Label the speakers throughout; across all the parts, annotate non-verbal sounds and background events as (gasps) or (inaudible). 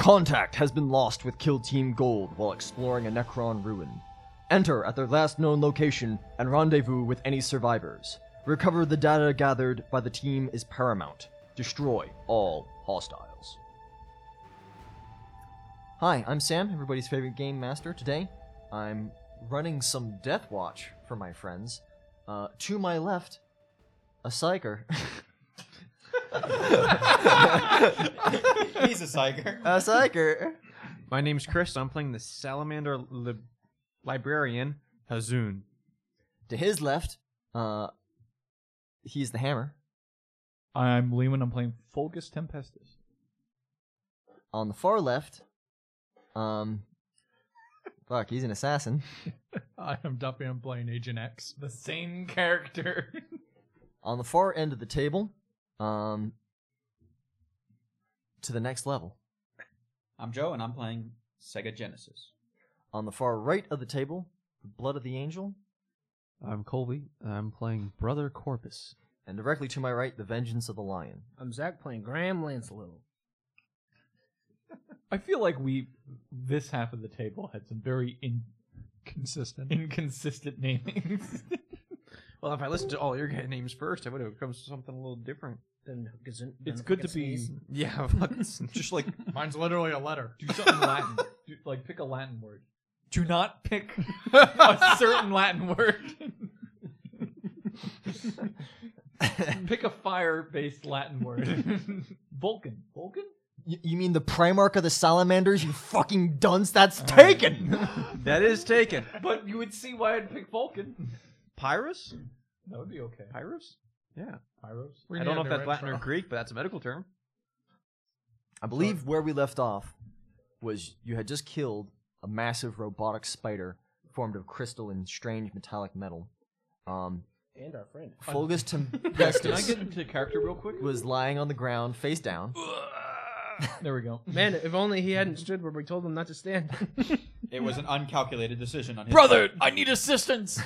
Speaker 1: Contact has been lost with Kill Team Gold while exploring a Necron ruin. Enter at their last known location and rendezvous with any survivors. Recover the data gathered by the team is paramount. Destroy all hostiles. Hi, I'm Sam, everybody's favorite game master. Today, I'm running some Death Watch for my friends. Uh, to my left, a psyker. (laughs)
Speaker 2: He's a psyker.
Speaker 1: a psyker.
Speaker 3: My name's Chris. I'm playing the Salamander lib- Librarian Hazoon.
Speaker 1: To his left, uh, he's the hammer.
Speaker 4: I'm Lehman. I'm playing Fulgus Tempestus.
Speaker 1: on the far left, um, fuck, he's an assassin.
Speaker 4: I am Duffy. I'm playing Agent X. The
Speaker 3: (laughs)
Speaker 4: same character.
Speaker 1: On the far end of the table, um, to the next level.
Speaker 2: I'm Joe, and I'm playing Sega Genesis.
Speaker 1: On the far right of the table, the blood of the angel,
Speaker 5: I'm Colby. I'm playing Brother Corpus.
Speaker 1: and directly to my right, the vengeance of the lion.
Speaker 6: I'm Zach playing Graham Lancelot.
Speaker 4: I feel like we, this half of the table, had some very inconsistent, inconsistent namings.
Speaker 3: Well, if I listened to all your (laughs) guys' names first, I would have come to something a little different. (laughs)
Speaker 6: Then it's,
Speaker 4: it's good to be.
Speaker 3: Yeah, fucking s- just like
Speaker 4: Mine's literally a letter. Do something Latin. Do, like pick a Latin word. Do not (laughs) pick a certain Latin word.
Speaker 1: y-
Speaker 4: (laughs) pick a fire-based Latin (laughs) word. Vulcan. (laughs) Vulcan.
Speaker 1: you mean the Primarch of the Salamanders? You fucking dunce! That's
Speaker 4: (laughs)
Speaker 1: taken.
Speaker 3: that is taken.
Speaker 4: But you would see why I'd pick Vulcan.
Speaker 3: Pyrus?
Speaker 4: That would be okay.
Speaker 3: Pyrus? Yeah.
Speaker 4: Pyros.
Speaker 3: I don't know if that's Latin or Greek, but that's a medical term.
Speaker 1: I believe where we left off was you had just killed a massive robotic spider formed of crystal and strange metallic metal. Um,
Speaker 6: and our friend.
Speaker 4: (laughs)
Speaker 1: Fulgus
Speaker 4: Can I
Speaker 1: Tempestus
Speaker 4: get into character real quick?
Speaker 1: was lying on the ground, face
Speaker 4: (laughs)
Speaker 1: down. (laughs)
Speaker 4: There we go.
Speaker 6: (laughs) Man, if only he hadn't stood where we told him not to stand. (laughs)
Speaker 2: It was an uncalculated decision on his
Speaker 4: I need assistance.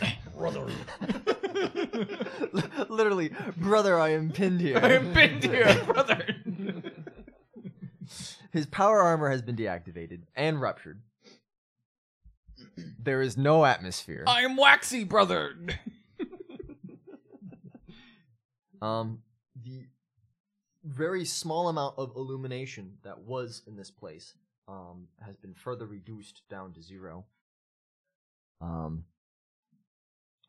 Speaker 1: Literally, brother, I am pinned here.
Speaker 4: been here, brother.
Speaker 1: His power armor has been deactivated and ruptured. There is no atmosphere.
Speaker 4: am waxy, brother.
Speaker 1: Um, the very small amount of illumination that was in this place um, has been further reduced down to zero. Um,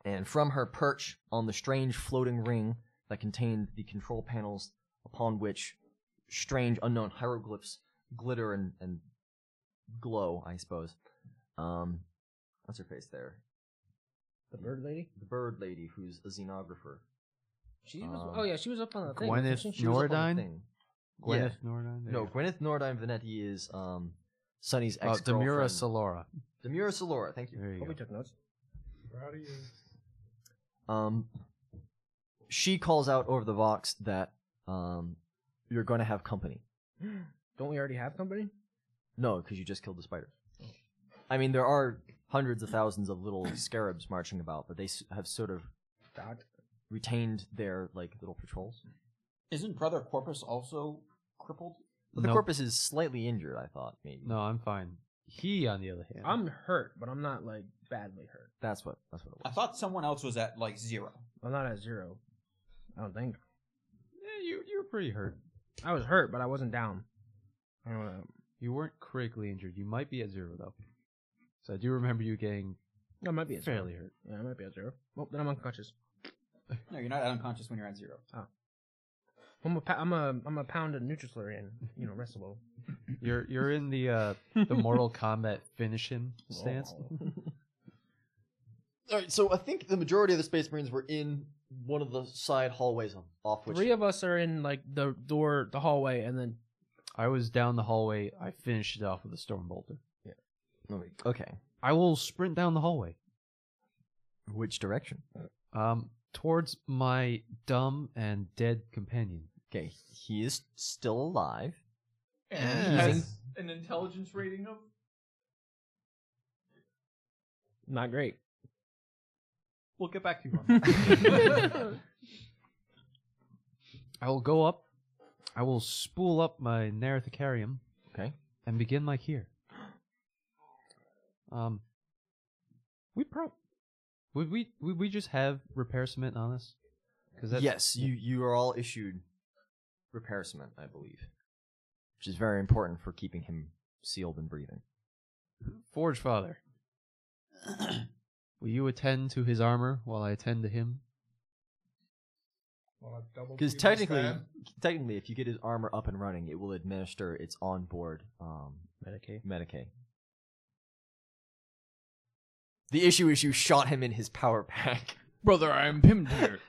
Speaker 1: and from her perch on the strange floating ring that contained the control panels upon which strange unknown hieroglyphs glitter and, and glow, I suppose. Um, what's her face there?
Speaker 6: the bird lady.
Speaker 1: The bird lady who's a xenographer.
Speaker 6: She was.
Speaker 1: Um,
Speaker 6: oh yeah, she was up on the thing.
Speaker 5: Gwyneth
Speaker 6: wasn't she?
Speaker 1: She was up on the
Speaker 5: Nordine?
Speaker 1: thing.
Speaker 5: Gwyneth
Speaker 1: Yeah.
Speaker 5: Nordine. there
Speaker 1: No,
Speaker 5: you go.
Speaker 1: Gwyneth Nordine Vanetti is um, Sonny's
Speaker 5: Uh,
Speaker 1: ex girlfriend.
Speaker 5: Demura Solora.
Speaker 1: Demura Solora, thank you.
Speaker 5: There you
Speaker 6: Oh,
Speaker 5: go.
Speaker 6: we took notes.
Speaker 1: Um, she calls out over the Vox that um, you're going to have company.
Speaker 6: Don't we already have company?
Speaker 1: No, because you just killed the spider. I mean, there are hundreds of thousands of little scarabs marching about, but they s- have sort of
Speaker 6: God.
Speaker 1: retained their like little patrols.
Speaker 2: Isn't Brother Corpus also crippled?
Speaker 1: But the
Speaker 5: No.
Speaker 1: corpus is slightly injured, I thought, maybe.
Speaker 5: No, I'm fine. He, on the other hand,
Speaker 6: I'm hurt, but I'm not like badly hurt.
Speaker 1: That's what that's what it
Speaker 2: I
Speaker 1: was.
Speaker 2: thought someone else was at like zero.
Speaker 6: I'm not at zero. I don't think.
Speaker 5: Yeah, Eh, you you were pretty hurt.
Speaker 6: I was hurt, but I wasn't down. I don't know.
Speaker 5: You weren't critically injured. You might be at zero though. So I do remember you getting
Speaker 6: I might be at zero.
Speaker 5: fairly hurt.
Speaker 6: Yeah, I might be at zero. Well, then I'm unconscious.
Speaker 2: No, you're not unconscious when you're at zero.
Speaker 6: I'm a, pa- I'm a, I'm a pound of Nutrislurry and you know Restylane.
Speaker 5: You're you're in the uh
Speaker 3: (laughs)
Speaker 5: the Mortal Kombat finish him stance.
Speaker 1: All right, so I think the majority of the Space Marines were in one of the side hallways off
Speaker 6: Three of us are in like the door, the hallway, and then
Speaker 5: I was down the hallway. I finished it off with a storm bolter.
Speaker 1: Oh, Okay.
Speaker 5: I will sprint down the hallway.
Speaker 1: Which direction?
Speaker 5: Um, towards my dumb and dead companion.
Speaker 1: Okay, he is still alive.
Speaker 4: And he has an intelligence rating of.
Speaker 6: not great.
Speaker 4: We'll get back to you (laughs) on that.
Speaker 5: I will go up. I will spool up my Narithacarium.
Speaker 1: Okay.
Speaker 5: and begin like here. (gasps) Um, we prob would we would we just have repair cement on us? Because
Speaker 1: yes, you you are all issued repair cement, I believe, which is very important for keeping him sealed and breathing.
Speaker 5: Forge (clears throat) Father. Will you attend to his armor while I attend to him?
Speaker 1: Because technically, technically, if you get his armor up and running, it will administer its onboard um,
Speaker 6: Medicaid.
Speaker 1: Medicaid. The issue is you shot him in his power (laughs) pack.
Speaker 2: Brother, I am pimped here.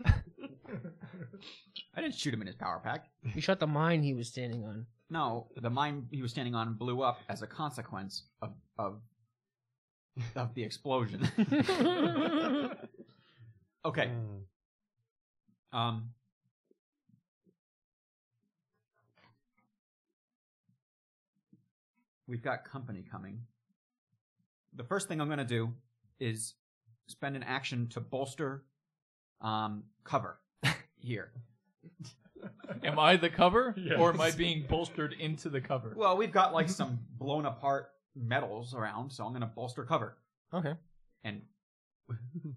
Speaker 2: I didn't shoot him in his power pack.
Speaker 6: You shot the mine he was standing on.
Speaker 2: No, the mine he was standing on blew up as a consequence of of of the explosion. (laughs) okay. Um. We've got company coming. The first thing I'm going to do is spend an action to bolster um, cover here.
Speaker 4: Am I the cover,
Speaker 7: Yes.
Speaker 4: or am I being bolstered into the cover?
Speaker 2: Well, we've got
Speaker 1: Mm-hmm.
Speaker 2: like some blown apart metals around, so I'm going to bolster cover
Speaker 1: Okay. (laughs)
Speaker 2: and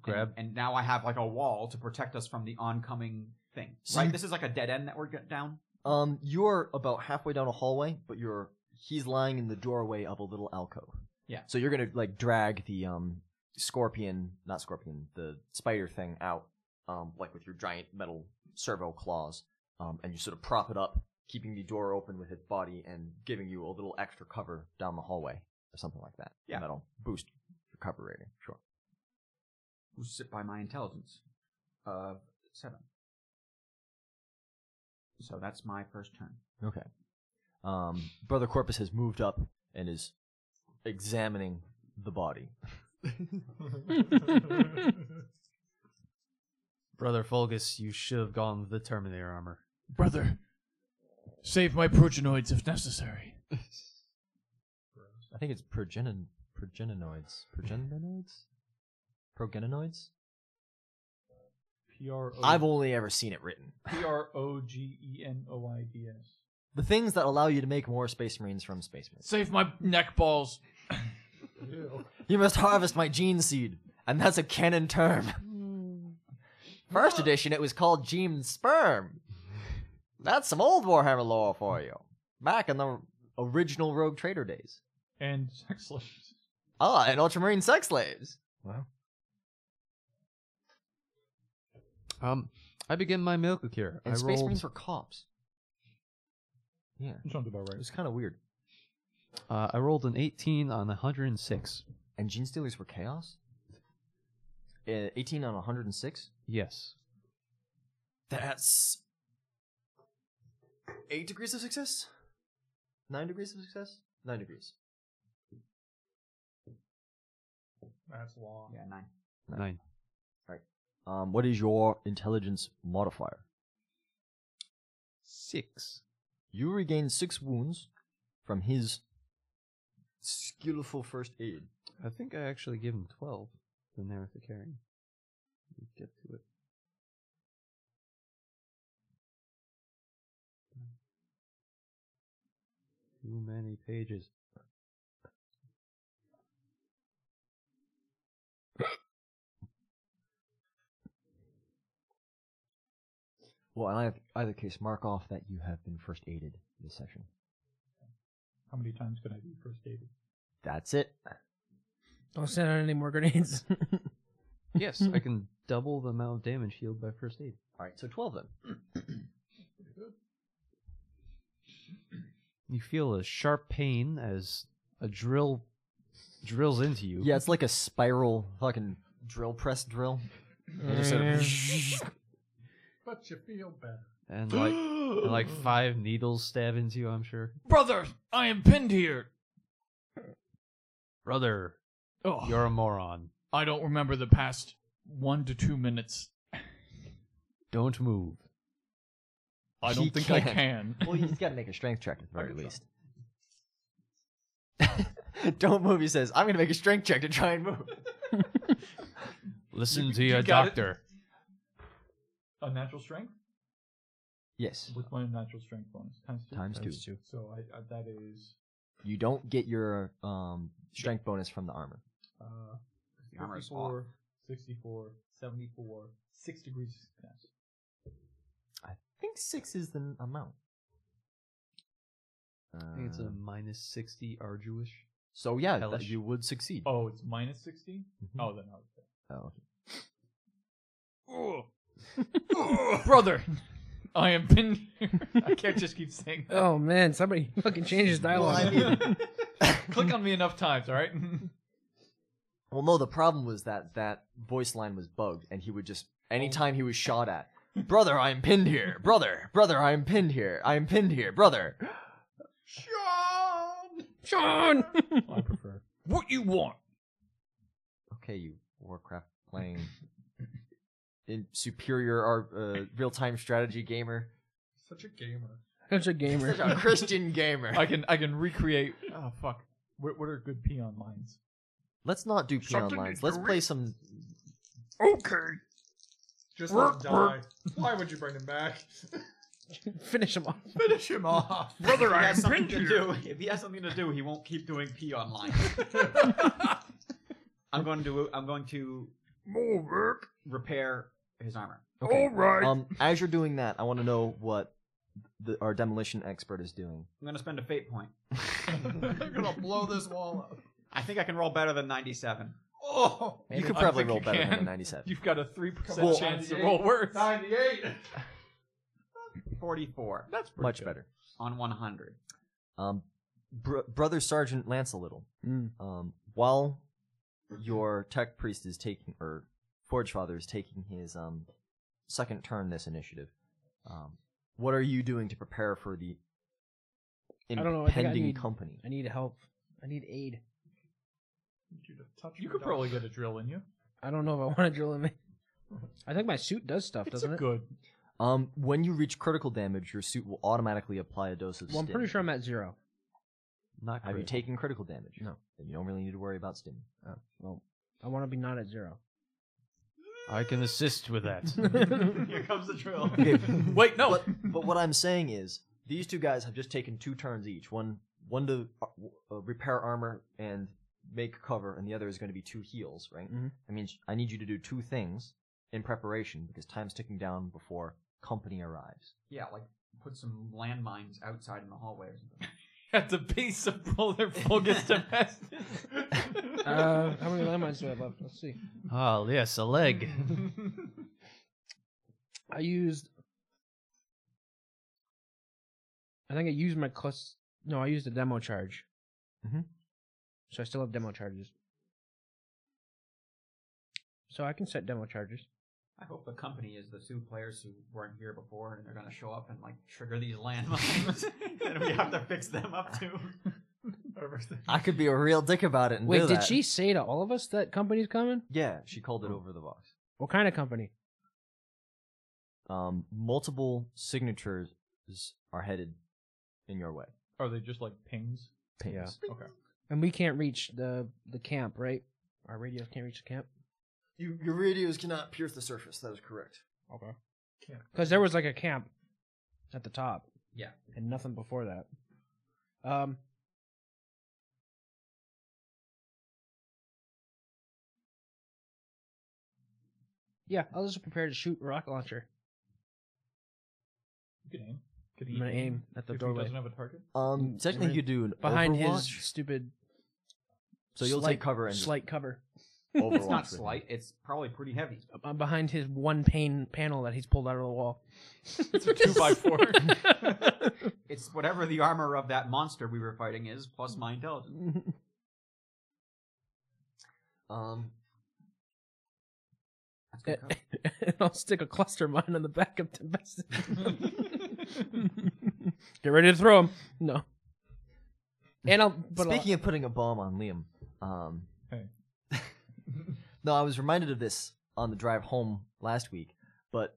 Speaker 5: Grab.
Speaker 2: And, and now I have like a wall to protect us from the oncoming thing.
Speaker 1: So
Speaker 2: Right?
Speaker 1: you-
Speaker 2: This is like a dead end that we're get down.
Speaker 1: Um, you're about halfway down a hallway, but you're he's lying in the doorway of a little alcove.
Speaker 2: Yeah.
Speaker 1: So you're gonna like drag the um scorpion, not scorpion, the spider thing out, um, like with your giant metal servo claws, um, and you sort of prop it up, keeping the door open with its body and giving you a little extra cover down the hallway or something like that.
Speaker 2: Yeah.
Speaker 1: That'll boost your cover rating. Sure.
Speaker 2: Who's sit by my intelligence of seven. So that's my first turn.
Speaker 1: Okay. Um, Brother Corpus has moved up and is examining the body.
Speaker 5: Brother Fulgus, you should have gone with the Terminator armor.
Speaker 7: Brother, save my progenoids if necessary.
Speaker 1: I think it's progenin progeninoids. Progeninoids? Progeninoids?
Speaker 4: P
Speaker 5: Oh,
Speaker 4: R
Speaker 1: I've
Speaker 4: O
Speaker 1: only ever seen it written.
Speaker 4: P R O G E N O I D S.
Speaker 1: The things that allow you to make more space marines from space marines.
Speaker 7: Save my neck balls.
Speaker 1: You must harvest my gene seed, and that's a canon term.
Speaker 5: Hmm.
Speaker 1: First edition, it was called gene sperm. That's some old Warhammer lore for you. Back in the original Rogue Trader days.
Speaker 4: And sex slaves.
Speaker 1: Ah, and Ultramarine sex slaves.
Speaker 5: Um, I begin my milk cure.
Speaker 1: And
Speaker 5: I
Speaker 1: space
Speaker 5: rolled,
Speaker 1: marines were cops. Yeah,
Speaker 4: Sounds about right.
Speaker 1: it was kind of weird.
Speaker 5: uh, I rolled an 18 on 106.
Speaker 1: And Gene Stealers were chaos? Uh, 18 on 106?
Speaker 5: Yes.
Speaker 1: That's. 8 degrees of success? 9 degrees of success? 9 degrees.
Speaker 4: That's long.
Speaker 2: Yeah, nine.
Speaker 5: Nine.
Speaker 1: Um, what is your intelligence modifier?
Speaker 5: Six.
Speaker 1: You regain 6 wounds from his skillful first aid.
Speaker 5: I think I actually give him 12, the Narrative Carrying. Let me get to it. Too many pages.
Speaker 1: Well, in either- either case, mark off that you have been first aided this session.
Speaker 4: How many times can I be first aided?
Speaker 1: That's it.
Speaker 6: Don't send out any more grenades. (laughs)
Speaker 5: Yes, I can double the amount of damage healed by first aid.
Speaker 1: Alright, so 12 then.
Speaker 5: You feel a sharp pain as a drill drills into you.
Speaker 1: Yeah, it's like a spiral fucking drill press drill. It just sort of-
Speaker 4: But you feel better.
Speaker 5: And like
Speaker 4: (gasps)
Speaker 5: and like five needles stab into you, I'm sure.
Speaker 7: Brother, I am pinned here.
Speaker 5: Brother,
Speaker 7: Oh,
Speaker 5: you're a moron.
Speaker 7: I don't remember the past one to two minutes.
Speaker 5: Don't move.
Speaker 7: I don't
Speaker 1: He
Speaker 7: think I can.
Speaker 1: well, you just gotta make a strength check at the very least. (laughs) Don't move, he says. I'm gonna make a strength check to try and (laughs) move.
Speaker 5: Listen
Speaker 4: You-
Speaker 5: to
Speaker 4: you
Speaker 5: your
Speaker 4: got it.
Speaker 5: doctor.
Speaker 4: Unnatural strength
Speaker 1: Yes.
Speaker 4: with my unnatural strength bonus times two.
Speaker 1: Times two.
Speaker 4: So I, I that is
Speaker 1: You don't get your um, strength bonus from the armor.
Speaker 4: Uh,
Speaker 2: The armor is
Speaker 4: 54,
Speaker 2: off.
Speaker 4: 64, 74, 6 degrees of success.
Speaker 1: I think six is the amount.
Speaker 5: I think it's a
Speaker 1: Uh,
Speaker 5: minus sixty arduous.
Speaker 1: so yeah, that
Speaker 5: hellish.
Speaker 1: you would succeed.
Speaker 4: Oh, it's minus 60?
Speaker 1: Mhm.
Speaker 4: Oh, then no.
Speaker 1: Oh,
Speaker 4: Oh, (laughs)
Speaker 7: Brother, I am pinned.
Speaker 4: I can't just keep saying that.
Speaker 6: Oh man, somebody (laughs) fucking changes dialogue.
Speaker 1: I mean-
Speaker 4: Click on me enough times, all right?
Speaker 1: Well, no, the problem was that that voice line was bugged, and he would just anytime he was shot at, brother, I am pinned here, brother, brother, I am pinned here, I am pinned here, brother.
Speaker 6: (laughs) Sean.
Speaker 4: (laughs)
Speaker 6: (laughs)
Speaker 4: I prefer.
Speaker 7: what you want?
Speaker 1: Okay, you Warcraft (laughs) playing in superior or uh, real time strategy gamer,
Speaker 4: Such a gamer.
Speaker 6: That's a gamer.
Speaker 1: such a Christian gamer.
Speaker 4: I can I can recreate. Oh fuck! What, what are good peon lines?
Speaker 1: Let's not do peon lines. Let's play some.
Speaker 4: Just
Speaker 6: let him die.
Speaker 4: Why would you bring him
Speaker 2: (laughs)
Speaker 4: back?
Speaker 6: (laughs) Finish him off.
Speaker 2: Finish him off, brother. I have something to do. If he has something to do, he won't keep doing pee online. I'm going to. I'm going to repair his armor.
Speaker 1: Okay. All right. Um, as you're doing that, I want to know what the, our demolition expert is doing.
Speaker 2: I'm going to spend a fate point.
Speaker 7: I'm gonna blow this wall up.
Speaker 2: I think I can roll better than 97.
Speaker 7: Oh,
Speaker 1: You could
Speaker 4: I
Speaker 1: probably
Speaker 4: think
Speaker 1: roll
Speaker 4: you
Speaker 1: better than a
Speaker 4: can.
Speaker 1: 97.
Speaker 4: You've got a three percent
Speaker 1: Well-
Speaker 4: chance to roll worse.
Speaker 7: 98.
Speaker 2: 44
Speaker 7: That's pretty
Speaker 1: Much
Speaker 7: good.
Speaker 1: better.
Speaker 2: on 100.
Speaker 1: Um, br- Brother Sergeant Lance a little.
Speaker 6: Mm.
Speaker 1: Um, while your tech priest is taking, or Forge Father is taking his um, second turn this initiative, um, what are you doing to prepare for the
Speaker 6: don't know, I think I
Speaker 1: impending
Speaker 6: need-
Speaker 1: company?
Speaker 6: I need help. I need aid.
Speaker 4: You could probably get a drill in you.
Speaker 6: I don't know if I want to drill in me. I think my suit does stuff,
Speaker 4: It's a
Speaker 6: doesn't it?
Speaker 4: good.
Speaker 2: (laughs)
Speaker 1: Um, when you reach critical damage, your suit will automatically apply a dose of
Speaker 6: Well, I'm
Speaker 1: stim.
Speaker 6: pretty sure I'm at zero.
Speaker 5: Not
Speaker 1: Have you
Speaker 5: crit.
Speaker 1: taken critical damage?
Speaker 6: No.
Speaker 1: Then you don't really need to worry about stim.
Speaker 6: Oh, well, I want to be not at zero.
Speaker 3: I can assist with that.
Speaker 2: Here comes the drill.
Speaker 1: Wait, no. But, but what I'm saying is, these two guys have just taken two turns each. One, one to uh, w- uh, repair armor and make cover, and the other is going to be two heals, right?
Speaker 6: Mhm.
Speaker 1: I mean, I need you to do two things in preparation because time's ticking down before company arrives.
Speaker 2: Yeah, like put some landmines outside in the hallway or something.
Speaker 4: At the base of Polar Vulgus Domestic.
Speaker 6: Uh, (laughs) how many landmines do I have left? Let's see.
Speaker 3: oh, yes, a leg.
Speaker 6: I used. I think I used my clus. No, I used a demo charge.
Speaker 1: Mhm.
Speaker 6: So I still have demo charges. So I can set demo charges.
Speaker 2: I hope the company is the two players who weren't here before and they're going to show up and like trigger these landmines. and we have to fix them
Speaker 4: (laughs)
Speaker 2: up too.
Speaker 1: I could be a real dick about it. And
Speaker 6: Wait,
Speaker 1: do
Speaker 6: did
Speaker 1: that. Oh.
Speaker 6: she say to all of us that company's coming?
Speaker 1: Yeah, she called it over the box.
Speaker 6: What kind of company?
Speaker 1: Um, multiple signatures are headed in your way.
Speaker 4: Are they just like pings?
Speaker 1: Pings.
Speaker 6: Yeah.
Speaker 4: Okay.
Speaker 6: And we can't reach the the camp, right? Our radios can't reach the camp
Speaker 1: You, your radios cannot pierce the surface. That is correct.
Speaker 6: because there was like a camp at the top.
Speaker 2: Yeah.
Speaker 6: and nothing before that. Um. Yeah, I'll just prepare to shoot a rocket launcher.
Speaker 4: You can aim. Could
Speaker 6: I'm gonna aim at the
Speaker 4: if He
Speaker 6: doorway
Speaker 4: doesn't have a target.
Speaker 1: Um,
Speaker 6: Mm,
Speaker 1: technically,
Speaker 6: right.
Speaker 1: you do an
Speaker 6: behind
Speaker 1: Overwatch.
Speaker 6: (laughs) his stupid.
Speaker 1: So you'll
Speaker 6: slight-
Speaker 1: take cover and just
Speaker 6: slight cover.
Speaker 1: Overwatch.
Speaker 2: it's not
Speaker 1: with
Speaker 2: slight, it's probably pretty heavy.
Speaker 6: I'm behind his one pane panel that he's pulled out of the wall.
Speaker 4: It's a two by
Speaker 6: (laughs)
Speaker 4: four. (laughs)
Speaker 2: It's whatever the armor of that monster we were fighting is, plus my intelligence.
Speaker 1: him. Um,
Speaker 2: That's good cover.
Speaker 6: and (laughs) I'll stick a cluster mine on the back of
Speaker 4: (laughs)
Speaker 6: the best. Get ready to throw him. No. And I'll. But uh, I'll-
Speaker 1: speaking of putting a bomb on Liam, um,
Speaker 4: Hey.
Speaker 1: (laughs) no, I was reminded of this on the drive home last week. But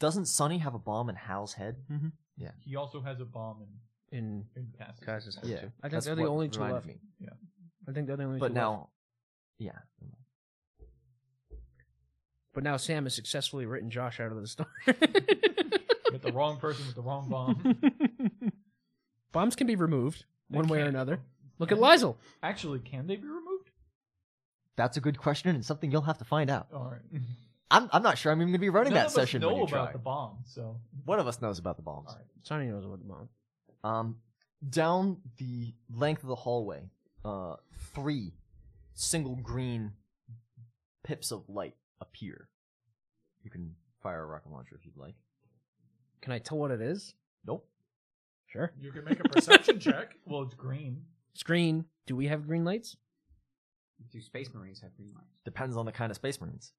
Speaker 1: doesn't Sonny have a bomb in Hal's head?
Speaker 6: Hmm,
Speaker 4: he also has a bomb in,
Speaker 6: in
Speaker 4: in passage. (laughs)
Speaker 6: Kaiser's head
Speaker 1: Yeah,
Speaker 6: too. I think
Speaker 1: that's
Speaker 6: they're the
Speaker 1: what
Speaker 6: only two
Speaker 1: reminded
Speaker 6: left.
Speaker 1: me.
Speaker 6: I think they're the only
Speaker 1: But
Speaker 6: two left.
Speaker 1: now, yeah,
Speaker 6: But now Sam has successfully written Josh out of
Speaker 4: (laughs)
Speaker 6: the story.
Speaker 4: With
Speaker 6: (laughs)
Speaker 4: the wrong person with the wrong bomb.
Speaker 6: (laughs) Bombs can be removed one way or
Speaker 4: can.
Speaker 6: another. Look at Lizel.
Speaker 4: Actually, can they be removed?
Speaker 1: That's a good question and something you'll have to find out.
Speaker 6: (laughs)
Speaker 4: All right.
Speaker 1: I'm, I'm not sure I'm even going to be running
Speaker 4: None
Speaker 1: that
Speaker 4: of
Speaker 1: session
Speaker 4: us know
Speaker 1: when you
Speaker 4: about
Speaker 1: try.
Speaker 4: the bomb, so
Speaker 1: One of us knows about the bombs.
Speaker 4: All right.
Speaker 6: Sonny knows about the bomb.
Speaker 1: Um, down the length of the hallway, uh, three single green pips of light appear. You can fire a rocket launcher if you'd like.
Speaker 6: Can I tell what it is?
Speaker 1: Nope.
Speaker 6: Sure.
Speaker 7: You can make a
Speaker 4: (laughs)
Speaker 7: perception check.
Speaker 4: well, it's green.
Speaker 6: Screen. Do we have green
Speaker 1: (laughs)
Speaker 6: lights?
Speaker 2: Do space marines have green lights?
Speaker 1: Depends on the kind of space marines.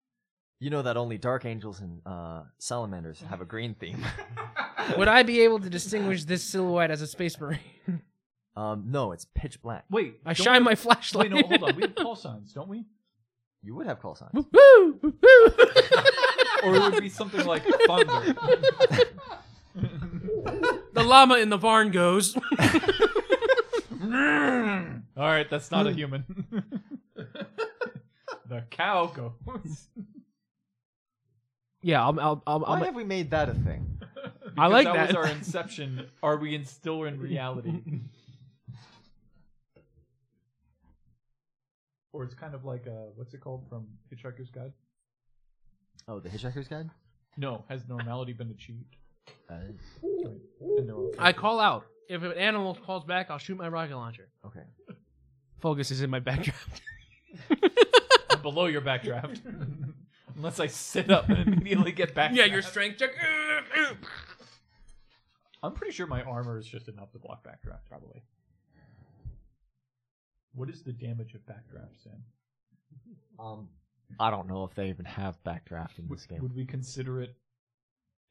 Speaker 1: You know that only dark angels and uh, salamanders have a green theme. (laughs)
Speaker 6: Would I be able to distinguish this silhouette as a space marine? (laughs)
Speaker 1: um, no, it's pitch black.
Speaker 4: Wait,
Speaker 6: I
Speaker 4: don't
Speaker 6: shine
Speaker 4: we-
Speaker 6: my flashlight.
Speaker 4: Wait, no,
Speaker 6: (laughs)
Speaker 4: hold on. We have call signs, don't we?
Speaker 1: You would have call signs.
Speaker 6: Woo! Woo!
Speaker 4: (laughs) Or it would be something like thunder.
Speaker 6: the llama in the barn
Speaker 4: (laughs)
Speaker 6: goes.
Speaker 4: All right, that's not a human. (laughs) the cow (laughs) goes.
Speaker 6: (laughs) yeah, I'll, I'll, I'll,
Speaker 1: Why
Speaker 6: I'll
Speaker 1: have we made that a thing?
Speaker 6: I like
Speaker 4: that.
Speaker 6: that.
Speaker 4: was our inception. Are we in, still in reality? (laughs) or it's kind of like uh what's it called from Hitchhiker's Guide?
Speaker 1: Oh, the Hitchhiker's Guide?
Speaker 4: No, has normality been achieved?
Speaker 1: Uh,
Speaker 4: And they're all-
Speaker 6: I call out. If an animal calls back, I'll shoot my rocket launcher.
Speaker 1: okay.
Speaker 6: Focus is in my background.
Speaker 4: I'm below your (laughs) backdraft. Unless I sit up and immediately get back.
Speaker 6: strength check.
Speaker 4: I'm pretty sure my armor is just enough to block backdraft, probably. What is the damage of backdraft, Sam?
Speaker 1: Um, I don't know if they even have backdraft in this game.
Speaker 4: Would we consider it?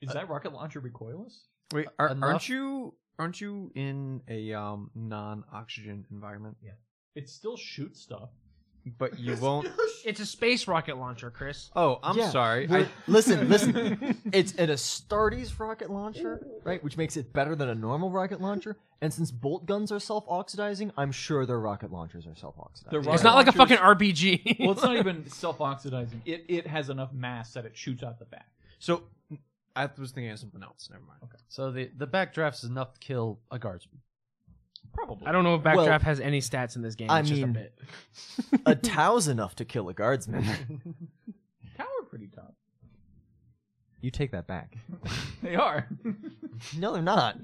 Speaker 4: Is
Speaker 6: Uh,
Speaker 4: that rocket launcher recoilless?
Speaker 3: Wait, are,
Speaker 5: enough-
Speaker 3: aren't you aren't you in a um, non-oxygen environment?
Speaker 4: It still shoots
Speaker 6: (laughs)
Speaker 4: stuff.
Speaker 3: But you
Speaker 1: (laughs)
Speaker 3: won't.
Speaker 6: (laughs) It's a space rocket launcher, Chris.
Speaker 3: Oh, I'm
Speaker 1: Yeah,
Speaker 3: sorry. I,
Speaker 1: We're- (laughs)
Speaker 3: (laughs)
Speaker 1: listen, listen. It's an Astartes rocket launcher, right? Which makes it better than a normal rocket launcher. And since bolt guns are self-oxidizing, I'm sure their rocket launchers are
Speaker 4: The
Speaker 1: self-oxidizing.
Speaker 4: rocket
Speaker 6: It's not like a
Speaker 4: launchers-
Speaker 6: fucking RPG. (laughs)
Speaker 4: well, it's not even self-oxidizing. It it has enough mass that it shoots out the back.
Speaker 3: so I was thinking of something else. Never mind.
Speaker 5: So the the backdraft's enough to kill a guardsman.
Speaker 4: Probably.
Speaker 6: I don't know if Backdraft
Speaker 1: Well,
Speaker 6: has any stats in this game. It's
Speaker 1: I
Speaker 6: just a
Speaker 1: mean-
Speaker 6: bit.
Speaker 1: a tow's enough to kill
Speaker 3: (laughs)
Speaker 1: a guardsman.
Speaker 4: Cow are pretty tough.
Speaker 1: you take that back.
Speaker 4: They are. (laughs)
Speaker 1: No, they're not.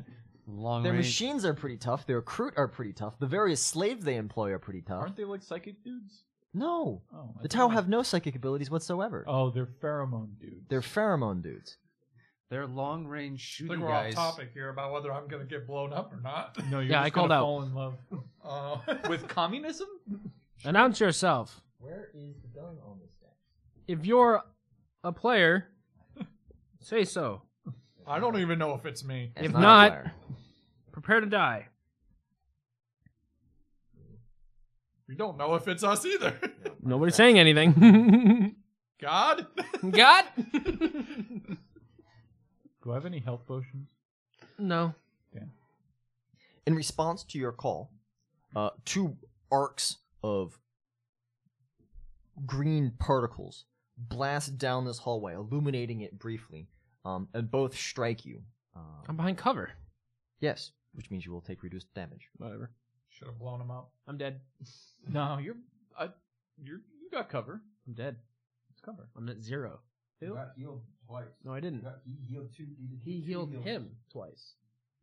Speaker 5: Long
Speaker 1: Their
Speaker 5: range.
Speaker 1: machines are pretty tough. Their recruit are pretty tough. The various slaves they employ are pretty tough.
Speaker 4: Aren't they like psychic dudes?
Speaker 1: No,
Speaker 4: Oh, I
Speaker 1: the
Speaker 4: thought
Speaker 1: Tau
Speaker 4: they-
Speaker 1: have no psychic abilities whatsoever.
Speaker 4: Oh, they're pheromone dudes.
Speaker 1: They're pheromone dudes.
Speaker 5: They're long range
Speaker 7: I
Speaker 5: shooting
Speaker 7: think we're
Speaker 5: guys.
Speaker 7: off topic here about whether I'm gonna get blown up or not.
Speaker 4: no, you're
Speaker 6: Yeah,
Speaker 4: just
Speaker 6: I called
Speaker 4: gonna
Speaker 6: out.
Speaker 4: fall in
Speaker 7: (laughs)
Speaker 4: love
Speaker 7: Oh.
Speaker 4: with communism.
Speaker 6: Announce yourself.
Speaker 1: Where is the gun on this deck?
Speaker 6: If you're a player, say so.
Speaker 7: I don't even know if it's me.
Speaker 6: If not- Prepare to die.
Speaker 7: We don't know if it's us either. (laughs)
Speaker 6: Nobody's saying anything. (laughs)
Speaker 7: God?
Speaker 6: God?
Speaker 4: Do I have any health potions?
Speaker 6: (laughs) No.
Speaker 1: in response to your call, uh, two arcs of green particles blast down this hallway, illuminating it briefly, um, and both strike you.
Speaker 6: I'm
Speaker 1: Um,
Speaker 6: behind cover.
Speaker 1: yes, which means you will take reduced damage.
Speaker 6: Whatever.
Speaker 7: Should have blown him up.
Speaker 6: I'm dead.
Speaker 4: No, you're I, you're you got cover.
Speaker 6: I'm dead.
Speaker 4: It's cover.
Speaker 6: I'm at zero.
Speaker 8: healed twice.
Speaker 6: No, I didn't.
Speaker 8: he healed two.
Speaker 6: He healed him twice.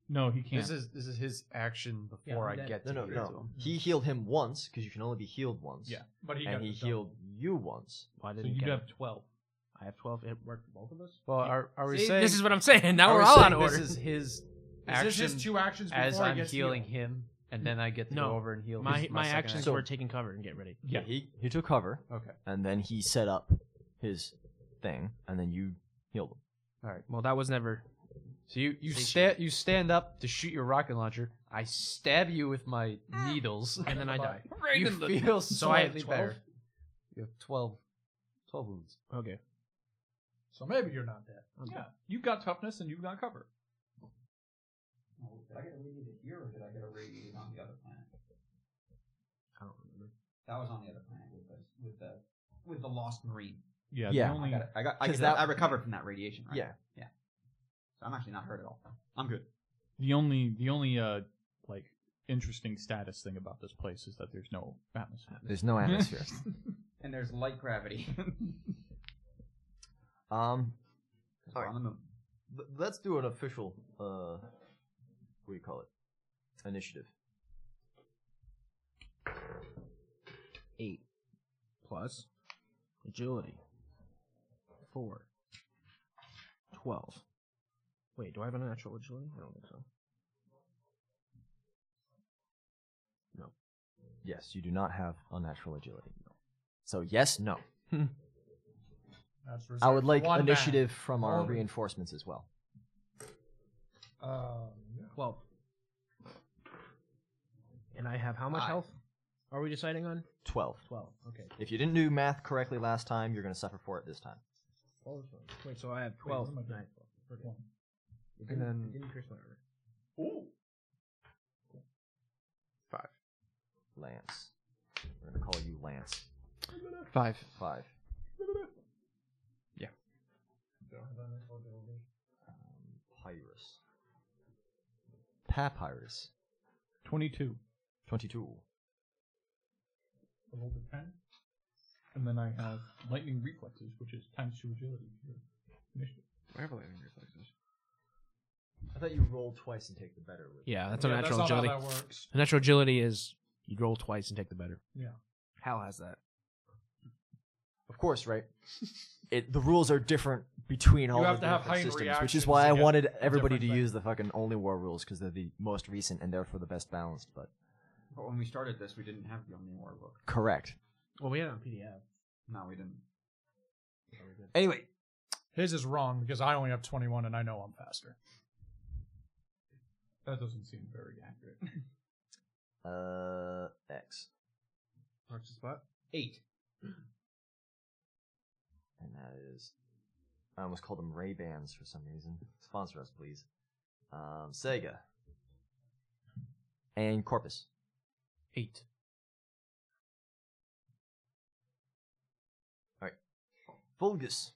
Speaker 4: No, he can't.
Speaker 3: This is this is his action
Speaker 6: I'm
Speaker 3: before I
Speaker 6: dead.
Speaker 3: get
Speaker 1: No,
Speaker 3: to
Speaker 1: no,
Speaker 3: you.
Speaker 1: no. He healed him once because you can only be healed once.
Speaker 7: Yeah. But he got
Speaker 1: and he
Speaker 7: the double.
Speaker 1: healed you once.
Speaker 6: Well, I
Speaker 4: so
Speaker 6: didn't
Speaker 4: you
Speaker 6: get
Speaker 4: have
Speaker 6: it.
Speaker 4: twelve.
Speaker 6: I have 12. It worked for both of us?
Speaker 3: Well, are, are we saying
Speaker 6: this is what I'm saying. Now
Speaker 3: are
Speaker 6: we're
Speaker 3: we
Speaker 6: all
Speaker 3: saying
Speaker 6: out of order.
Speaker 3: This is his
Speaker 7: Is
Speaker 3: action
Speaker 7: this his two actions before
Speaker 5: as
Speaker 7: he
Speaker 5: I'm
Speaker 7: gets
Speaker 5: healing
Speaker 7: healed?
Speaker 5: him, and then I get to
Speaker 6: No.
Speaker 5: go over and heal.
Speaker 6: my
Speaker 5: his-
Speaker 6: my,
Speaker 5: second
Speaker 6: actions
Speaker 5: action.
Speaker 6: were taking cover and get ready.
Speaker 4: Yeah.
Speaker 1: He he took cover.
Speaker 3: Okay.
Speaker 1: And then he set up his thing, and then you healed him.
Speaker 6: Well, that was never.
Speaker 5: So you you
Speaker 6: Say
Speaker 5: stand you stand up to shoot your rocket launcher. I stab you with my needles,
Speaker 6: And then I die.
Speaker 5: you (laughs)
Speaker 6: (laughs)
Speaker 5: feel
Speaker 6: So I have
Speaker 5: slightly
Speaker 6: 12?
Speaker 5: better. You have 12, 12 wounds.
Speaker 6: Okay.
Speaker 7: So maybe you're not dead.
Speaker 4: Yeah, you got toughness and you got cover.
Speaker 8: Oh, Did I get irradiated here, or did I get irradiated on the other planet? I don't remember. That was on the other planet with the with the with the lost marine.
Speaker 4: Yeah,
Speaker 1: Yeah.
Speaker 4: The only,
Speaker 8: I got it. I got. I,
Speaker 1: 'Cause
Speaker 8: get that,
Speaker 1: that-
Speaker 8: I recovered from that radiation, right?
Speaker 1: Yeah.
Speaker 8: Yeah. So I'm actually not hurt at all. I'm good.
Speaker 4: the only, the only, uh, like interesting status thing about this place is that there's no atmosphere.
Speaker 1: There's no atmosphere.
Speaker 2: and there's light gravity. (laughs) 'Cause
Speaker 1: um,
Speaker 2: we're
Speaker 1: Alright.
Speaker 2: on the moon.
Speaker 1: th- let's do an official, uh, what do you call it? Initiative.
Speaker 6: Eight. Plus. Agility. Four. Twelve. Wait, do I have an actual agility? I don't think so.
Speaker 1: Yes, you do not have unnatural agility. So yes, no.
Speaker 9: That's
Speaker 1: I
Speaker 9: reserved
Speaker 1: would
Speaker 9: for
Speaker 1: like
Speaker 9: one man.
Speaker 1: initiative from our
Speaker 9: Only.
Speaker 1: reinforcements as well.
Speaker 9: Um, yeah.
Speaker 6: Twelve. And I have how much health? Are we deciding on?
Speaker 1: Twelve.
Speaker 6: Twelve. Okay.
Speaker 1: If you didn't do math correctly last time, you're going to suffer for it this time.
Speaker 6: Twelve. Wait, so I have twelve.
Speaker 9: what am I doing?
Speaker 6: Nine.
Speaker 9: Pick one.
Speaker 6: It
Speaker 10: And
Speaker 6: didn't,
Speaker 10: then-
Speaker 6: it didn't increase my armor.
Speaker 1: Lance. We're going to call you Lance.
Speaker 10: Five.
Speaker 1: Five. Um, Pyrus. Papyrus.
Speaker 4: 22.
Speaker 1: 22.
Speaker 4: I rolled a 10. And then I have lightning reflexes, which is times 2 agility.
Speaker 1: I thought you roll twice and take the better. With
Speaker 11: Yeah, that's
Speaker 9: Yeah,
Speaker 11: a natural
Speaker 9: that's not
Speaker 11: agility.
Speaker 9: How that works.
Speaker 11: A natural agility is you roll twice and take the better.
Speaker 9: Yeah.
Speaker 11: Hal has that.
Speaker 1: Of course, right? It, the rules are different between all
Speaker 9: have
Speaker 1: of
Speaker 9: to
Speaker 1: the
Speaker 9: have
Speaker 1: different
Speaker 9: heightened
Speaker 1: systems, which
Speaker 9: reactions
Speaker 1: is why
Speaker 9: to
Speaker 1: I
Speaker 9: get
Speaker 1: wanted
Speaker 9: a
Speaker 1: everybody to
Speaker 9: different thing.
Speaker 1: use the fucking Only War rules because they're the most recent and therefore the best balanced. But
Speaker 2: But when we started this, we didn't have the Omni War book.
Speaker 1: correct.
Speaker 6: Well, we had it on PDF.
Speaker 2: No, we didn't.
Speaker 1: Anyway,
Speaker 9: His is wrong because I only have 21 and I know I'm faster.
Speaker 4: That doesn't seem very accurate. (laughs)
Speaker 1: uh, X,
Speaker 6: Mark's the spot.
Speaker 2: Eight.
Speaker 1: (clears throat) and that is. I almost called them Ray Bans for some reason. Sponsor us, please. Um, Sega and Corpus.
Speaker 11: Eight.
Speaker 1: Vulgus,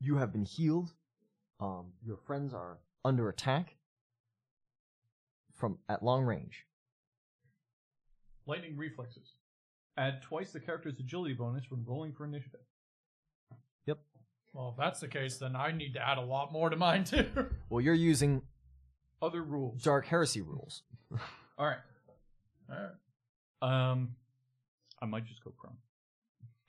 Speaker 1: you have been healed. Um, your friends are under attack from at long range.
Speaker 4: Lightning reflexes. Add twice the character's agility bonus when rolling for initiative.
Speaker 9: Well, if that's the case, then I need to add a lot more to mine too.
Speaker 1: Well, you're using
Speaker 4: Other rules.
Speaker 1: Dark Heresy rules.
Speaker 4: All right. All right. Um, I might just go prone.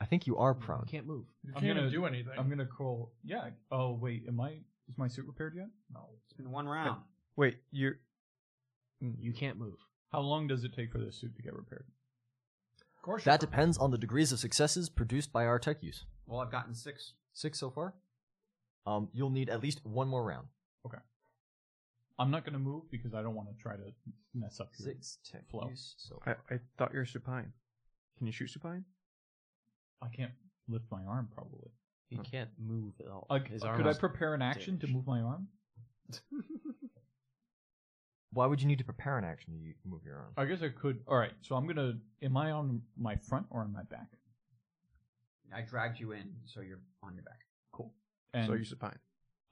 Speaker 1: I think you are
Speaker 6: I
Speaker 1: prone.
Speaker 6: can't move.
Speaker 9: You
Speaker 4: I'm
Speaker 9: can't
Speaker 4: gonna-
Speaker 9: even do anything.
Speaker 4: I'm gonna call. Yeah. Oh wait, am I? Is my suit repaired yet? No.
Speaker 2: It's been one round.
Speaker 10: Wait, you're
Speaker 5: Mm.
Speaker 6: You can't move.
Speaker 4: How long does it take for this suit to get repaired?
Speaker 9: of course,
Speaker 1: That
Speaker 9: you're-
Speaker 1: depends on the degrees of successes produced by our tech use.
Speaker 2: Well, I've gotten six.
Speaker 1: Six so far. Um, you'll need at least one more round.
Speaker 4: I'm not gonna move because I don't want to try to mess up. Your,
Speaker 1: Six tech
Speaker 4: Flow.
Speaker 1: use so
Speaker 10: I, I thought you were supine. Can you shoot supine?
Speaker 4: I can't lift my arm probably.
Speaker 5: He can't move at all.
Speaker 4: Uh,
Speaker 5: His
Speaker 4: could
Speaker 5: arm
Speaker 4: I
Speaker 5: is-
Speaker 4: prepare an action to
Speaker 5: damaged.
Speaker 4: move my arm?
Speaker 1: Why would you need to prepare an action to u- move your arm?
Speaker 4: I guess I could. All right. So I'm gonna. Am I on my front or on my back?
Speaker 2: I dragged you in, so you're on your back.
Speaker 4: Cool. And
Speaker 10: so you're supine.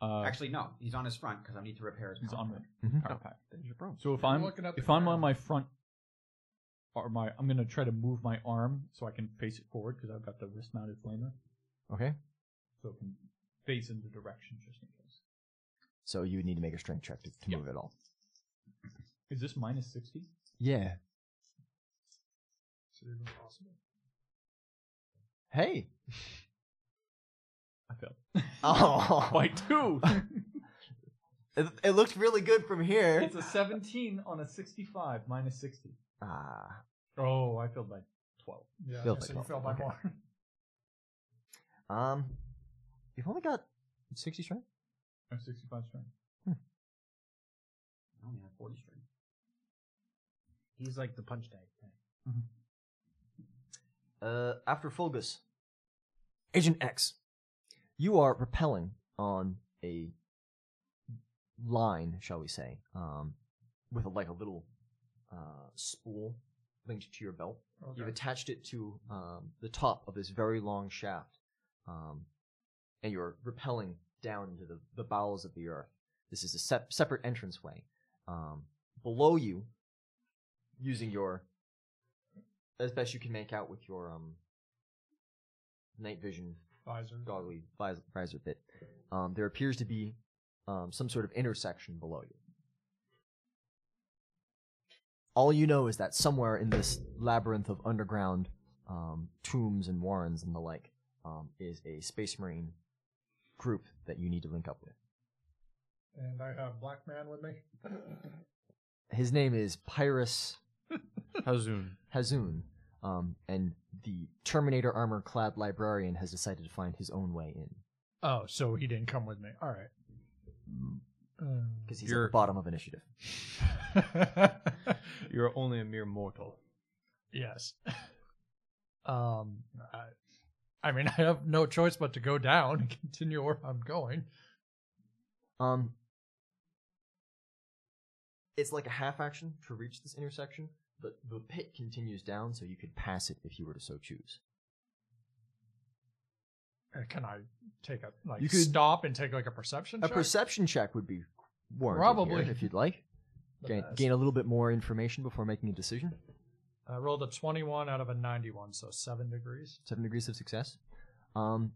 Speaker 4: uh,
Speaker 2: Actually, no, he's on his front because I need to repair his.
Speaker 4: he's
Speaker 2: power
Speaker 4: on
Speaker 2: pack.
Speaker 4: the
Speaker 1: Mhm.
Speaker 4: power pack.
Speaker 10: There's your problem.
Speaker 4: So if
Speaker 9: I'm
Speaker 4: I'm
Speaker 9: looking up
Speaker 4: if
Speaker 9: the
Speaker 4: I'm
Speaker 9: ground.
Speaker 4: on my front or my I'm gonna try to move my arm so I can face it forward because I've got the wrist mounted flamer,
Speaker 1: Okay.
Speaker 4: so it can face in the direction just in case.
Speaker 1: So you would need to make a strength check to, to
Speaker 4: Yeah.
Speaker 1: move at all.
Speaker 4: Is this minus sixty?
Speaker 1: Yeah.
Speaker 9: It's even possible.
Speaker 1: Hey.
Speaker 4: I failed.
Speaker 1: (laughs) Oh.
Speaker 4: By two.
Speaker 1: (laughs) It, it looked really good from here.
Speaker 4: it's a seventeen on a sixty-five minus sixty.
Speaker 1: Ah.
Speaker 4: Oh, I failed by twelve.
Speaker 9: Yeah, I
Speaker 1: Feels like
Speaker 9: guess you
Speaker 1: twelve.
Speaker 9: fell by
Speaker 1: Okay.
Speaker 4: (laughs)
Speaker 9: more.
Speaker 1: Um. You've only got sixty strength.
Speaker 4: Or sixty-five strength.
Speaker 2: I only have forty strength.
Speaker 6: He's like the punch tag.
Speaker 1: Uh, after Fulgus, Agent X, you are repelling on a line, shall we say, um, with a, like a little uh, spool linked to your belt. You've
Speaker 9: Okay.
Speaker 1: attached it to um, the top of this very long shaft, um, and you're repelling down into the, the bowels of the earth. This is a sep- separate entranceway. Um, below you using your as best you can make out with your um night vision
Speaker 7: Visor.
Speaker 1: goggly vis- visor bit. Um, there appears to be um, some sort of intersection below you. All you know is that somewhere in this labyrinth of underground um, tombs and warrens and the like um, is a space marine group that you need to link up with.
Speaker 7: And I have Black Man with me.
Speaker 1: His name is
Speaker 7: (laughs)
Speaker 1: Pyrus
Speaker 3: Hazoon.
Speaker 1: Hazoon, um, and the Terminator armor clad librarian has decided to find his own way in
Speaker 7: Oh, so he didn't come with me. All right.
Speaker 6: (laughs)
Speaker 7: Um,
Speaker 1: because he's at
Speaker 3: You're-
Speaker 1: the bottom of initiative.
Speaker 3: You're only a mere mortal.
Speaker 7: yes. (laughs) Um, I, I mean, (laughs) I have no choice but to go down and (laughs) continue where I'm going.
Speaker 1: Um, it's like a half action to reach this intersection, but the pit continues down, so you could pass it if you were to so choose.
Speaker 7: Uh, Can I take a like
Speaker 1: You could-
Speaker 7: stop and take like a perception?
Speaker 1: A
Speaker 7: check?
Speaker 1: perception check would be warranted
Speaker 7: Probably.
Speaker 1: here, if you'd
Speaker 7: (laughs)
Speaker 1: like.
Speaker 7: The
Speaker 1: Gain,
Speaker 7: best.
Speaker 1: gain a little bit more information before making a decision.
Speaker 7: I rolled a 21 out of a 91, so seven degrees.
Speaker 1: seven degrees of success. Um,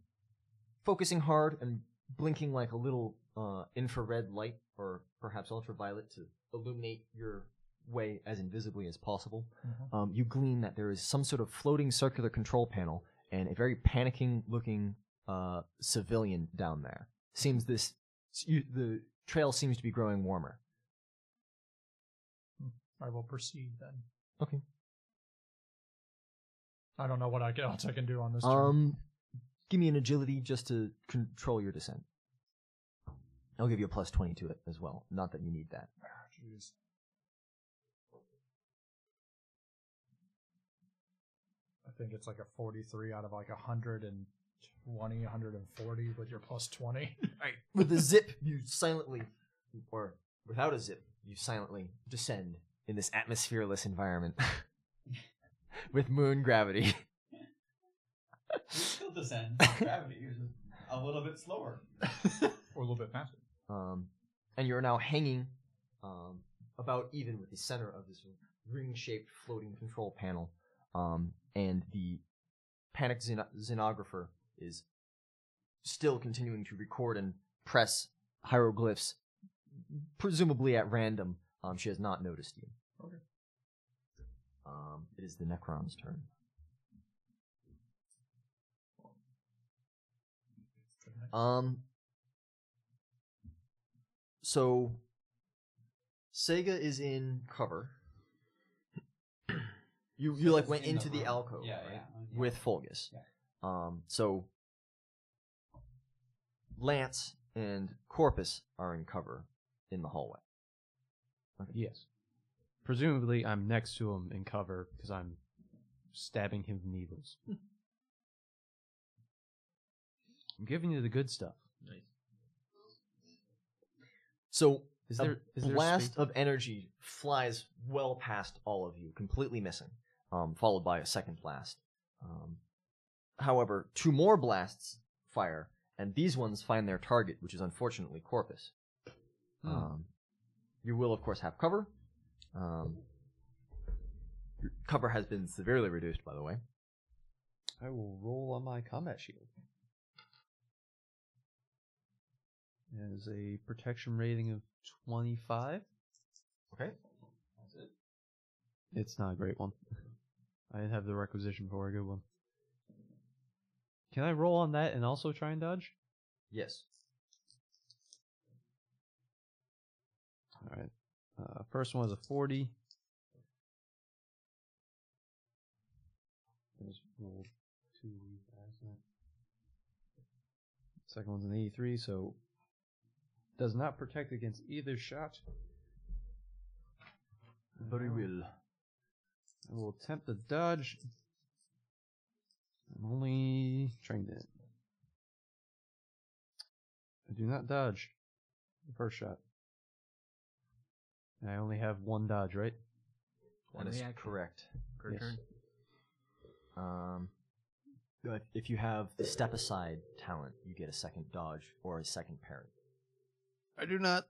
Speaker 1: focusing hard and blinking like a little uh, infrared light or perhaps ultraviolet to illuminate your way as invisibly as possible,
Speaker 4: Mm-hmm.
Speaker 1: um, you glean that there is some sort of floating circular control panel and a very panicking looking uh, civilian down there. Seems this you, the trail seems to be growing warmer.
Speaker 7: I will proceed then.
Speaker 1: Okay.
Speaker 7: I don't know what I can, else I can do on this turn.
Speaker 1: Um, give me an agility just to control your descent. I'll give you a plus twenty to it as well. Not that you need that.
Speaker 7: Jeez. I think it's like a 43 out of like 120, 140 with your
Speaker 4: (laughs)
Speaker 7: plus 20.
Speaker 1: With a zip, you silently, or without a zip, you silently descend in this atmosphereless environment (laughs) with moon gravity.
Speaker 8: still descend with gravity. You're just a little bit slower.
Speaker 7: or a little bit faster.
Speaker 1: um, and you're now hanging um, about even with the center of this ring-shaped floating control panel, um, and the panic xen- xenographer is still continuing to record and press hieroglyphs, presumably at random. Um, she has not noticed you.
Speaker 7: Okay.
Speaker 1: Um, it is the Necron's turn. Um, so Sega is in cover. you you like went
Speaker 8: In
Speaker 1: into the,
Speaker 8: room.
Speaker 1: alcove,
Speaker 8: Yeah,
Speaker 1: right?
Speaker 8: yeah, yeah.
Speaker 1: With Fulgus.
Speaker 8: Yeah.
Speaker 1: Um so Lance and Corpus are in cover in the hallway.
Speaker 5: Yes. Presumably, I'm next to him in cover because I'm stabbing him with needles. I'm giving you the good stuff.
Speaker 1: So
Speaker 5: Is
Speaker 1: a
Speaker 5: there- is there
Speaker 1: blast
Speaker 5: space-
Speaker 1: of energy flies well past all of you, completely missing, um, followed by a second blast. Um, however, two more blasts fire, and these ones find their target, which is unfortunately Corpus.
Speaker 5: Hmm.
Speaker 1: Um, you will, of course, have cover. Um, your cover has been severely reduced, by the way.
Speaker 5: I will roll on my combat shield. As a protection rating of 25.
Speaker 1: Okay.
Speaker 5: It's not a great one. I didn't have the requisition for a good one. Can I roll on that and also try and dodge?
Speaker 1: Yes.
Speaker 5: All right. Uh, first one is a 40. I just rolled two by accident. Second one's an 83, so does not protect against either shot.
Speaker 1: Very well.
Speaker 5: I will attempt the dodge. I'm only trained in it. I do not dodge the first shot. And I only have one dodge, right?
Speaker 1: That is correct.
Speaker 5: Per turn.
Speaker 1: Um, but if you have the step aside talent, you get a second dodge or a second parry.
Speaker 12: I do not.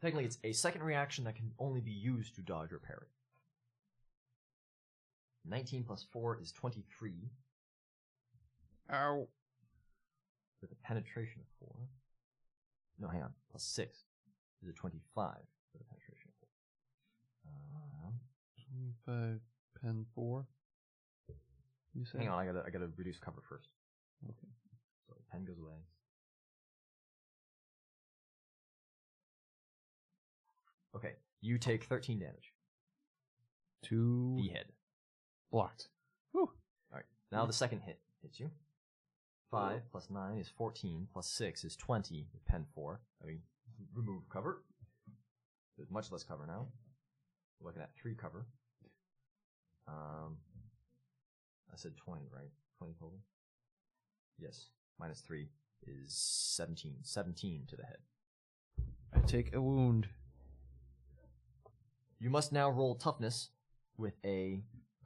Speaker 1: Technically, it's a second reaction that can only be used to dodge or parry. 19 plus 4 is 23
Speaker 5: Ow.
Speaker 1: with a penetration of 4. No, hang on. Plus 6 is a 25 with a penetration of 4. Um,
Speaker 5: 25, pen 4. You say?
Speaker 1: Hang on, I gotta I gotta reduce cover first. So pen goes away. Okay, you take thirteen damage.
Speaker 5: Two.
Speaker 1: Behead.
Speaker 5: Blocked.
Speaker 1: Alright. Now the second hit hits you. Five plus nine is fourteen, plus six is twenty with pen four. I mean remove cover. There's much less cover now. We're looking at three cover. Um I said twenty, right? Twenty total? Yes. Minus three is seventeen. Seventeen to the head.
Speaker 5: I take a wound.
Speaker 1: You must now roll toughness with a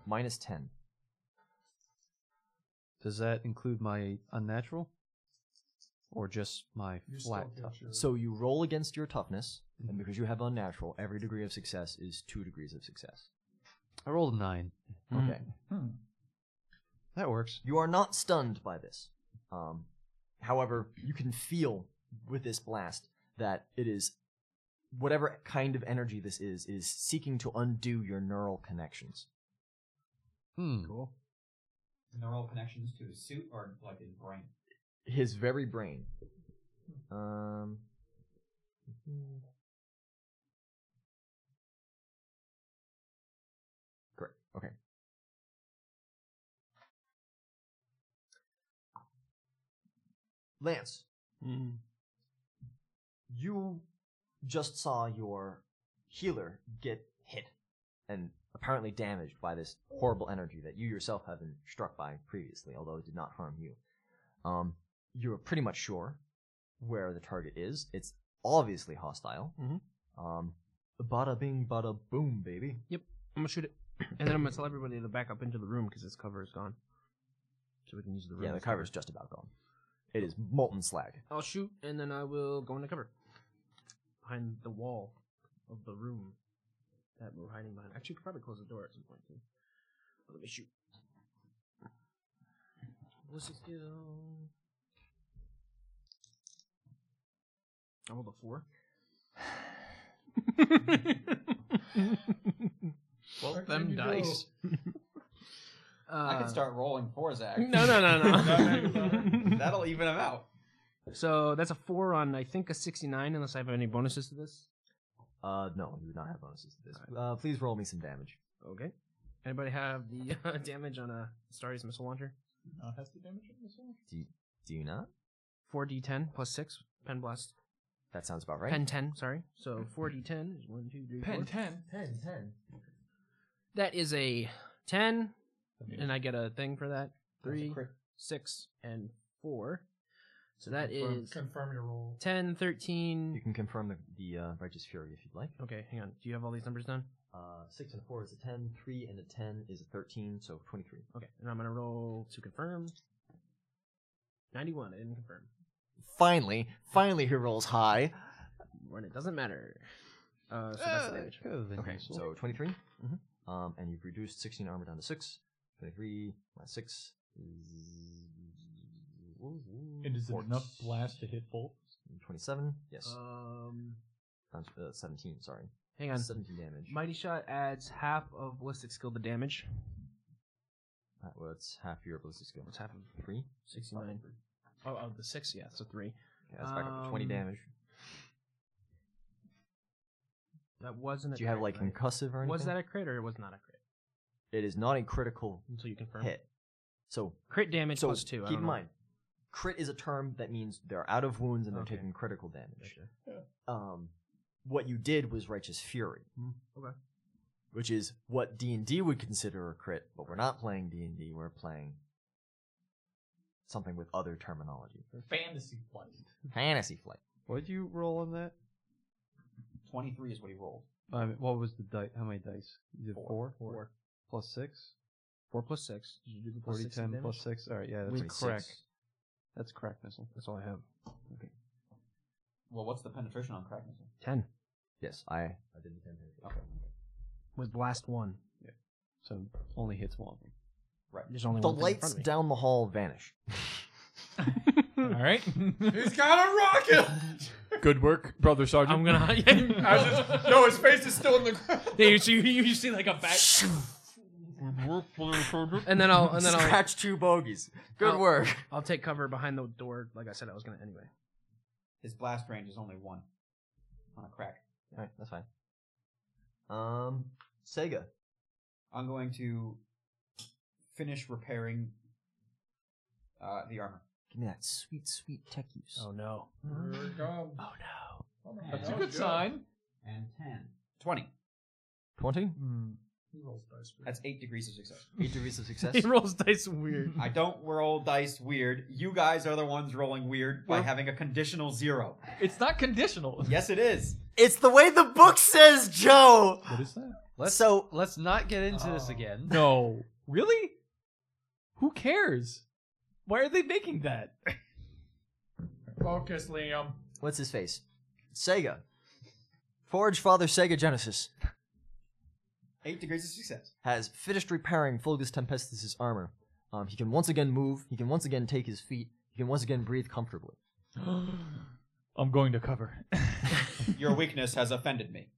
Speaker 1: minus ten.
Speaker 5: Does that include my unnatural? Or just my
Speaker 4: You still
Speaker 5: flat
Speaker 4: get
Speaker 5: tough?
Speaker 4: your-
Speaker 1: So you roll against your toughness, and because you have unnatural, every degree of success is two degrees of success.
Speaker 5: I rolled a 9.
Speaker 1: Okay.
Speaker 5: That works.
Speaker 1: You are not stunned by this. Um, however, you can feel with this blast that it is whatever kind of energy this is is seeking to undo your neural connections.
Speaker 5: Hmm.
Speaker 2: Cool. Neural connections to his suit or like his brain.
Speaker 1: His very brain. Um. Correct. Okay. Lance, you just saw your healer get hit and apparently damaged by this horrible energy that you yourself have been struck by previously, although it did not harm you. Um, you're pretty much sure where the target is. It's obviously hostile. Um, bada bing, bada boom, baby.
Speaker 6: I'm gonna shoot it, and then I'm gonna tell everybody to back up into the room because this cover is gone, so we can use the room.
Speaker 1: Yeah, the
Speaker 6: as
Speaker 1: cover's just about gone. It is molten slag.
Speaker 6: I'll shoot, and then I will go into cover behind the wall of the room that we're hiding behind. Actually, we could probably close the door at some point too. Let me shoot. What's it do? um, I rolled a
Speaker 2: (laughs)
Speaker 6: four.
Speaker 4: Well,
Speaker 6: Them dice. uh,
Speaker 2: I could start rolling for (laughs) Zach.
Speaker 6: No, no, no, no.
Speaker 2: That'll even him out.
Speaker 6: so that's a four on I think a sixty-nine, unless I have any bonuses to this.
Speaker 1: Uh, no, you would not have bonuses to this. Uh, please roll me some damage.
Speaker 6: Okay. Anybody have the (laughs) uh, damage on a Starry's missile launcher?
Speaker 4: Not has to damage it as well.
Speaker 1: Do you, do you not?
Speaker 6: 4d10 plus 6. Pen blast.
Speaker 1: That sounds about right.
Speaker 6: Pen 10, sorry. So 4d10 is 1, 2, 3,
Speaker 4: Pen
Speaker 6: four.
Speaker 4: ten.
Speaker 1: Ten, ten.
Speaker 6: That is a 10, and I get a thing for that. 3, 6, and 4. So that is
Speaker 4: Confirm your roll.
Speaker 6: 10, 13.
Speaker 1: You can confirm the, the uh, Righteous Fury if you'd like.
Speaker 6: Okay, hang on. Do you have all these numbers done?
Speaker 1: Uh, 6 and a 4 is a 10, 3 and a 10 is a 13, so 23.
Speaker 6: Okay, and I'm going to roll to confirm. 91, I didn't confirm.
Speaker 1: Finally, finally he rolls high.
Speaker 6: When it doesn't matter. Uh, so that's the damage.
Speaker 1: Okay, so 23.
Speaker 6: Mm-hmm.
Speaker 1: Um, and you've reduced 16 armor down to 6. 23 minus 6 is...
Speaker 4: And is it
Speaker 1: Fourteen.
Speaker 4: enough blast to hit bolt?
Speaker 1: 27, yes.
Speaker 6: Um,
Speaker 1: Times- Uh, 17, sorry.
Speaker 6: hang on.
Speaker 1: 17 damage.
Speaker 6: Mighty Shot adds half of ballistic skill to damage.
Speaker 1: That was half your ballistic skill.
Speaker 6: What's half of
Speaker 1: 3?
Speaker 6: 69? Oh, oh, the 6, yeah, so 3.
Speaker 1: Okay, that's back up to 20
Speaker 6: Um,
Speaker 1: damage.
Speaker 6: That wasn't a
Speaker 1: Do you have,
Speaker 6: crit,
Speaker 1: like,
Speaker 6: right?
Speaker 1: concussive or anything?
Speaker 6: Was that a crit or it was not a crit?
Speaker 1: It is not a critical
Speaker 6: Until you
Speaker 7: (laughs)
Speaker 6: confirm.
Speaker 1: hit. So
Speaker 6: Crit damage
Speaker 1: So
Speaker 6: plus 2. I
Speaker 1: Keep
Speaker 6: don't
Speaker 1: in
Speaker 6: know.
Speaker 1: mind, crit is a term that means they're out of wounds and they're
Speaker 6: Okay.
Speaker 1: taking critical damage. Um, what you did was righteous fury.
Speaker 6: Mm-hmm. okay.
Speaker 1: Which is what D and D would consider a crit, but we're not playing D and D. We're playing something with other terminology.
Speaker 4: Fantasy flight.
Speaker 1: Fantasy flight.
Speaker 5: What'd you roll on that?
Speaker 2: Twenty-three is what he rolled.
Speaker 5: Um, what was the dice? How many dice? You did four? Four. Plus six?
Speaker 6: 4 plus 6. Did you do the plus
Speaker 5: 40,
Speaker 6: 6 in
Speaker 5: 10,
Speaker 6: damage?
Speaker 5: plus six? Alright, yeah, that's
Speaker 1: We
Speaker 5: a crack. That's crack missile.
Speaker 6: That's all I have.
Speaker 2: Well, what's the penetration on crack missile?
Speaker 6: 10.
Speaker 1: Yes, I. I did the ten hit.
Speaker 2: Okay.
Speaker 6: With blast 1.
Speaker 5: so only hits one of them.
Speaker 6: There's only
Speaker 1: The
Speaker 6: one thing in front
Speaker 1: lights
Speaker 6: of me.
Speaker 1: down the hall vanish.
Speaker 7: All right.
Speaker 8: He's got a rocket.
Speaker 12: Good work, brother sergeant.
Speaker 4: I'm
Speaker 6: (laughs)
Speaker 4: gonna. I was just,
Speaker 8: no, his face is still in the ground.
Speaker 4: Yeah, you, see, you, you see like a back.
Speaker 6: And then I'll and then I'll
Speaker 1: Scratch two bogeys. Good
Speaker 6: Oh.
Speaker 1: work.
Speaker 6: I'll take cover behind the door, like I said I was gonna anyway.
Speaker 2: His blast range is only one on a crack.
Speaker 1: Alright, that's fine. Um, Sega.
Speaker 2: I'm going to finish repairing uh, the armor.
Speaker 1: Give me that sweet, sweet tech use.
Speaker 6: Oh no.
Speaker 7: (laughs) Oh
Speaker 4: That's a good
Speaker 6: (laughs)
Speaker 4: sign.
Speaker 2: And 10. 20.
Speaker 1: 20?
Speaker 2: Hmm. That's 8 degrees of success.
Speaker 1: 8 degrees (laughs) of success.
Speaker 12: he rolls dice weird.
Speaker 2: I don't roll dice weird. You guys are the ones rolling weird by having a conditional zero.
Speaker 4: It's not conditional. (laughs)
Speaker 2: Yes, it is.
Speaker 1: it's the way the book says, Joe!
Speaker 5: What is that?
Speaker 1: so,
Speaker 5: Let's Oh. not get into this again.
Speaker 4: No. Really? Who cares? Why are they making that?
Speaker 7: Focus, Liam.
Speaker 1: what's his face? Sega. Forge Father Sega Genesis
Speaker 2: 8 degrees of success.
Speaker 1: has finished repairing Fulgus Tempestus' armor. Um, he can once again move, he can once again take his feet, he can once again breathe comfortably.
Speaker 4: (gasps) I'm going to cover. (laughs)
Speaker 2: Your weakness has offended me.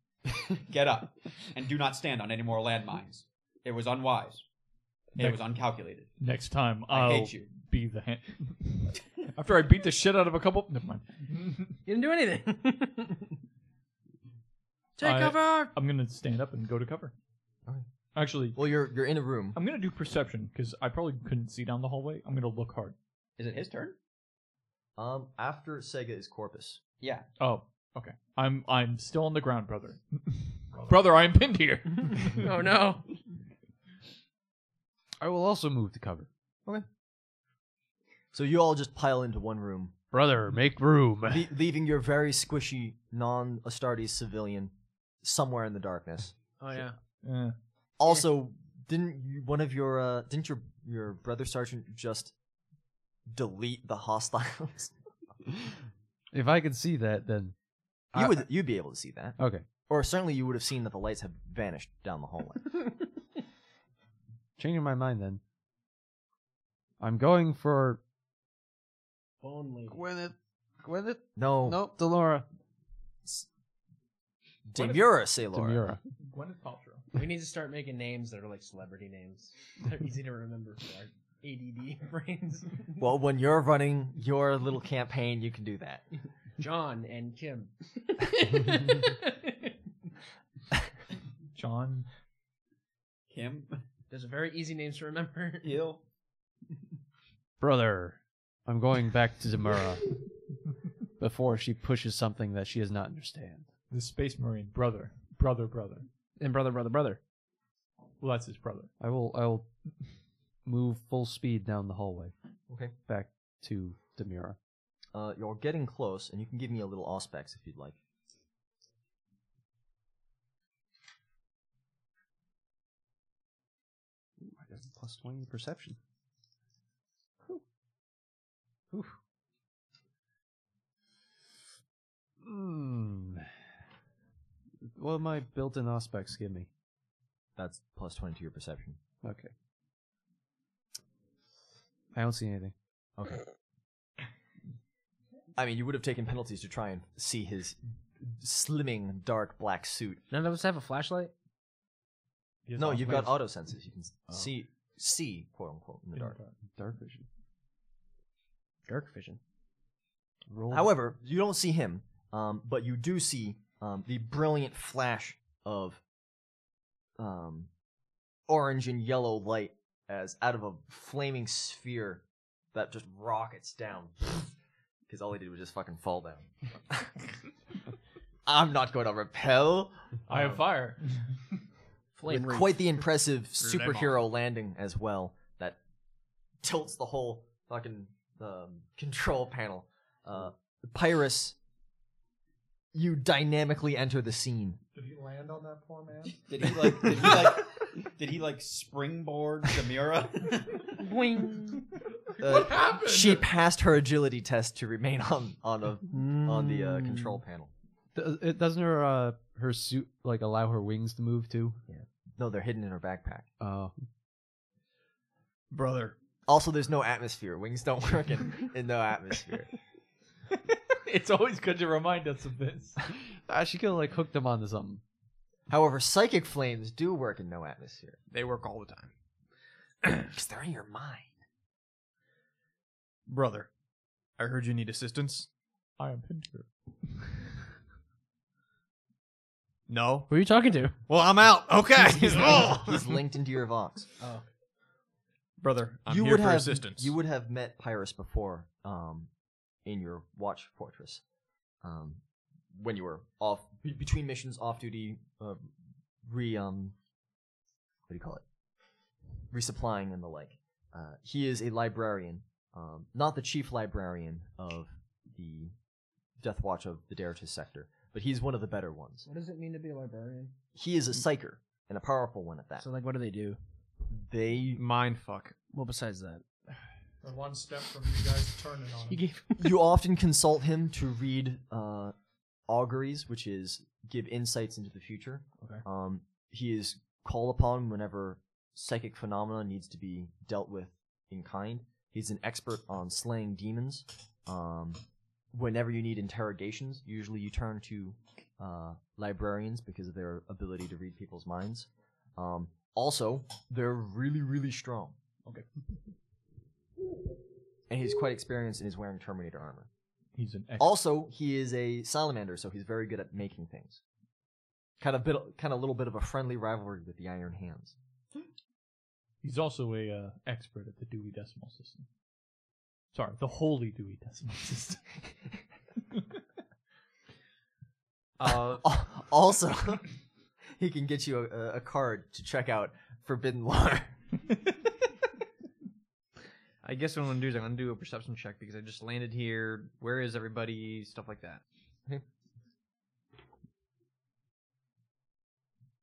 Speaker 2: Get up and do not stand on any more landmines. It was unwise. It was uncalculated.
Speaker 4: Next time
Speaker 2: I
Speaker 4: I'll
Speaker 2: hate you.
Speaker 4: be the hand. (laughs) After I beat the shit out of a couple. Never mind. (laughs)
Speaker 6: You didn't do anything. (laughs) take
Speaker 4: I- (laughs)
Speaker 6: cover.
Speaker 4: I'm gonna stand up and go to cover.
Speaker 1: Okay.
Speaker 4: Actually,
Speaker 1: Well, you're you're in a room.
Speaker 4: I'm gonna do perception because I probably couldn't see down the hallway. I'm gonna look hard.
Speaker 2: Is it his turn?
Speaker 1: Um, after Sega is Corpus.
Speaker 2: Yeah.
Speaker 4: Oh, okay. I'm I'm still on the
Speaker 12: (laughs)
Speaker 4: ground, brother. brother, I am pinned here.
Speaker 6: Oh no.
Speaker 5: I will also move to cover.
Speaker 1: So you all just pile into one room,
Speaker 5: Brother, make room.
Speaker 1: le- leaving your very squishy non-Astartes civilian somewhere in the darkness.
Speaker 6: Oh yeah.
Speaker 4: Eh.
Speaker 1: Also, didn't you, one of your uh, didn't your your brother sergeant just delete the hostiles? (laughs)
Speaker 5: if I could see that, then
Speaker 1: you
Speaker 5: I-
Speaker 1: would you'd be able to see that,
Speaker 5: okay.
Speaker 1: or certainly you would have seen that the lights have vanished down the
Speaker 5: (laughs)
Speaker 1: hallway.
Speaker 5: Changing my mind, then. I'm going for
Speaker 6: Bone lady.
Speaker 5: Gwyneth. Gwyneth.
Speaker 1: No, no,
Speaker 5: Nope, Oh. Delora.
Speaker 1: Demura, say Laura.
Speaker 5: Demura.
Speaker 4: Gwyneth Paltrow.
Speaker 6: We need to start making names that are like celebrity names. They're easy to remember for our ADD (laughs) brains.
Speaker 1: Well, when you're running your little campaign, you can do that.
Speaker 6: John and (laughs) Kim.
Speaker 4: John.
Speaker 2: Kim?
Speaker 6: Those are very easy names to remember.
Speaker 2: Ill?
Speaker 5: Brother, I'm going back to Demura before she pushes something that she does not understand.
Speaker 4: the space marine brother brother brother
Speaker 5: And brother, brother, brother.
Speaker 4: well that's his brother
Speaker 5: I will. I will move full speed down the hallway.
Speaker 1: Okay.
Speaker 5: Back to Demura.
Speaker 1: Uh, you're getting close, and you can give me a little auspex if you'd like.
Speaker 5: I got plus twenty perception. Hmm. What did my built-in aspects give me?
Speaker 1: That's plus twenty to your perception.
Speaker 5: Okay. I don't see anything.
Speaker 1: Okay. I mean, you would have taken penalties to try and see his slimming dark black suit.
Speaker 6: None of us have a flashlight.
Speaker 1: no, you've got auto senses. You can s- see see quote unquote Oh. in the dark.
Speaker 5: Dark vision.
Speaker 6: Dark vision.
Speaker 5: Roll.
Speaker 1: However, you don't see him, um, but you do see um, the brilliant flash of um, orange and yellow light as out of a flaming sphere that just rockets down. (laughs) Because all he did was just fucking fall down. (laughs) I'm not going to repel.
Speaker 4: i have fire
Speaker 6: Um, (laughs) Flame
Speaker 1: with
Speaker 6: wreath.
Speaker 1: quite the impressive superhero landing as well that tilts the whole fucking um, control panel. Uh, Pyrus, you dynamically enter the scene.
Speaker 7: Did he land on that poor man?
Speaker 2: Did he like? Did he like? (laughs) did he like springboard Demura?
Speaker 1: (laughs)
Speaker 6: (laughs)
Speaker 1: what happened? Uh, She passed her agility test to remain on on a,
Speaker 5: Hmm.
Speaker 1: on the
Speaker 12: Mm.
Speaker 1: uh, control panel.
Speaker 5: Th- it doesn't her uh, her suit like allow her wings to move too?
Speaker 1: No, they're hidden in her backpack.
Speaker 5: Oh.
Speaker 12: brother.
Speaker 1: Also, there's no atmosphere. Wings don't work in, in no
Speaker 12: (laughs)
Speaker 1: atmosphere.
Speaker 4: (laughs) it's always good to remind us of this.
Speaker 5: (laughs) Ah, she could have like hooked them onto something.
Speaker 1: However, psychic flames do work in no atmosphere
Speaker 12: They work all the time.
Speaker 1: (clears throat) because they're in your mind.
Speaker 12: Brother, I heard you need assistance.
Speaker 7: I am Pinter.
Speaker 12: (laughs) No.
Speaker 5: Who are you talking to?
Speaker 12: Well, I'm out.
Speaker 4: (laughs)
Speaker 12: Okay.
Speaker 1: He's
Speaker 12: Oh.
Speaker 1: linked, he's linked into your vox.
Speaker 12: (laughs) Brother, I'm
Speaker 1: you
Speaker 12: here
Speaker 1: would
Speaker 12: for
Speaker 1: have
Speaker 12: assistance.
Speaker 1: you would have met Pyrus before, um, in your watch fortress, um, when you were off be- between missions, off duty, uh, re um, what do you call it? Resupplying and the like. Uh, he is a librarian, um, not the chief librarian of the Death Watch of the Deritus sector, but he's one of the better ones.
Speaker 6: What does it mean to be a librarian?
Speaker 1: He is a psyker and a powerful one at that.
Speaker 6: So, like, what do they do?
Speaker 1: they
Speaker 3: Mind fuck.
Speaker 6: Well, besides that,
Speaker 7: The one step from you guys turning on.
Speaker 6: you
Speaker 7: him.
Speaker 6: gave
Speaker 1: you often consult him to read uh, auguries, which is give insights into the future.
Speaker 6: Okay.
Speaker 1: Um, he is called upon whenever psychic phenomena needs to be dealt with in kind. He's an expert on slaying demons. Um, whenever you need interrogations, usually you turn to uh, librarians because of their ability to read people's minds. Um, also, they're really, really strong.
Speaker 6: Okay.
Speaker 1: and he's quite experienced and is wearing Terminator armor.
Speaker 7: He's an
Speaker 1: Oh,
Speaker 7: ex-
Speaker 1: Also, he is a salamander, so he's very good at making things. Kind of bit, kind of little bit of a friendly rivalry with the Iron Hands.
Speaker 7: He's also a uh, expert at the Dewey Decimal System. Sorry, the Holy Dewey
Speaker 4: (laughs)
Speaker 7: Decimal System.
Speaker 2: Uh,
Speaker 1: Al- Also, (laughs) he can get you a, a card to check out Forbidden Lore.
Speaker 3: (laughs) I guess what I'm gonna do is I'm gonna do a perception check because I just landed here. Where is everybody? Stuff like that.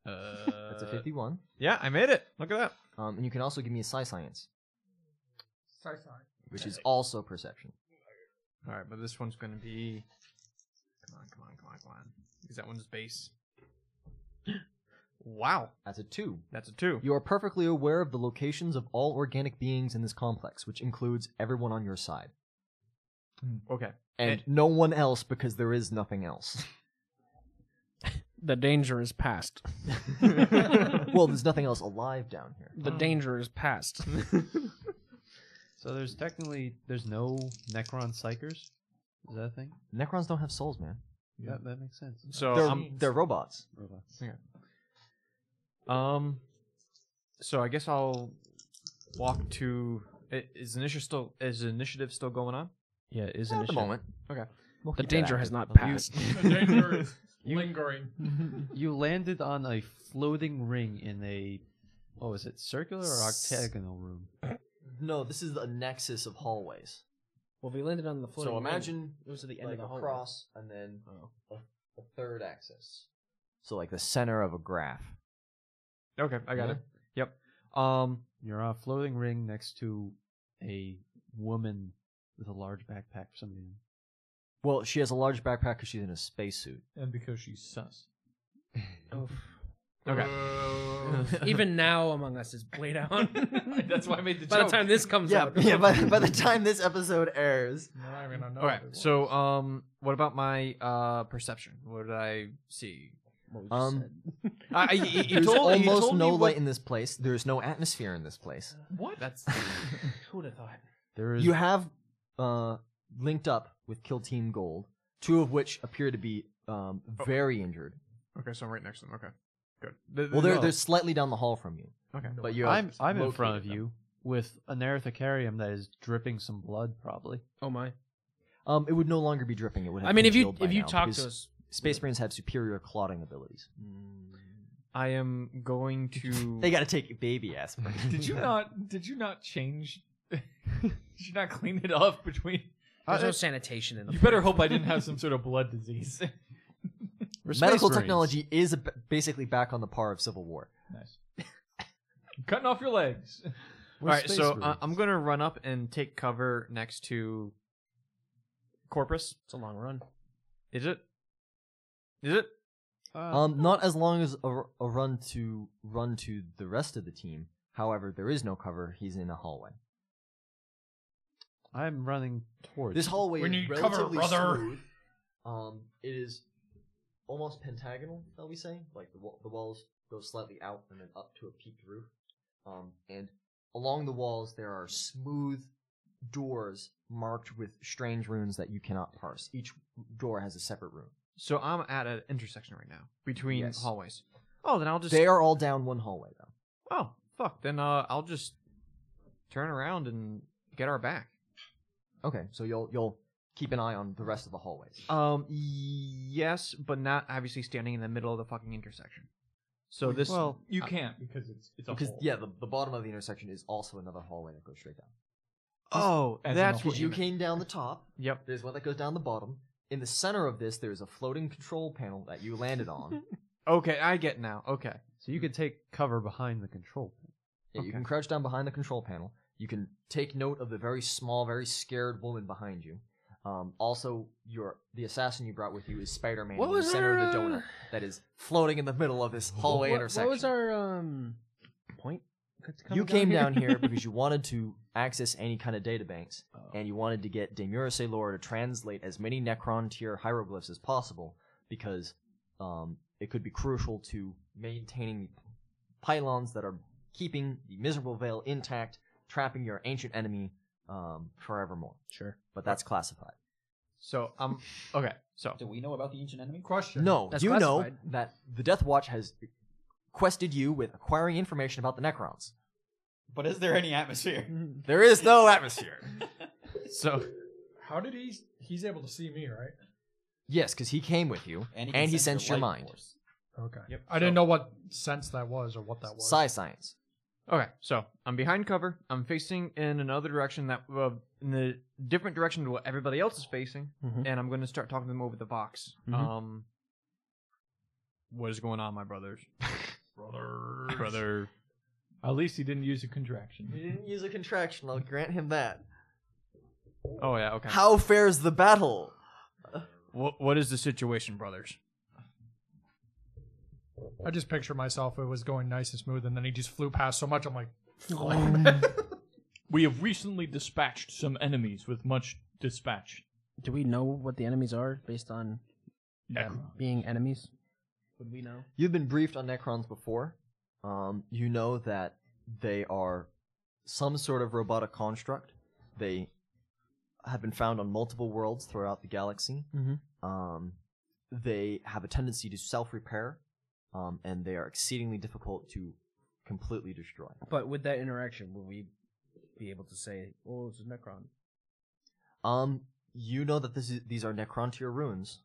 Speaker 3: Uh,
Speaker 1: That's a fifty-one.
Speaker 3: Yeah, I made it. Look at that.
Speaker 1: Um, and you can also give me a psi science, which is also perception.
Speaker 3: All right, but this one's gonna be. Come on, come on, come on, come on. Because that one's base. wow,
Speaker 1: That's a two.
Speaker 3: that's a two.
Speaker 1: You are perfectly aware of the locations of all organic beings in this complex, which includes everyone on your side.
Speaker 3: Hmm, Okay.
Speaker 1: And no one else because there is nothing
Speaker 3: (laughs)
Speaker 1: else.
Speaker 8: The danger is past.
Speaker 1: well, there's nothing else alive down here.
Speaker 6: Um.
Speaker 8: The danger is past.
Speaker 5: So there's technically there's no Necron psychers. Is that a thing?
Speaker 1: Necrons don't have souls, man.
Speaker 5: That that makes sense.
Speaker 3: So
Speaker 1: they're,
Speaker 3: Oh, I'm-
Speaker 1: they're robots.
Speaker 5: Robots.
Speaker 3: um, so I guess I'll walk to. i- Is initiative still is initiative still going on?
Speaker 5: Yeah, it is
Speaker 1: At
Speaker 5: an
Speaker 1: the
Speaker 5: issue.
Speaker 1: moment.
Speaker 8: The danger has not
Speaker 1: You-
Speaker 8: passed.
Speaker 7: the danger
Speaker 4: (laughs)
Speaker 7: is lingering.
Speaker 5: (laughs) You landed on a floating ring in a what was it, circular or octagonal room?
Speaker 1: No, this is the nexus of hallways.
Speaker 6: Well, we landed on the floor.
Speaker 1: So imagine
Speaker 6: it was at the end
Speaker 1: like
Speaker 6: of the
Speaker 1: a
Speaker 6: hallway.
Speaker 1: cross and then
Speaker 6: Oh.
Speaker 1: a, a third axis. So like the center of a graph.
Speaker 3: Okay, I got it. Yep. Um,
Speaker 5: You're on a floating ring next to a woman with a large backpack for some reason.
Speaker 1: Well, she has a large backpack because she's in a spacesuit.
Speaker 7: And because she's sus.
Speaker 3: okay.
Speaker 8: Even now, Among Us is played out.
Speaker 7: (laughs) That's why I made the
Speaker 8: By the
Speaker 7: joke.
Speaker 8: time this comes
Speaker 1: Yeah,
Speaker 8: out,
Speaker 1: (laughs) yeah by,
Speaker 6: (laughs)
Speaker 1: by the time this episode airs,
Speaker 7: You're not even gonna know
Speaker 3: Okay.
Speaker 7: if it
Speaker 3: So,
Speaker 7: works.
Speaker 3: um, what about my uh perception? What did I see?
Speaker 1: um,
Speaker 3: I, I, he- he
Speaker 1: there's
Speaker 3: told- he
Speaker 1: almost
Speaker 3: told me
Speaker 1: no
Speaker 3: what-
Speaker 1: light in this place. There's no atmosphere in this place.
Speaker 3: What?
Speaker 8: (laughs)
Speaker 3: That's
Speaker 8: who'd have thought?
Speaker 5: There is
Speaker 1: You have uh, linked up with Kill Team Gold, two of which appear to be um, very injured.
Speaker 3: okay. So I'm right next to them. Okay. Good. Th-
Speaker 1: Well, they're
Speaker 3: no.
Speaker 1: they're slightly down the hall from you,
Speaker 3: okay.
Speaker 1: but you. have
Speaker 5: I'm I'm in front of
Speaker 1: located them.
Speaker 5: you with an Arithacarium that is dripping some blood probably.
Speaker 8: Oh my!
Speaker 1: Um, it would no longer be dripping. It would. Have
Speaker 8: I mean,
Speaker 1: been
Speaker 8: if you
Speaker 1: healed by
Speaker 8: if you
Speaker 1: now
Speaker 8: talk
Speaker 1: because
Speaker 8: to us,
Speaker 1: Space Marines have superior clotting abilities. Mm.
Speaker 3: I am going
Speaker 5: (laughs)
Speaker 3: to.
Speaker 1: They got to take baby aspirin.
Speaker 4: Did
Speaker 1: (laughs)
Speaker 4: you not? Did you not change? (laughs) did you not clean it up between?
Speaker 1: Uh,
Speaker 8: there's no sanitation in the.
Speaker 4: You better hope I didn't have some sort of blood disease. (laughs)
Speaker 5: We're Space
Speaker 1: Medical
Speaker 5: Marines.
Speaker 1: technology is ab- basically back on the par of Civil War.
Speaker 4: nice. Cutting off your legs.
Speaker 5: We're
Speaker 3: All right,
Speaker 5: Space
Speaker 3: so uh,
Speaker 5: Marines.
Speaker 3: I'm gonna run up and take cover next to Corpus.
Speaker 8: It's a long run.
Speaker 3: Is it? Is it?
Speaker 13: Uh,
Speaker 1: Um, not as long as a, r- a run to run to the rest of the team. However, there is no cover. He's in a hallway.
Speaker 13: I'm running towards.
Speaker 1: This hallway
Speaker 14: We
Speaker 1: is
Speaker 14: need cover,
Speaker 1: relatively
Speaker 14: brother.
Speaker 1: smooth. Um, it is almost pentagonal, shall we say? Like the wa- the walls go slightly out and then up to a peaked roof. Um, and along the walls there are smooth doors marked with strange runes that you cannot parse. Each door has a separate rune.
Speaker 5: So I'm at an intersection right now between
Speaker 1: Yes.
Speaker 5: hallways. Oh, then I'll just.
Speaker 1: They are all down one hallway though.
Speaker 5: oh, fuck. Then uh, I'll just turn around and get our back.
Speaker 1: Okay, so you'll you'll keep an eye on the rest of the hallways.
Speaker 5: Um, yes, but not obviously standing in the middle of the fucking intersection. So this.
Speaker 13: Well,
Speaker 4: You can't because it's it's a
Speaker 1: Because
Speaker 4: hole.
Speaker 1: yeah, the, the bottom of the intersection is also another hallway that goes straight down.
Speaker 5: oh,
Speaker 4: as in
Speaker 5: that's
Speaker 4: a
Speaker 5: what
Speaker 1: Because you
Speaker 5: you.
Speaker 1: came down the top.
Speaker 5: Yep.
Speaker 1: There's one that goes down the bottom. In the center of this, there's a floating control panel that you landed
Speaker 6: (laughs)
Speaker 1: on.
Speaker 5: Okay, I get now. Okay.
Speaker 13: So
Speaker 1: Hmm.
Speaker 13: you could take cover behind the control.
Speaker 1: Yeah, You
Speaker 5: Okay.
Speaker 1: can crouch down behind the control panel. You can take note of the very small, very scared woman behind you. Um, also, your the assassin you brought with you is Spider-Man
Speaker 6: What
Speaker 1: in the
Speaker 6: was
Speaker 1: center of the
Speaker 6: our, uh,
Speaker 1: donut that is floating in the middle of this hallway
Speaker 6: what,
Speaker 1: intersection.
Speaker 6: What was our um point?
Speaker 1: you came
Speaker 6: (laughs)
Speaker 1: down here because you wanted to access any kind of databanks,
Speaker 6: Oh.
Speaker 1: and you wanted to get Demura Sailor to translate as many Necron tier hieroglyphs as possible because um, it could be crucial to maintaining the pylons that are keeping the miserable veil intact, trapping your ancient enemy um, forevermore.
Speaker 6: Sure.
Speaker 1: But that's classified.
Speaker 5: So um. Okay.
Speaker 1: (laughs)
Speaker 5: So
Speaker 2: Do we know about the ancient enemy?
Speaker 14: Question.
Speaker 1: No,
Speaker 6: That's
Speaker 1: you know
Speaker 6: classified.
Speaker 1: that the Death Watch has quested you with acquiring information about the Necrons.
Speaker 2: But is there any atmosphere?
Speaker 1: There is no atmosphere.
Speaker 5: so
Speaker 14: How did he? He's able to see me, right?
Speaker 1: yes, because he came with you, and he,
Speaker 2: can sense
Speaker 1: sensed your
Speaker 2: light
Speaker 1: mind.
Speaker 2: force.
Speaker 14: Okay. I didn't know what sense that was or what that was.
Speaker 1: Psi science.
Speaker 5: okay. So I'm behind cover. I'm facing in another direction that uh, in the different direction to what everybody else is facing,
Speaker 1: Mm-hmm.
Speaker 6: Mhm.
Speaker 5: and I'm going to start talking to them over the box. Um. What is going on, my brothers?
Speaker 14: Brother.
Speaker 5: Brother.
Speaker 4: At least he didn't use a contraction.
Speaker 1: He didn't use a contraction. I'll grant him that.
Speaker 5: Oh yeah. Okay.
Speaker 1: How fares the battle?
Speaker 5: What What is the situation, brothers?
Speaker 14: I just picture myself. It was going nice and smooth, and then he just flew past so much. I'm like,
Speaker 1: (laughs)
Speaker 4: We have recently dispatched some enemies with much dispatch.
Speaker 6: Do we know what the enemies are based on
Speaker 4: Necron.
Speaker 6: being enemies? Would we know?
Speaker 1: You've been briefed on Necrons before. Um, you know that they are some sort of robotic construct. They have been found on multiple worlds throughout the galaxy.
Speaker 6: Mhm.
Speaker 1: Um, they have a tendency to self repair, um, and they are exceedingly difficult to completely destroy.
Speaker 6: But with that interaction, will we be able to say, "Oh, it's a Necron"?
Speaker 1: Um, you know that this is, these are Necron tier runes.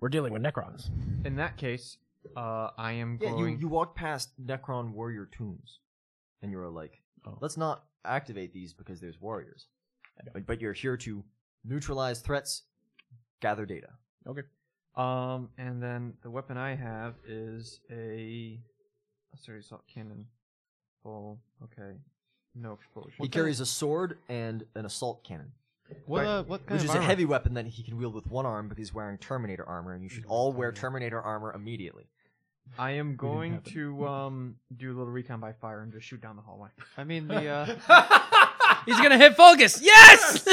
Speaker 6: We're dealing with Necrons.
Speaker 5: In that case, uh, I am
Speaker 1: Yeah, you,
Speaker 5: going.
Speaker 1: you walk past Necron warrior tombs, and you are like,
Speaker 13: Oh.
Speaker 1: let's not activate these because there's warriors. But, but you're here to neutralize threats, gather data.
Speaker 5: Um, and then the weapon I have is a assault assault cannon. Full. Okay. No explosion.
Speaker 1: he carries a sword and an assault cannon,
Speaker 13: What
Speaker 5: Right.
Speaker 13: uh, what kind of
Speaker 1: which is a
Speaker 13: armor?
Speaker 1: heavy weapon that he can wield with one arm because he's wearing Terminator armor, and you
Speaker 13: Mm-hmm.
Speaker 1: should
Speaker 13: Oh,
Speaker 1: all wear Terminator armor immediately.
Speaker 5: I am going
Speaker 4: have it.
Speaker 5: to um do a little recon by fire and just shoot down the hallway.
Speaker 13: I mean the uh,
Speaker 6: (laughs) He's gonna hit focus. Yes.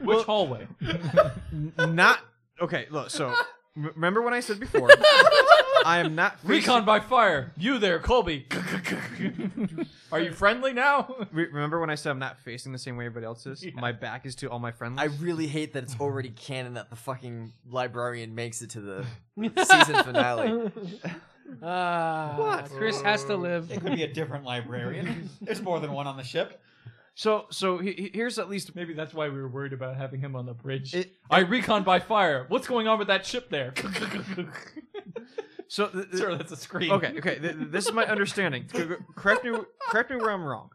Speaker 4: Which hallway?
Speaker 5: N- not okay. Look, so
Speaker 4: (laughs)
Speaker 5: m- remember when I said before, I am not
Speaker 4: Recon by fire. You there,
Speaker 5: (laughs)
Speaker 4: Colby? (laughs) Are you friendly now?
Speaker 5: Re- remember when I said I'm not facing the same way everybody else
Speaker 4: (laughs)
Speaker 5: is. My back is to all my
Speaker 13: Mm-hmm.
Speaker 5: friends.
Speaker 1: I really hate
Speaker 13: (laughs)
Speaker 1: that it's already canon that the fucking librarian makes it
Speaker 13: (laughs)
Speaker 1: to the season finale.
Speaker 4: Ah.
Speaker 5: What?
Speaker 6: (laughs) Chris has to live.
Speaker 2: It could be a different librarian. There's more than one on the ship.
Speaker 5: So so he- he- here's at least
Speaker 4: Maybe that's why we were worried about having him on the bridge.
Speaker 5: It-
Speaker 4: I recon by fire. What's going on with that ship there?
Speaker 5: so. th-
Speaker 4: (laughs)
Speaker 5: th-
Speaker 4: Sir, that's a scream.
Speaker 5: Okay, okay. Th- th- this is my understanding. C- c- correct me, correct me where I'm wrong.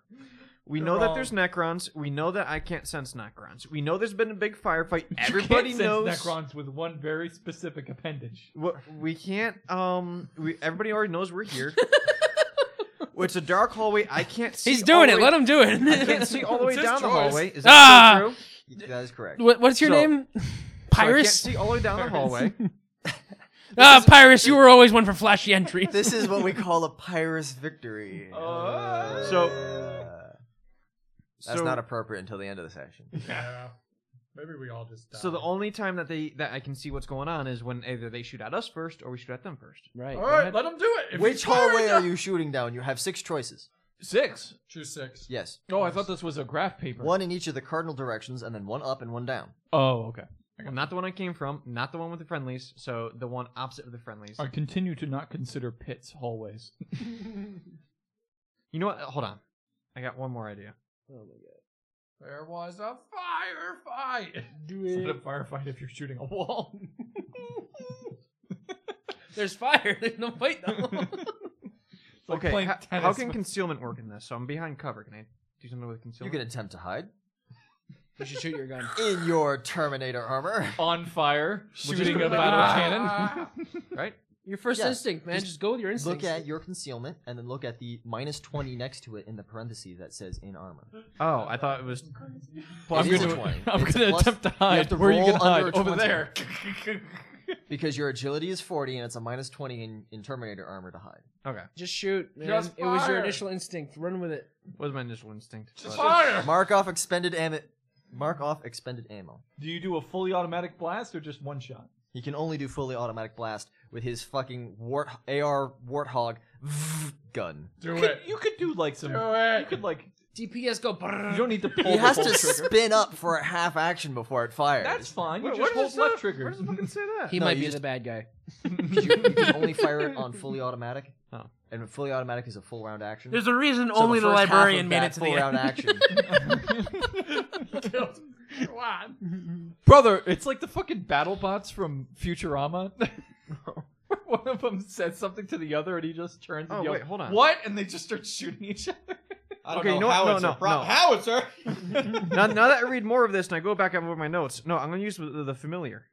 Speaker 5: We know that there's Necrons. We know that I can't sense Necrons. We know there's been a big firefight. Everybody
Speaker 4: Everybody
Speaker 5: knows.
Speaker 4: Necrons with one very
Speaker 14: (laughs)
Speaker 4: specific appendage.
Speaker 5: Wha- we can't. Um, we, everybody already knows
Speaker 4: (laughs)
Speaker 5: we're here. Well, it's a dark hallway. I can't see.
Speaker 6: He's doing
Speaker 5: all
Speaker 6: it.
Speaker 5: the
Speaker 6: Let
Speaker 5: way-
Speaker 6: him do it.
Speaker 5: I can't see all
Speaker 6: (laughs)
Speaker 5: the way
Speaker 4: It's his
Speaker 5: down the
Speaker 4: choice.
Speaker 5: hallway. Is
Speaker 6: Ah!
Speaker 5: that so true? So
Speaker 1: That is correct.
Speaker 6: What, what's your
Speaker 5: So-
Speaker 6: name?
Speaker 5: I can't
Speaker 6: (laughs) Pyrus.
Speaker 5: see all the way down the hallway.
Speaker 6: Ah, Pyrus, you were always one for flashy (laughs) entries.
Speaker 1: This is what we call a
Speaker 13: (laughs)
Speaker 1: Pyrus victory.
Speaker 13: Oh.
Speaker 15: So-
Speaker 1: Uh, that's
Speaker 15: so-
Speaker 1: not appropriate until the end of this
Speaker 4: (laughs)
Speaker 1: action.
Speaker 16: Yeah. Maybe we all just die.
Speaker 5: So the only time that they that I can see what's going on is when either they shoot at us first or we shoot at them first.
Speaker 17: Right.
Speaker 16: all right, let them do it. If
Speaker 1: Which
Speaker 16: you fire
Speaker 1: hallway
Speaker 16: it
Speaker 1: are
Speaker 16: down-
Speaker 1: you shooting down? You have six choices.
Speaker 4: Six.
Speaker 16: Choose six.
Speaker 1: Yes.
Speaker 4: Oh, I thought this was a graph paper.
Speaker 1: One in each of the cardinal directions, and then one up and one down.
Speaker 4: Oh, okay.
Speaker 5: Well, not the one I came from, not the one with the friendlies. So the one opposite of the friendlies.
Speaker 4: I continue to not consider pits hallways.
Speaker 5: You know what? Hold on. I got one more idea.
Speaker 16: There was a firefight. Do it. Not a firefight if you're shooting a
Speaker 4: (laughs)
Speaker 16: wall.
Speaker 6: There's fire. There's no fight
Speaker 4: (laughs)
Speaker 6: though.
Speaker 16: like
Speaker 5: okay.
Speaker 16: playing
Speaker 5: ho-
Speaker 16: tennis
Speaker 5: how can
Speaker 16: with-
Speaker 5: concealment work in this? So I'm behind cover. Can I do something with
Speaker 1: You
Speaker 5: concealment?
Speaker 1: can attempt to hide
Speaker 6: you should shoot your gun.
Speaker 1: in your Terminator
Speaker 4: (laughs)
Speaker 1: armor.
Speaker 4: On fire, shooting a battle (laughs) cannon.
Speaker 5: right?
Speaker 6: Your first
Speaker 1: Yeah.
Speaker 6: instinct, man. Just, go with your
Speaker 1: Look
Speaker 6: instincts.
Speaker 1: at your concealment, and then look at the minus twenty next to it in the parentheses that says in armor.
Speaker 5: Oh, I thought it was.
Speaker 4: I'm
Speaker 1: It is a
Speaker 4: gonna-
Speaker 1: 20.
Speaker 4: (laughs) I'm
Speaker 1: It's
Speaker 4: gonna
Speaker 1: plus-
Speaker 4: attempt to
Speaker 1: you have
Speaker 4: hide. Where are you
Speaker 1: roll
Speaker 4: gonna
Speaker 1: under
Speaker 4: hide?
Speaker 1: a
Speaker 4: Over
Speaker 1: 20,
Speaker 4: there.
Speaker 1: (laughs)
Speaker 4: (laughs)
Speaker 1: Because your agility is forty, and it's a minus twenty in, in Terminator armor to hide.
Speaker 5: Okay.
Speaker 6: Just shoot, man.
Speaker 16: Just
Speaker 6: it was your
Speaker 16: fire.
Speaker 6: initial instinct. Run with it.
Speaker 5: What was my initial instinct?
Speaker 16: Just
Speaker 5: But-
Speaker 16: fire.
Speaker 1: Mark off expended ammo. Mark off expended ammo.
Speaker 4: Do you do a fully automatic blast or just one shot?
Speaker 1: He can only do fully automatic blast with his fucking wart AR warthog (laughs) gun.
Speaker 16: Do
Speaker 4: Could-
Speaker 16: it.
Speaker 4: you could do like some.
Speaker 16: Do it.
Speaker 4: You could like.
Speaker 6: DPS go. brrrr.
Speaker 4: You don't need to pull.
Speaker 1: He
Speaker 4: the
Speaker 1: has
Speaker 4: full
Speaker 1: to
Speaker 4: trigger.
Speaker 1: spin up for a half action before it fires.
Speaker 4: That's fine. You
Speaker 5: Wait,
Speaker 4: just
Speaker 5: where does
Speaker 4: hold
Speaker 5: it
Speaker 4: left
Speaker 5: say- Where
Speaker 4: trigger.
Speaker 5: does the fucking say that?
Speaker 6: He
Speaker 1: No,
Speaker 6: might
Speaker 1: you
Speaker 6: be
Speaker 1: just-
Speaker 6: the bad (laughs) guy.
Speaker 1: you can only fire it
Speaker 4: (laughs)
Speaker 1: on fully automatic.
Speaker 5: Oh.
Speaker 1: And fully automatic is a full round action.
Speaker 6: a reason
Speaker 1: So the first half of that full
Speaker 16: (laughs)
Speaker 1: round action.
Speaker 16: Come on.
Speaker 4: Brother, it's like the fucking battle bots from Futurama. (laughs) One of them says something to the other, and he just turns and
Speaker 5: Oh,
Speaker 4: yells,
Speaker 5: wait, hold on.
Speaker 4: "What?" And they just start shooting each other.
Speaker 2: I don't
Speaker 5: Okay,
Speaker 2: know
Speaker 5: you know what?
Speaker 2: how
Speaker 5: No,
Speaker 2: it's
Speaker 5: no,
Speaker 2: a pro-
Speaker 5: no.
Speaker 2: How it's a-
Speaker 5: now, now that I read more of this and I go back over my notes, no, I'm going to use the, the familiar.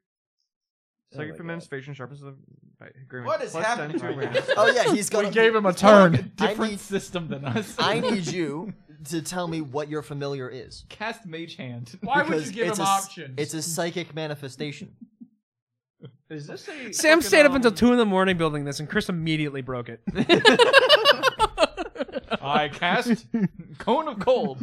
Speaker 5: So your feminine station sharpens the. Right, agreement.
Speaker 2: What is
Speaker 5: Plus ten
Speaker 2: happening to
Speaker 5: firebrand.
Speaker 2: you?
Speaker 1: oh yeah, he's got.
Speaker 16: We gave him a turn.
Speaker 1: I
Speaker 4: Different
Speaker 1: need-
Speaker 4: system than us.
Speaker 16: (laughs)
Speaker 1: I need you to tell me what your familiar is.
Speaker 4: (laughs) cast
Speaker 1: (laughs)
Speaker 4: Mage Hand.
Speaker 16: Why would
Speaker 1: Because
Speaker 16: you give
Speaker 1: it's
Speaker 16: him
Speaker 1: a s-
Speaker 16: options?
Speaker 1: It's a psychic manifestation.
Speaker 5: Is this a
Speaker 6: Sam
Speaker 5: fucking,
Speaker 6: stayed up until
Speaker 5: um,
Speaker 6: two in the morning building this, and Chris immediately broke (laughs) it.
Speaker 4: I
Speaker 1: (laughs)
Speaker 4: cast Cone of Cold.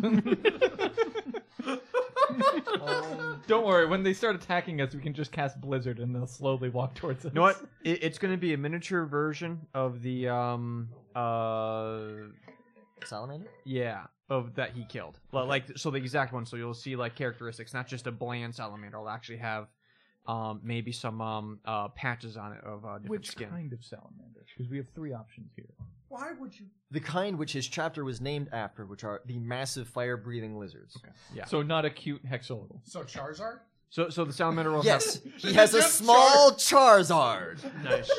Speaker 4: Don't worry. When they start attacking us, we can just cast Blizzard, and they'll slowly walk towards us.
Speaker 5: You know what? It, it's going to be a miniature version of the um uh
Speaker 1: Salamander.
Speaker 5: yeah of that he killed. Li- Like so the exact one. So you'll see like characteristics, not just a bland salamander. It'll actually have um maybe some um uh patches on it of uh, different
Speaker 4: Which
Speaker 5: skin.
Speaker 4: kind of salamander? Because we have three options here.
Speaker 2: Why would you?
Speaker 1: The kind which his chapter was named after, which are the massive fire-breathing lizards.
Speaker 5: Yeah.
Speaker 4: So not a cute hexolotl.
Speaker 16: so Charizard.
Speaker 5: So so the salamander will
Speaker 1: Yes, (laughs) he has a small Charizard.
Speaker 18: Nice.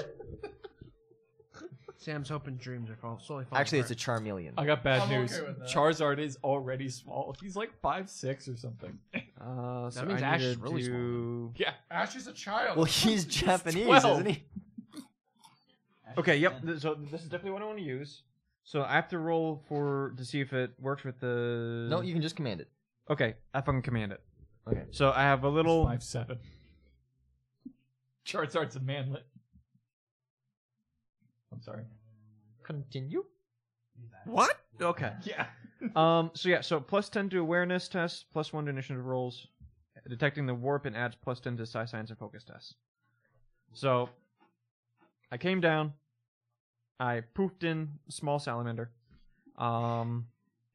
Speaker 5: Sam's hoping dreams are false. Solely false.
Speaker 1: Actually, it's a Charmeleon.
Speaker 4: I got bad
Speaker 16: I'm okay
Speaker 4: news.
Speaker 16: with that.
Speaker 4: Charizard is already small. He's like five six or something.
Speaker 5: uh, so
Speaker 6: That means
Speaker 5: I
Speaker 6: Ash
Speaker 5: need
Speaker 6: is
Speaker 5: to
Speaker 6: really small.
Speaker 5: do-
Speaker 16: Ash is a child.
Speaker 1: Well, (laughs) he's Japanese,
Speaker 4: 12.
Speaker 1: isn't he?
Speaker 5: Okay, yep. th- So this is definitely what I want to use. So I have to roll for to see if it works with the.
Speaker 1: No, you can just command it.
Speaker 5: Okay, I fucking command it.
Speaker 1: Okay.
Speaker 5: So I have a little.
Speaker 4: Five seven. Charizard's a manlet. I'm sorry.
Speaker 1: Continue.
Speaker 5: What? Okay.
Speaker 4: Yeah.
Speaker 5: (laughs) Um. So yeah. So plus ten to awareness tests, plus one to initiative rolls, detecting the warp, and adds plus ten to psi science and focus tests. So, I came down. I poofed in small salamander. Um,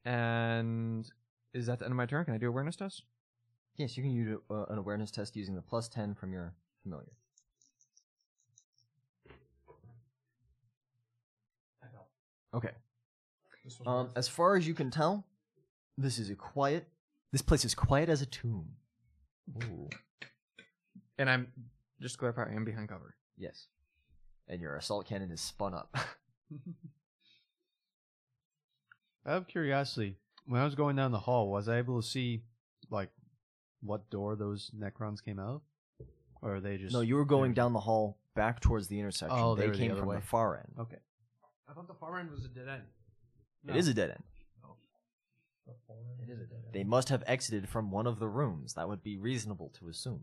Speaker 5: and is that the end of my turn? Can I do awareness tests?
Speaker 1: Yes, you can use uh, an awareness test using the plus 10 from your familiar. Okay. Um, as far as you can tell, this is a quiet. This place is quiet as a tomb. Ooh.
Speaker 5: And I'm just to clarify, I am behind cover.
Speaker 1: Yes. And your assault cannon is spun up. (laughs)
Speaker 17: Out of curiosity, when I was going down the hall, was I able to see like what door those Necrons came out? Or are they just
Speaker 1: no, you were going down the hall back towards the intersection.
Speaker 17: Oh, they
Speaker 1: they
Speaker 17: were the
Speaker 1: came
Speaker 17: other
Speaker 1: from
Speaker 17: way.
Speaker 1: the far end.
Speaker 17: Okay.
Speaker 18: I thought the far end was a dead end.
Speaker 1: It is a dead end.
Speaker 18: It is a dead end.
Speaker 1: They must have exited from one of the rooms. That would be reasonable to assume.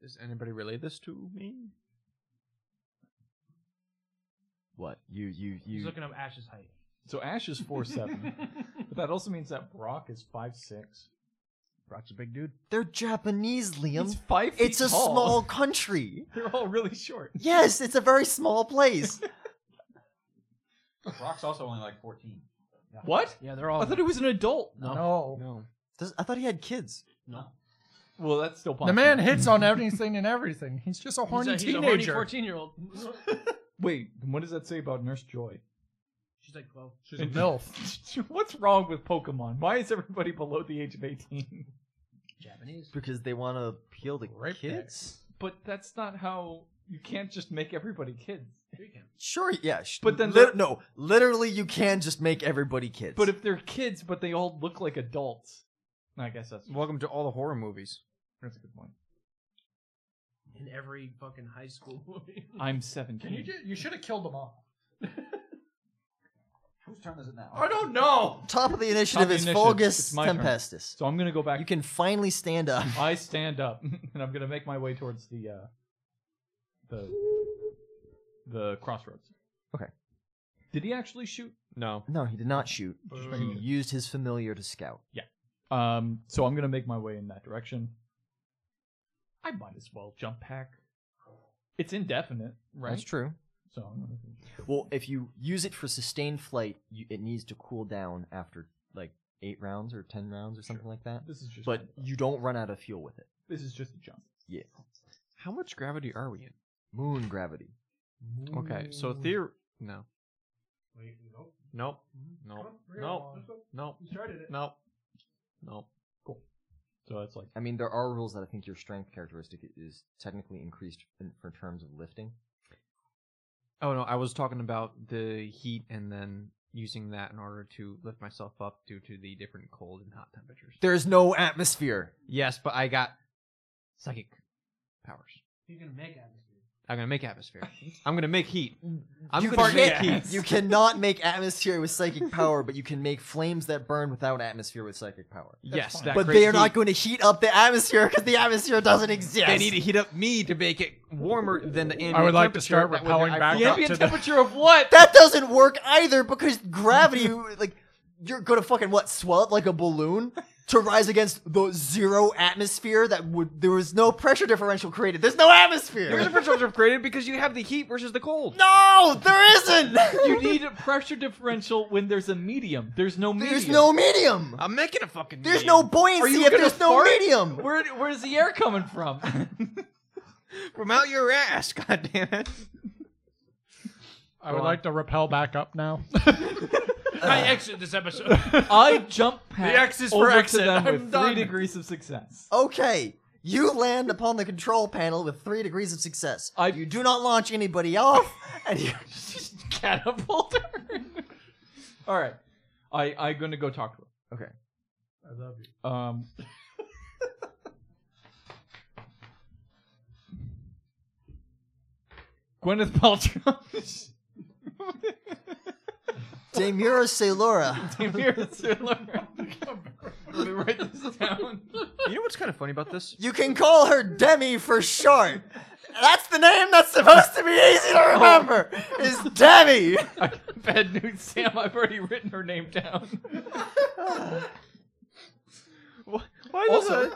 Speaker 5: Does anybody relay this to me?
Speaker 1: What you you
Speaker 8: He's
Speaker 1: you?
Speaker 8: looking up Ash's height.
Speaker 4: So Ash is four seven, but that also means that Brock is five six.
Speaker 5: Brock's a big dude.
Speaker 1: They're Japanese, Liam.
Speaker 4: He's five feet
Speaker 1: it's a
Speaker 4: tall.
Speaker 1: small country.
Speaker 4: (laughs) They're all really short.
Speaker 1: Yes, it's a very small place.
Speaker 2: Brock's also only like 14.
Speaker 4: What?
Speaker 19: Yeah, they're all.
Speaker 4: I thought he was an adult.
Speaker 19: no.
Speaker 7: no.
Speaker 1: Does- I thought he had kids.
Speaker 2: No.
Speaker 4: Well, that's still
Speaker 7: The
Speaker 4: possible.
Speaker 7: man hits on everything and everything. He's just a horny
Speaker 8: he's a,
Speaker 7: teenager.
Speaker 8: He's a horny 14 year old.
Speaker 4: Wait, then what does that say about Nurse Joy?
Speaker 8: She's like 12.
Speaker 7: She's
Speaker 6: (laughs)
Speaker 7: a milf.
Speaker 4: (laughs) What's wrong with Pokemon? Why is everybody below the age of eighteen?
Speaker 8: Japanese.
Speaker 1: Because they want to appeal to
Speaker 7: Right there.
Speaker 1: kids.
Speaker 4: (laughs) But that's not how you can't just make everybody kids.
Speaker 8: Here you can.
Speaker 1: Sure, yeah. Sh-
Speaker 4: But then
Speaker 1: lit-
Speaker 4: they're-
Speaker 1: no, literally, you can just make everybody kids.
Speaker 4: But if they're kids, but they all look like adults, I guess that's
Speaker 12: Welcome to all the horror movies.
Speaker 4: that's a good point.
Speaker 8: In every fucking high school movie.
Speaker 4: I'm seventeen.
Speaker 7: You, ju- you should have killed them all.
Speaker 2: Whose turn is it now?
Speaker 7: I don't know.
Speaker 1: top of the initiative is
Speaker 4: initiative.
Speaker 1: Fulgus
Speaker 4: It's my turn.
Speaker 1: Tempestus.
Speaker 4: So I'm gonna go back.
Speaker 1: You can finally stand up. (laughs)
Speaker 4: I stand up (laughs) and I'm gonna make my way towards the uh, the the crossroads.
Speaker 1: Okay.
Speaker 4: Did he actually shoot?
Speaker 12: No.
Speaker 1: No, he did not shoot.
Speaker 4: Just
Speaker 1: He
Speaker 4: making
Speaker 1: used his familiar to scout.
Speaker 4: sure. Um. So I'm gonna make my way in that direction. I might as well jump pack. It's indefinite, right?
Speaker 1: That's true.
Speaker 4: So I'm gonna-
Speaker 1: Well, if you use it for sustained flight, you, it needs to cool down after like eight rounds or ten rounds or something like that.
Speaker 4: this is just
Speaker 1: But you don't run out of fuel with it.
Speaker 4: this is just a jump.
Speaker 12: How much gravity are we in?
Speaker 1: Moon gravity.
Speaker 12: Okay, so theor no. Nope.
Speaker 2: Mm-hmm.
Speaker 12: Nope. Nope. Nope. Nope. Nope.
Speaker 4: So it's like
Speaker 1: I mean, there are rules that I think your strength characteristic is technically increased in, for terms of lifting.
Speaker 12: Oh no, I was talking about the heat and then using that in order to lift myself up due to the different cold and hot temperatures.
Speaker 1: There's no atmosphere.
Speaker 12: Yes, but I got psychic powers.
Speaker 8: You can make atmosphere.
Speaker 12: (laughs) I'm gonna make
Speaker 6: (laughs)
Speaker 12: atmosphere. I'm gonna make heat. I'm
Speaker 1: you
Speaker 12: gonna make
Speaker 1: can't- (laughs)
Speaker 12: heat.
Speaker 1: You cannot make atmosphere with psychic power, but you can make flames that burn without atmosphere with psychic power.
Speaker 12: yes, that
Speaker 1: but
Speaker 12: creates
Speaker 1: they are not
Speaker 12: heat.
Speaker 1: going to heat up the atmosphere because the atmosphere doesn't exist.
Speaker 12: They need to heat up me to make it warmer than the ambient.
Speaker 7: I would like to
Speaker 12: temperature.
Speaker 7: start
Speaker 12: That way
Speaker 7: rappelling
Speaker 12: I-
Speaker 7: back
Speaker 12: the
Speaker 7: up
Speaker 12: ambient
Speaker 7: to the-
Speaker 12: temperature of
Speaker 7: (laughs)
Speaker 12: what?
Speaker 1: that doesn't work either because gravity, (laughs) like, you're going to fucking what swell up like a balloon to rise against the zero atmosphere that would there was no pressure differential created. There's no
Speaker 12: Your
Speaker 1: atmosphere.
Speaker 12: temperature is created because you have the heat versus the cold.
Speaker 1: no, there isn't.
Speaker 4: (laughs) you need a pressure differential when there's a medium. There's no medium.
Speaker 1: There's no medium.
Speaker 12: I'm making a fucking.
Speaker 1: There's
Speaker 12: meme.
Speaker 1: no buoyancy if
Speaker 4: you gonna
Speaker 1: there's no
Speaker 4: fart?
Speaker 1: medium.
Speaker 4: Where where's the air coming
Speaker 19: (laughs)
Speaker 4: from?
Speaker 12: (laughs) from out your ass. (laughs) God damn it.
Speaker 7: I would like to rappel back up now.
Speaker 8: I exit this episode.
Speaker 4: (laughs) I jump pack
Speaker 19: The X is for
Speaker 4: over
Speaker 19: exit.
Speaker 4: to them
Speaker 19: I'm
Speaker 4: with
Speaker 19: done.
Speaker 4: three degrees of success. (laughs)
Speaker 1: Okay, you land upon the control panel with three degrees of success.
Speaker 4: I-
Speaker 1: You do not launch anybody off, and you (laughs)
Speaker 4: Just (laughs) catapult her. All right, I I'm gonna go talk to her.
Speaker 1: Okay.
Speaker 4: I love you. Um. Gwyneth (laughs) Paltrow.
Speaker 1: Demura Sailora.
Speaker 4: Tamir Sirler. Let me write this (laughs) down.
Speaker 12: You know what's kind of funny about this?
Speaker 1: You can call her Demi for short. That's the name that's supposed to be easy to remember. Is Demi.
Speaker 4: I bad news, Sam. I've already written her name (laughs) down.
Speaker 12: Why
Speaker 4: Also,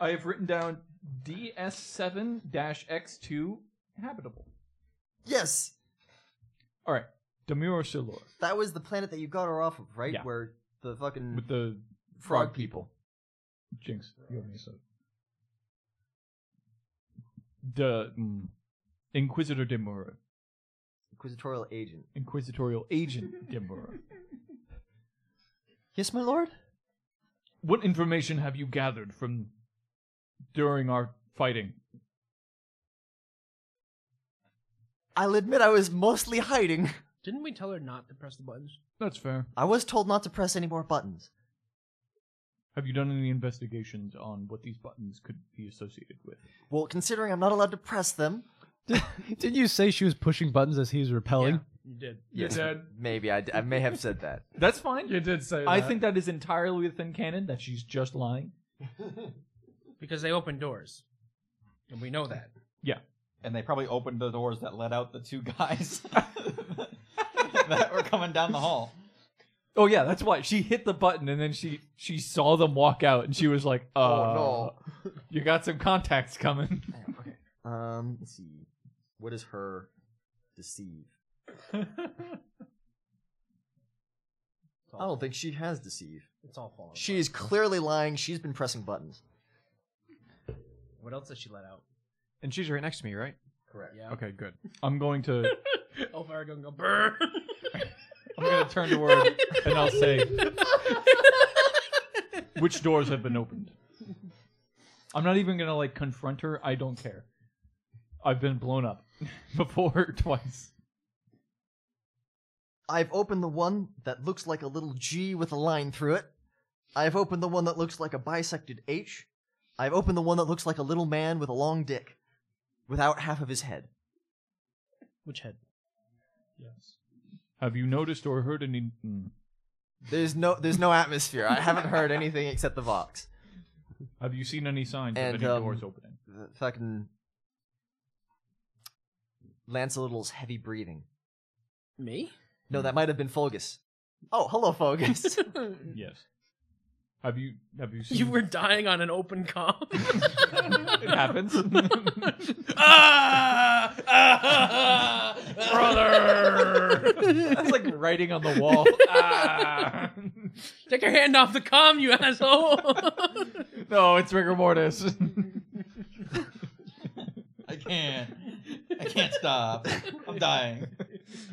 Speaker 4: I have written down DS7-X2 habitable.
Speaker 1: yes,
Speaker 4: All right, Demure Silor
Speaker 1: that was the planet that you got her off of, right?
Speaker 4: Yeah.
Speaker 1: Where the fucking
Speaker 4: with the
Speaker 1: frog people.
Speaker 4: Jinx. You and me, so. The mm, Inquisitor Demura,
Speaker 1: Inquisitorial agent.
Speaker 4: Inquisitorial Agent (laughs) Demura.
Speaker 1: Yes, my lord.
Speaker 4: What information have you gathered from during our fighting?
Speaker 1: I'll admit I was mostly hiding.
Speaker 6: Didn't we tell her not to press the buttons?
Speaker 4: That's fair.
Speaker 1: I was told not to press any more buttons.
Speaker 4: Have you done any investigations on what these buttons could be associated with?
Speaker 1: Well, considering I'm not allowed to press them,
Speaker 5: (laughs) Didn't you say she was pushing buttons as he was repelling?
Speaker 6: You did.
Speaker 1: Yes, (laughs) maybe I, d- I may have said that.
Speaker 4: That's fine.
Speaker 7: you did say that.
Speaker 4: I think that is entirely within canon that she's just lying.
Speaker 6: Because they open doors. And we know that.
Speaker 12: (laughs)
Speaker 2: And they probably opened the doors that let out the two guys. that were coming down the hall.
Speaker 4: Oh yeah, that's why she hit the button and then she she saw them walk out and she was like, uh,
Speaker 1: Oh,
Speaker 4: no, you got some contacts coming."
Speaker 1: Um, let's see. What is her deceive? I don't think she has deceive.
Speaker 6: It's all falling.
Speaker 1: She is clearly lying. She's been pressing buttons.
Speaker 6: What else does she let out?
Speaker 3: And she's right next to me, right?
Speaker 1: Correct.
Speaker 6: Yeah.
Speaker 3: Okay, good. I'm going to
Speaker 6: Elfire gonna Oh, go burn.
Speaker 4: I'm gonna turn to her and I'll say, "Which doors have been opened?" I'm not even gonna like confront her. I don't care. I've been blown up (laughs) before twice.
Speaker 1: I've opened the one that looks like a little G with a line through it. I've opened the one that looks like a bisected H. I've opened the one that looks like a little man with a long dick, without half of his head.
Speaker 6: (laughs) Which head?
Speaker 4: Yes. Have you noticed or heard any? mm.
Speaker 1: There's no, there's no atmosphere. I haven't heard anything except the Vox.
Speaker 4: Have you seen any signs
Speaker 1: And,
Speaker 4: of any
Speaker 1: um,
Speaker 4: doors opening?
Speaker 1: The fucking Lancelot's heavy breathing.
Speaker 6: Me? (laughs)
Speaker 1: No,
Speaker 19: Hmm.
Speaker 1: that might have been Fulgus. Oh,
Speaker 19: (laughs)
Speaker 1: hello, Fulgus.
Speaker 4: Yes. Have you have you seen?
Speaker 19: You were dying on an open
Speaker 6: (laughs)
Speaker 19: comm.
Speaker 4: it happens.
Speaker 19: ah, ah, brother!
Speaker 4: That's like writing on the wall. Ah.
Speaker 19: Take your hand off the comm, you
Speaker 6: (laughs)
Speaker 19: asshole!
Speaker 4: No, it's rigor mortis.
Speaker 2: I can't. I can't stop. I'm dying.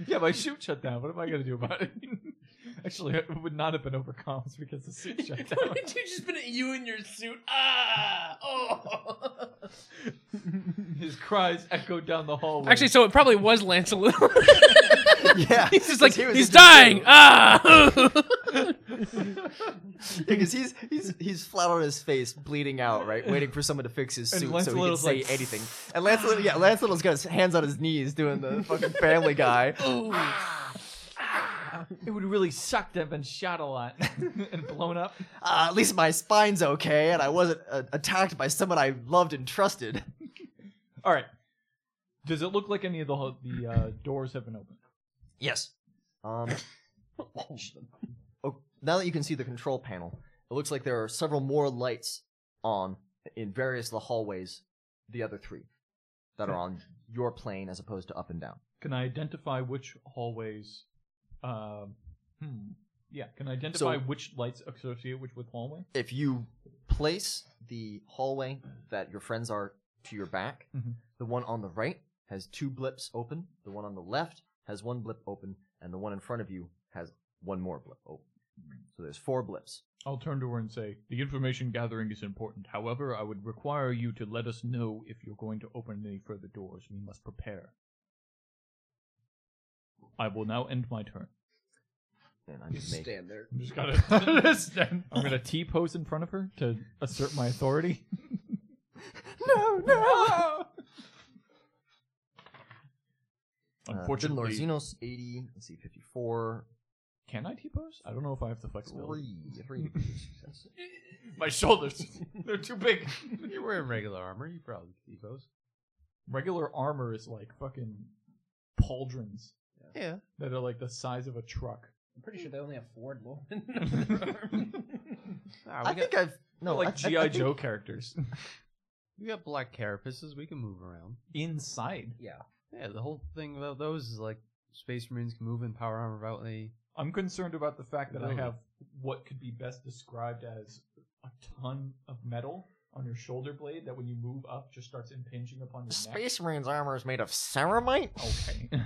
Speaker 4: yeah, my chute shut down. What am I gonna do about it? Actually, it would not have been over comms because the
Speaker 19: (laughs)
Speaker 4: suit shut down.
Speaker 19: Wouldn't you just been you in your suit? Ah, oh.
Speaker 4: His cries echoed down the hallway.
Speaker 19: Actually, so it probably was
Speaker 6: (laughs)
Speaker 19: Lancelot.
Speaker 1: yeah,
Speaker 19: he's
Speaker 1: (laughs)
Speaker 19: just like
Speaker 1: he was
Speaker 19: he's
Speaker 1: in the
Speaker 19: dying.
Speaker 1: room.
Speaker 19: Ah.
Speaker 1: because he's he's he's flat on his face, bleeding out, right, waiting for someone to fix his
Speaker 4: And
Speaker 1: suit so he can
Speaker 4: Lancelot's
Speaker 1: say
Speaker 4: like-
Speaker 1: anything. And Lancelot, yeah, Lancelot's got his hands on his knees, doing the fucking Family
Speaker 19: (laughs)
Speaker 1: Guy.
Speaker 19: Ah.
Speaker 4: it would really suck to have been shot a lot (laughs) and blown up.
Speaker 1: Uh, at least my spine's okay, and I wasn't uh, attacked by someone I loved and trusted.
Speaker 4: All right. Does it look like any of the ho- the uh, doors have been opened?
Speaker 1: Yes. Um. oh, now that you can see the control panel, it looks like there are several more lights on in various of the hallways. The other three that are on your plane as opposed to up and down.
Speaker 4: Can I identify which hallways? Um, hmm. Yeah. Can I identify
Speaker 1: So-
Speaker 4: which lights associate which with hallway?
Speaker 1: if you place the hallway that your friends are to your back,
Speaker 4: Mhm.
Speaker 1: the one on the right has two blips open, the one on the left has one blip open, and the one in front of you has one more blip open. So there's four blips.
Speaker 4: I'll turn to her and say, The information gathering is important. However, I would require you to let us know if you're going to open any further doors. We must prepare. I will now end my turn.
Speaker 1: And I'm just making.
Speaker 6: Stand there.
Speaker 4: (laughs) I'm just gonna I'm gonna T pose in front of her to assert my authority. (laughs) no, (laughs)
Speaker 1: Uh,
Speaker 4: no.
Speaker 1: Unfortunately,
Speaker 4: Unfortunately,
Speaker 1: Uh, Xenos 80, let's see, 54,
Speaker 4: can I T pose? I don't know if I have the flexibility.
Speaker 1: three, three.
Speaker 4: My shoulders, they're
Speaker 12: (laughs)
Speaker 4: too big.
Speaker 5: You're wearing regular armor. You probably can keep those.
Speaker 4: Regular armor is like fucking pauldrons
Speaker 5: Yeah.
Speaker 4: that are like the size of a truck.
Speaker 6: I'm pretty sure they only have four wool.
Speaker 12: Ah,
Speaker 5: Nah, we
Speaker 1: I
Speaker 5: got
Speaker 1: think I've. No,
Speaker 4: like
Speaker 1: I- I- I
Speaker 4: GI
Speaker 1: think-
Speaker 4: Joe characters
Speaker 5: we got black carapaces. We can move around.
Speaker 4: (laughs) inside.
Speaker 5: Yeah, the whole thing about those is like space marines can move in power armor without any.
Speaker 4: I'm concerned about the fact that I
Speaker 5: Really?
Speaker 4: have what could be best described as a ton of metal on your shoulder blade that when you move up just starts impinging upon your
Speaker 1: Space Marines armor is made of ceramite?
Speaker 4: neck.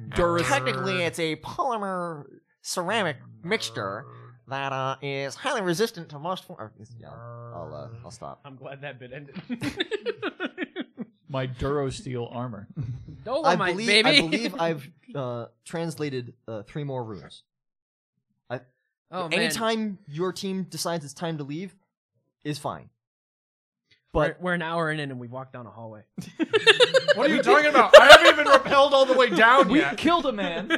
Speaker 4: Okay.
Speaker 1: Technically, it's a polymer (laughs) ceramic mixture that uh, is highly resistant to most. For- yeah, I'll uh, I'll stop.
Speaker 19: I'm glad that bit (laughs) ended.
Speaker 4: My Duro steel armor.
Speaker 1: (laughs) I
Speaker 19: Dolomite,
Speaker 1: believe
Speaker 19: baby. (laughs)
Speaker 1: I
Speaker 6: (laughs)
Speaker 1: believe I've uh, translated uh, three more runes.
Speaker 19: oh man.
Speaker 1: Anytime your team decides it's time to leave, is fine.
Speaker 19: we're,
Speaker 1: But
Speaker 19: we're an hour in and we walked down a hallway.
Speaker 3: What are you talking about? I haven't even repelled all the way
Speaker 1: Oh,
Speaker 3: down
Speaker 4: we
Speaker 3: yet.
Speaker 4: killed
Speaker 1: (laughs)
Speaker 4: a man.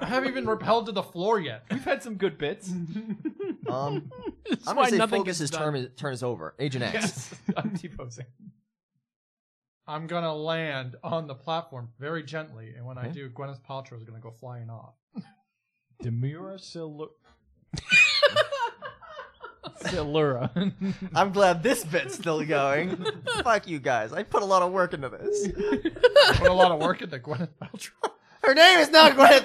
Speaker 7: I haven't even repelled to the floor yet.
Speaker 4: We've had some
Speaker 1: (laughs)
Speaker 4: good bits.
Speaker 1: um, I'm
Speaker 19: why
Speaker 1: gonna say
Speaker 19: nothing
Speaker 1: Focus's
Speaker 19: gets
Speaker 7: (laughs)
Speaker 1: turn is, turn is over. Agent X.
Speaker 4: Yes. I'm T posing.
Speaker 7: I'm gonna land on the platform very gently, and when I do, Gwyneth Paltrow is gonna go flying off.
Speaker 4: Demura
Speaker 7: (laughs)
Speaker 4: Silura. Silura.
Speaker 1: (laughs) I'm glad this bit's
Speaker 19: (laughs)
Speaker 1: still going. Fuck you guys. I put a lot of work into this.
Speaker 7: Put a lot of work into Gwyneth Paltrow.
Speaker 1: Her name is not Gwyneth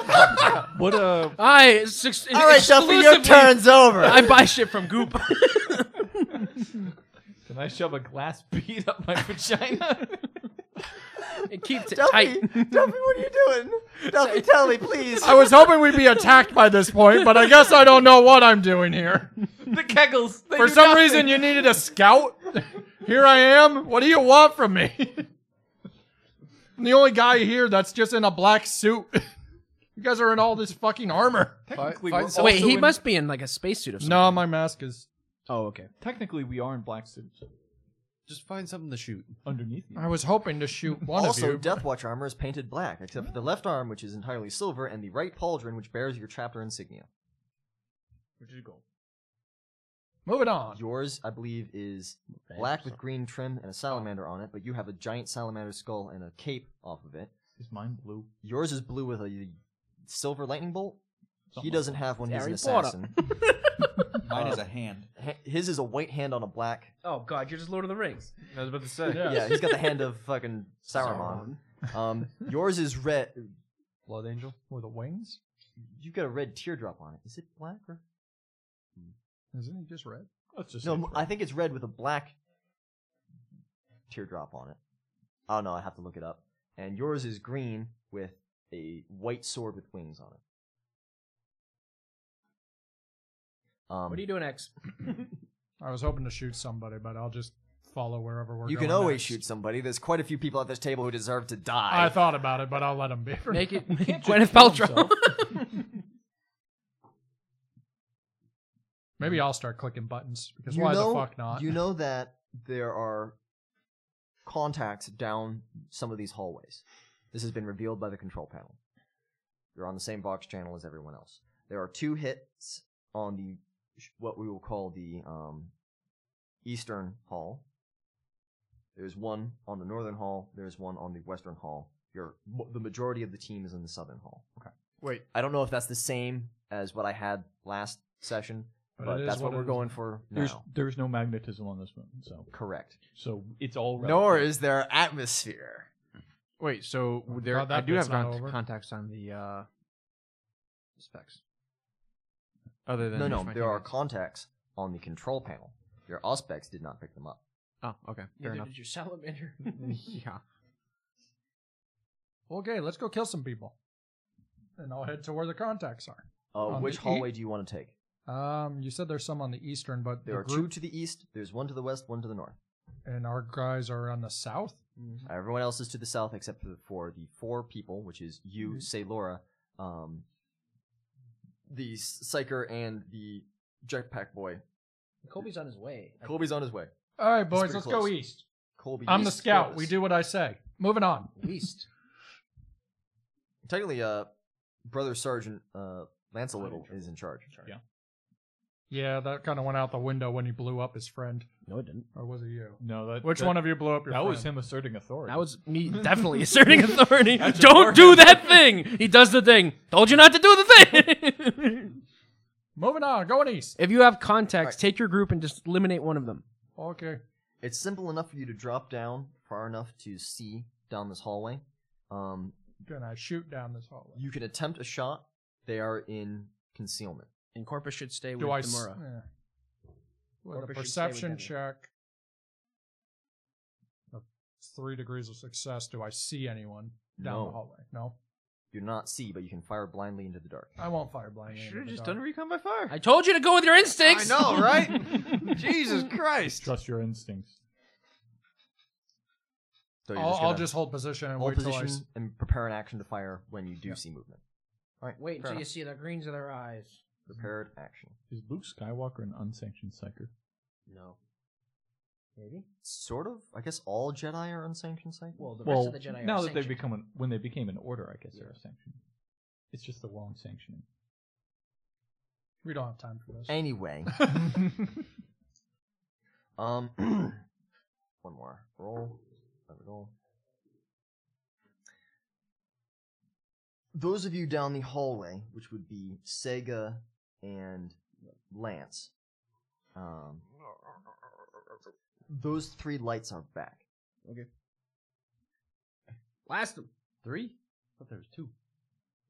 Speaker 19: (laughs)
Speaker 1: Paltrow.
Speaker 4: what uh, a
Speaker 19: I six,
Speaker 1: All right, Duffy, your turn's
Speaker 19: (laughs)
Speaker 1: over.
Speaker 19: I buy shit from Goop. (laughs)
Speaker 4: Can I shove a glass bead up my vagina? (laughs)
Speaker 19: it keeps it
Speaker 1: (laughs) Duffy,
Speaker 19: tight.
Speaker 1: Duffy, what are you doing?
Speaker 19: (laughs)
Speaker 1: Duffy, tell me, please.
Speaker 7: I was hoping we'd be attacked by this point, but I guess I don't know what I'm doing here.
Speaker 4: the kegels.
Speaker 7: For some reason, you needed a scout. Here I am. What do you want from me? I'm the only guy here that's just in a black suit. You guys are in all this fucking armor.
Speaker 19: Wait, he must be in like a spacesuit of some.
Speaker 7: No, my mask is.
Speaker 19: Oh, okay.
Speaker 4: Technically, we are in black suits
Speaker 5: Just find something to shoot.
Speaker 4: underneath you.
Speaker 7: I was hoping to shoot one
Speaker 1: also,
Speaker 7: of you.
Speaker 1: Death Watch armor is painted black, except for the left arm, which is entirely silver, and the right pauldron, which bears your chapter insignia.
Speaker 7: Moving on.
Speaker 1: Yours, I believe, is black with green trim and a salamander on it, but you have a giant salamander skull and a cape off of it.
Speaker 4: Is mine blue?
Speaker 1: Yours is blue with a silver lightning bolt. He
Speaker 4: Something like
Speaker 1: doesn't have one. He's an
Speaker 19: Oh, Harry Potter.
Speaker 1: assassin.
Speaker 20: Mine is a hand.
Speaker 1: Ha- His is a white hand on a black.
Speaker 19: (laughs) Oh God, you're just Lord of the Rings.
Speaker 12: I was about to say.
Speaker 4: Yeah.
Speaker 1: Yeah, he's got the hand of fucking Saruman. Um, yours is red.
Speaker 5: Blood Angel?
Speaker 7: With the wings?
Speaker 1: You've got a red teardrop on it. Is it black or
Speaker 7: Isn't he just red?
Speaker 4: Let's just
Speaker 1: no?
Speaker 4: say
Speaker 1: m- I think it's red with a black teardrop on it. Oh no, I have to look it up. And yours is green with a white sword with wings on it. Um,
Speaker 19: What are you doing, (laughs) X?
Speaker 7: I was hoping to shoot somebody, but I'll just follow wherever we're
Speaker 1: You
Speaker 7: going.
Speaker 1: can always
Speaker 7: next.
Speaker 1: shoot somebody. There's quite a few people at this table who deserve to die.
Speaker 7: I thought about it, but I'll let him be. for
Speaker 19: Make it
Speaker 4: Can't just
Speaker 19: Gwyneth
Speaker 4: kill
Speaker 19: (laughs) Paltrow.
Speaker 7: Maybe I'll start clicking buttons because
Speaker 1: You
Speaker 7: why
Speaker 1: know-
Speaker 7: the fuck not?
Speaker 1: You know that there are contacts down some of these hallways. This has been revealed by the control panel. You're on the same Vox channel as everyone else. There are two hits on the sh- what we will call the um, eastern hall. There's one on the northern hall. There's one on the western hall. Your mo- the majority of the team is in the southern hall. Okay.
Speaker 5: Wait.
Speaker 1: I don't know if that's the same as what I had last session,
Speaker 7: But
Speaker 1: but,
Speaker 7: it is
Speaker 1: that's what,
Speaker 7: what it
Speaker 1: we're
Speaker 7: is.
Speaker 1: going for now.
Speaker 4: There's there's no magnetism on this one, so
Speaker 1: Correct.
Speaker 4: so it's all
Speaker 1: Nor
Speaker 4: relative.
Speaker 1: is there atmosphere.
Speaker 12: Wait, so
Speaker 7: Oh,
Speaker 12: there
Speaker 7: God, that
Speaker 12: I do
Speaker 7: bit's
Speaker 12: have
Speaker 7: not
Speaker 12: con-
Speaker 7: over.
Speaker 12: contacts on the uh, specs. Other than
Speaker 1: No,
Speaker 12: just
Speaker 1: no,
Speaker 12: my
Speaker 1: there are
Speaker 12: teammates.
Speaker 1: contacts on the control panel. Your Auspex did not pick them up.
Speaker 12: oh, okay, fair
Speaker 19: Neither
Speaker 12: enough.
Speaker 19: did your salamander.
Speaker 12: yeah,
Speaker 7: Okay, let's go kill some people, and I'll head to where the contacts are.
Speaker 1: Uh,
Speaker 7: Um,
Speaker 1: which
Speaker 7: e-
Speaker 1: hallway do you want to take?
Speaker 7: Um, you said there's some on the eastern, but
Speaker 1: There
Speaker 7: the
Speaker 1: are two
Speaker 7: group
Speaker 1: to the east. There's one to the west, one to the north.
Speaker 7: and our guys are on the south.
Speaker 1: Everyone else is to the south except for the, for the four people, which is you, Say Laura, um, the s- Psyker, and the Jetpack Boy.
Speaker 19: Kobe's on his way.
Speaker 1: Colby's on his way.
Speaker 7: All right, boys,
Speaker 1: pretty
Speaker 7: let's go
Speaker 1: close.
Speaker 7: east.
Speaker 1: Colby,
Speaker 7: I'm
Speaker 1: you
Speaker 7: the scout.
Speaker 1: scout
Speaker 7: We
Speaker 1: us.
Speaker 7: do what I say. Moving on.
Speaker 19: East.
Speaker 1: Technically, uh, Brother Sergeant uh, Lance a Little is in charge.
Speaker 7: Yeah, that kind of went out the window when he blew up his friend,
Speaker 19: No, it didn't.
Speaker 7: or was it you?
Speaker 4: no that
Speaker 7: Which
Speaker 4: that-
Speaker 7: one of you blew up your
Speaker 4: that
Speaker 7: friend?
Speaker 4: was him asserting authority.
Speaker 19: That was
Speaker 6: (laughs)
Speaker 19: me definitely asserting authority. Don't do that thing. He does the thing. Told you not to do the
Speaker 6: (laughs)
Speaker 19: thing.
Speaker 7: Moving on, going east.
Speaker 19: if you have contacts, take your group and just eliminate one of them.
Speaker 7: Okay.
Speaker 1: It's simple enough for you to drop down far enough to see down this hallway. Um,
Speaker 7: Then I shoot down this hallway.
Speaker 1: you can attempt a shot. They are in concealment.
Speaker 19: And Corpus should stay with
Speaker 7: Do I? s-
Speaker 19: Demura.
Speaker 7: yeah. With a
Speaker 19: Corpus should stay with
Speaker 7: perception
Speaker 19: Demura.
Speaker 7: check. of Three degrees of success. Do I see anyone down
Speaker 1: No.
Speaker 7: the hallway? No.
Speaker 1: You do not see, but you can fire blindly into the dark.
Speaker 7: I won't fire blindly.
Speaker 12: should
Speaker 7: into
Speaker 12: have
Speaker 7: the
Speaker 12: just
Speaker 7: dark.
Speaker 12: done recon by fire.
Speaker 19: I told you to go with your instincts.
Speaker 12: know,
Speaker 19: (laughs)
Speaker 12: right? Jesus Christ!
Speaker 4: trust your instincts.
Speaker 1: So you're
Speaker 7: I'll, I'll
Speaker 1: gonna
Speaker 7: just hold position and
Speaker 1: hold
Speaker 7: wait till I.
Speaker 1: position
Speaker 7: s- (laughs)
Speaker 1: and prepare an action to fire when you do see movement.
Speaker 19: Wait until
Speaker 1: Fair
Speaker 19: you
Speaker 1: enough.
Speaker 19: see the greens of their eyes.
Speaker 7: Mm-hmm.
Speaker 1: Prepared action.
Speaker 4: Is Luke Skywalker an unsanctioned psyker?
Speaker 19: No. Maybe.
Speaker 1: Sort of. I guess all Jedi are unsanctioned psychic.
Speaker 19: Well, the
Speaker 4: well,
Speaker 19: rest of the Jedi
Speaker 4: now
Speaker 19: are
Speaker 4: that they've
Speaker 19: sanctioned.
Speaker 4: become an, when they became an order, I guess they're sanctioned. It's just the wrong sanctioning.
Speaker 7: We don't have time
Speaker 4: (laughs)
Speaker 7: for this.
Speaker 1: Anyway, um, one more roll. Another roll. those of you down the hallway, which would be Sega and Lance, um, those three lights are back.
Speaker 6: Okay. Blast them.
Speaker 5: Three?
Speaker 6: I thought there was two.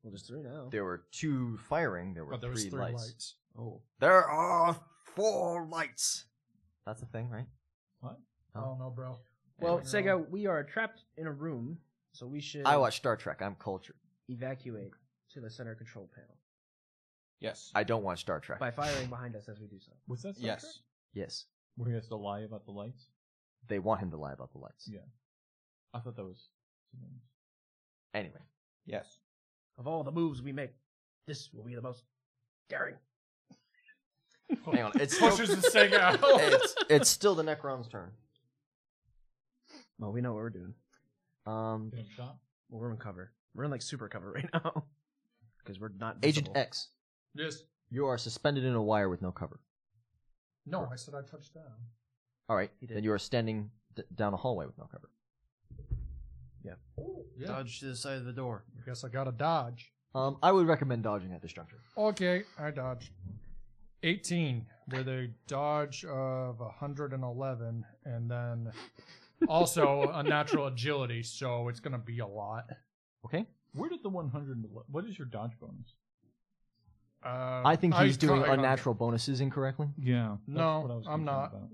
Speaker 6: Well, there's three now.
Speaker 1: There were two firing. There were
Speaker 6: But Oh, there was
Speaker 1: three,
Speaker 6: three
Speaker 1: lights.
Speaker 6: lights. Oh.
Speaker 1: There are four lights. That's a thing, right?
Speaker 4: What?
Speaker 6: I don't know, bro.
Speaker 1: Well,
Speaker 6: Well, Sega, we are trapped in a room, so we should
Speaker 1: I watch Star Trek. I'm cultured.
Speaker 6: evacuate to the center control panel
Speaker 20: Yes.
Speaker 1: I don't watch Star Trek.
Speaker 6: by firing behind us as we do so.
Speaker 4: Was that Star Trek?
Speaker 20: Yes.
Speaker 1: Yes.
Speaker 4: Where he has to lie about the lights?
Speaker 1: They want him to lie about the lights.
Speaker 4: Yeah. I thought that was.
Speaker 1: Anyway.
Speaker 20: Yes.
Speaker 6: Of all the moves we make, this will be the most daring.
Speaker 1: Hang on. It's
Speaker 7: Pushes (laughs)
Speaker 1: still,
Speaker 7: the
Speaker 1: (laughs)
Speaker 7: Sega out.
Speaker 1: it's, it's still the Necron's turn.
Speaker 6: Well, we know what we're doing.
Speaker 1: Um,
Speaker 4: Get him shot?
Speaker 6: Well, we're in cover. We're in like super cover right (laughs) now because we're not.
Speaker 1: Agent
Speaker 6: visible.
Speaker 1: X,
Speaker 7: Yes.
Speaker 1: you are suspended in a wire with no cover.
Speaker 7: No, I said I touched down.
Speaker 1: All right.
Speaker 6: He did.
Speaker 1: Then you are standing d- down a hallway with no cover.
Speaker 7: Yeah.
Speaker 5: Dodge to the side of the door.
Speaker 7: I guess I gotta dodge.
Speaker 1: Um, I would recommend dodging at this juncture.
Speaker 7: Okay, I dodged. 18 with a dodge of 111 and then also a natural agility, so it's going to be a lot.
Speaker 1: Okay.
Speaker 4: Where did the 100. What is your dodge bonus?
Speaker 7: Uh,
Speaker 1: I think he's
Speaker 7: ca-
Speaker 1: doing
Speaker 7: I got
Speaker 1: unnatural bonuses incorrectly.
Speaker 4: Yeah. that's
Speaker 7: No,
Speaker 4: what I was
Speaker 7: I'm
Speaker 4: thinking
Speaker 7: not.
Speaker 4: about.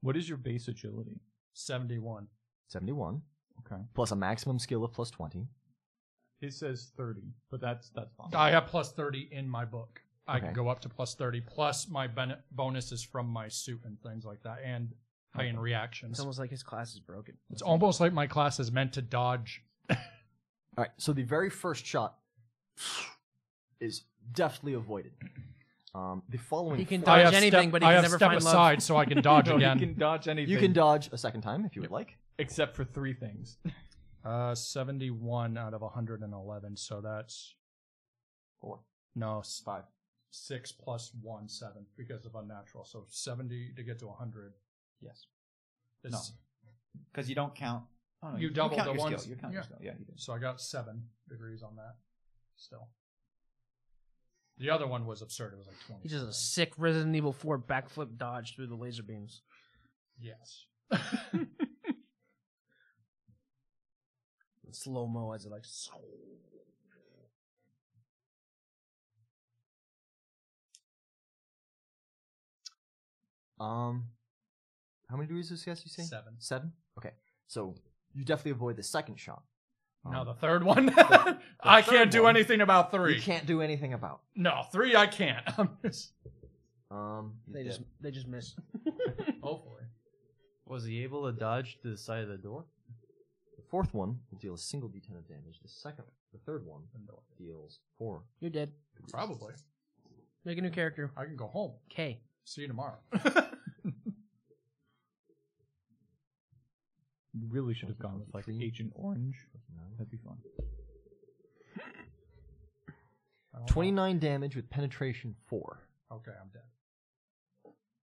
Speaker 4: What is your base agility?
Speaker 7: 71.
Speaker 1: 71
Speaker 4: Okay.
Speaker 1: plus a maximum skill of plus 20.
Speaker 4: It says 30, but that's that's fine.
Speaker 7: I have plus 30 in my book. I
Speaker 1: Oh. Okay.
Speaker 7: can go up to plus 30, plus my ben- bonuses from my suit and things like that, and high in reactions.
Speaker 6: It's almost like his class is broken.
Speaker 7: It's almost like my class is meant to dodge.
Speaker 1: All right. So the very first shot is deftly avoided. Um, the following
Speaker 19: He can
Speaker 1: four-
Speaker 19: Dodge
Speaker 7: I have
Speaker 19: anything,
Speaker 7: step,
Speaker 19: but he can
Speaker 7: I have
Speaker 19: never
Speaker 7: step
Speaker 19: find love.
Speaker 7: aside so
Speaker 19: (laughs)
Speaker 7: I can dodge
Speaker 4: No,
Speaker 7: again.
Speaker 4: You can dodge anything.
Speaker 1: you can dodge a second time if you would like.
Speaker 4: except for three things.
Speaker 7: Uh, 71 out of 111, so that's
Speaker 1: Four.
Speaker 7: no s- five, six plus one, seven because of unnatural. So 70 to get to 100.
Speaker 20: Yes.
Speaker 7: Is,
Speaker 20: Because you don't count. Oh, no,
Speaker 7: You doubled
Speaker 20: count
Speaker 7: the
Speaker 20: your
Speaker 7: ones-
Speaker 20: Skill. You count your
Speaker 7: yeah.
Speaker 20: skill. Yeah, you did.
Speaker 7: So I got seven degrees on that still. The other one was absurd. It was like 20.
Speaker 6: He does a sick Resident Evil 4 backflip dodge through the laser beams.
Speaker 7: Yes.
Speaker 6: Slow mo as it like.
Speaker 1: Um, how many degrees of success you say?
Speaker 7: Seven. (laughs)
Speaker 1: Seven. Okay. So you definitely avoid the second shot.
Speaker 7: now
Speaker 1: Um,
Speaker 7: the third one. (laughs)
Speaker 1: I
Speaker 7: I can
Speaker 1: can't
Speaker 7: can't
Speaker 1: third
Speaker 7: do
Speaker 1: do one-
Speaker 7: anything about
Speaker 1: you
Speaker 7: three.
Speaker 1: can't do anything about.
Speaker 7: No, three I can't. (laughs)
Speaker 1: Um, you
Speaker 6: They
Speaker 1: did.
Speaker 6: just they
Speaker 1: (laughs)
Speaker 6: just miss.
Speaker 7: Hopefully.
Speaker 5: Was he able to dodge to the side of the door?
Speaker 1: the fourth one will deal a single d10 of damage. The second, the third one deals four.
Speaker 6: You're dead.
Speaker 7: Probably.
Speaker 6: Make a new character.
Speaker 7: I can go home.
Speaker 6: K.
Speaker 7: See
Speaker 1: (laughs)
Speaker 7: you tomorrow.
Speaker 4: You really should have gone with like Agent Orange. That'd be fun.
Speaker 1: 29 damage with penetration four.
Speaker 7: Okay, I'm dead.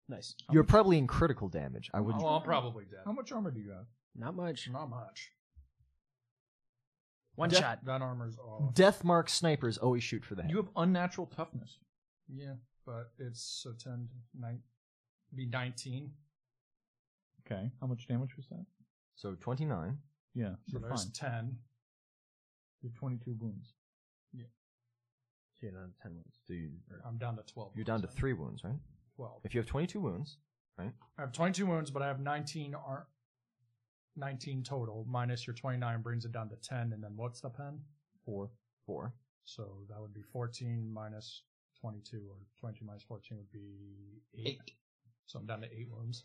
Speaker 6: Nice.
Speaker 1: You're probably in critical damage. I would.
Speaker 7: Oh, I'm probably dead.
Speaker 4: How much armor do you have?
Speaker 6: Not much.
Speaker 7: Not much.
Speaker 6: One
Speaker 1: Def-
Speaker 6: shot.
Speaker 7: That armor's off.
Speaker 1: Death mark snipers always shoot for the head.
Speaker 4: You have unnatural toughness.
Speaker 7: Yeah, but it's so 10, nine, be 19.
Speaker 4: Okay. How much damage was that?
Speaker 1: So 29.
Speaker 4: Yeah.
Speaker 7: So
Speaker 4: You're
Speaker 7: there's
Speaker 4: fine.
Speaker 7: 10.
Speaker 4: You're 22 wounds.
Speaker 6: So you're down to 10 wounds.
Speaker 1: So you,
Speaker 7: I'm down to 12.
Speaker 1: you're down to three wounds, right?
Speaker 7: 12.
Speaker 1: If you have 22 wounds, right?
Speaker 7: I have 22 wounds, but I have 19 ar- 19 total, minus your 29 brings it down to 10, and then what's the pen?
Speaker 1: Four. Four.
Speaker 7: So that would be 14 minus 22, or 22 minus 14 would be 8. So I'm down to 8 wounds.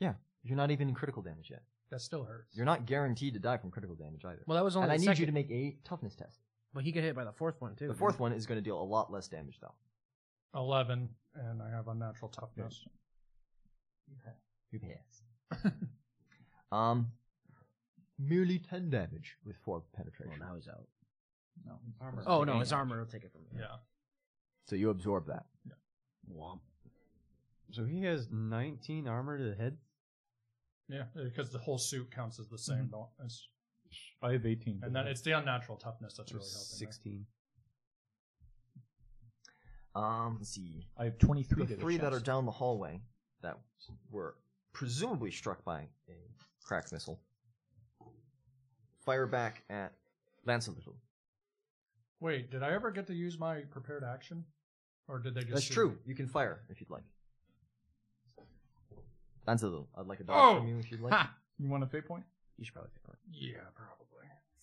Speaker 1: Yeah. You're not even in critical damage yet.
Speaker 7: That still hurts.
Speaker 1: You're not guaranteed to die from critical damage either.
Speaker 6: Well, that was only
Speaker 1: and I
Speaker 6: the
Speaker 1: need
Speaker 6: second.
Speaker 1: you to make a toughness test.
Speaker 6: But he got hit by the fourth one too.
Speaker 1: The fourth one is going to deal a lot less damage though.
Speaker 7: 11, and I have unnatural toughness.
Speaker 1: You pass.
Speaker 6: (laughs)
Speaker 1: um, merely 10 damage with four
Speaker 6: Well,
Speaker 1: penetration.
Speaker 6: now he's out.
Speaker 4: No.
Speaker 6: Oh no, his armor will take it from him.
Speaker 7: Yeah.
Speaker 1: So you absorb that.
Speaker 6: Womp.
Speaker 5: So he has 19 armor to the head?
Speaker 7: Mm-hmm. Yeah, because the whole suit counts as the same. don't- it's-
Speaker 4: I have 18.
Speaker 7: And then it's the unnatural toughness that's really helping.
Speaker 5: Sixteen.
Speaker 1: Um, let's see.
Speaker 4: I have 23
Speaker 1: The
Speaker 4: to the
Speaker 1: three that
Speaker 4: chest.
Speaker 1: are down the hallway that were presumably struck by a crack missile fire back at Lancelot.
Speaker 7: Wait, did I ever get to use my prepared action? Or did they just
Speaker 1: That's
Speaker 7: shoot
Speaker 1: true.
Speaker 7: me?
Speaker 1: You can fire if you'd like. Lancelot, I'd like a dodge from you if you'd like.
Speaker 7: Oh! Ha! You want a fate point?
Speaker 1: You should probably fire.
Speaker 7: Yeah, probably.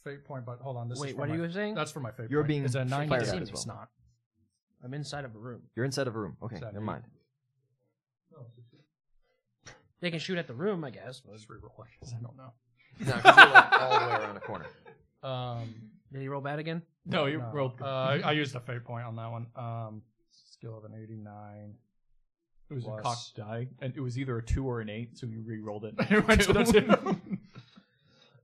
Speaker 7: Fate point, but hold on. This
Speaker 6: Wait,
Speaker 7: is for
Speaker 6: what are
Speaker 7: my-
Speaker 6: you saying?
Speaker 7: That's for my fate
Speaker 1: You're
Speaker 7: point.
Speaker 1: being
Speaker 7: Is that
Speaker 1: fired
Speaker 7: 9
Speaker 1: at
Speaker 7: to see
Speaker 1: as
Speaker 7: me? It's
Speaker 1: well.
Speaker 7: not.
Speaker 6: I'm inside of a room.
Speaker 1: You're inside of a room. Okay,
Speaker 6: Is that
Speaker 1: never
Speaker 6: me?
Speaker 1: mind.
Speaker 7: (laughs)
Speaker 6: They can shoot at the room, I guess. But...
Speaker 7: reroll. I don't know.
Speaker 1: No, 'cause you're like all the way around the corner.
Speaker 7: (laughs) Um,
Speaker 6: Did you roll bad again?
Speaker 7: No, you
Speaker 6: rolled
Speaker 7: Uh, I, I used a fate point on that one.
Speaker 1: (coughs)
Speaker 7: Um, skill of an 89.
Speaker 4: It was
Speaker 7: Plus-
Speaker 4: a cocked die, and it was either a two or an eight, so you re-rolled (laughs) it.
Speaker 7: It went to
Speaker 4: That's
Speaker 7: the
Speaker 4: it.
Speaker 7: two.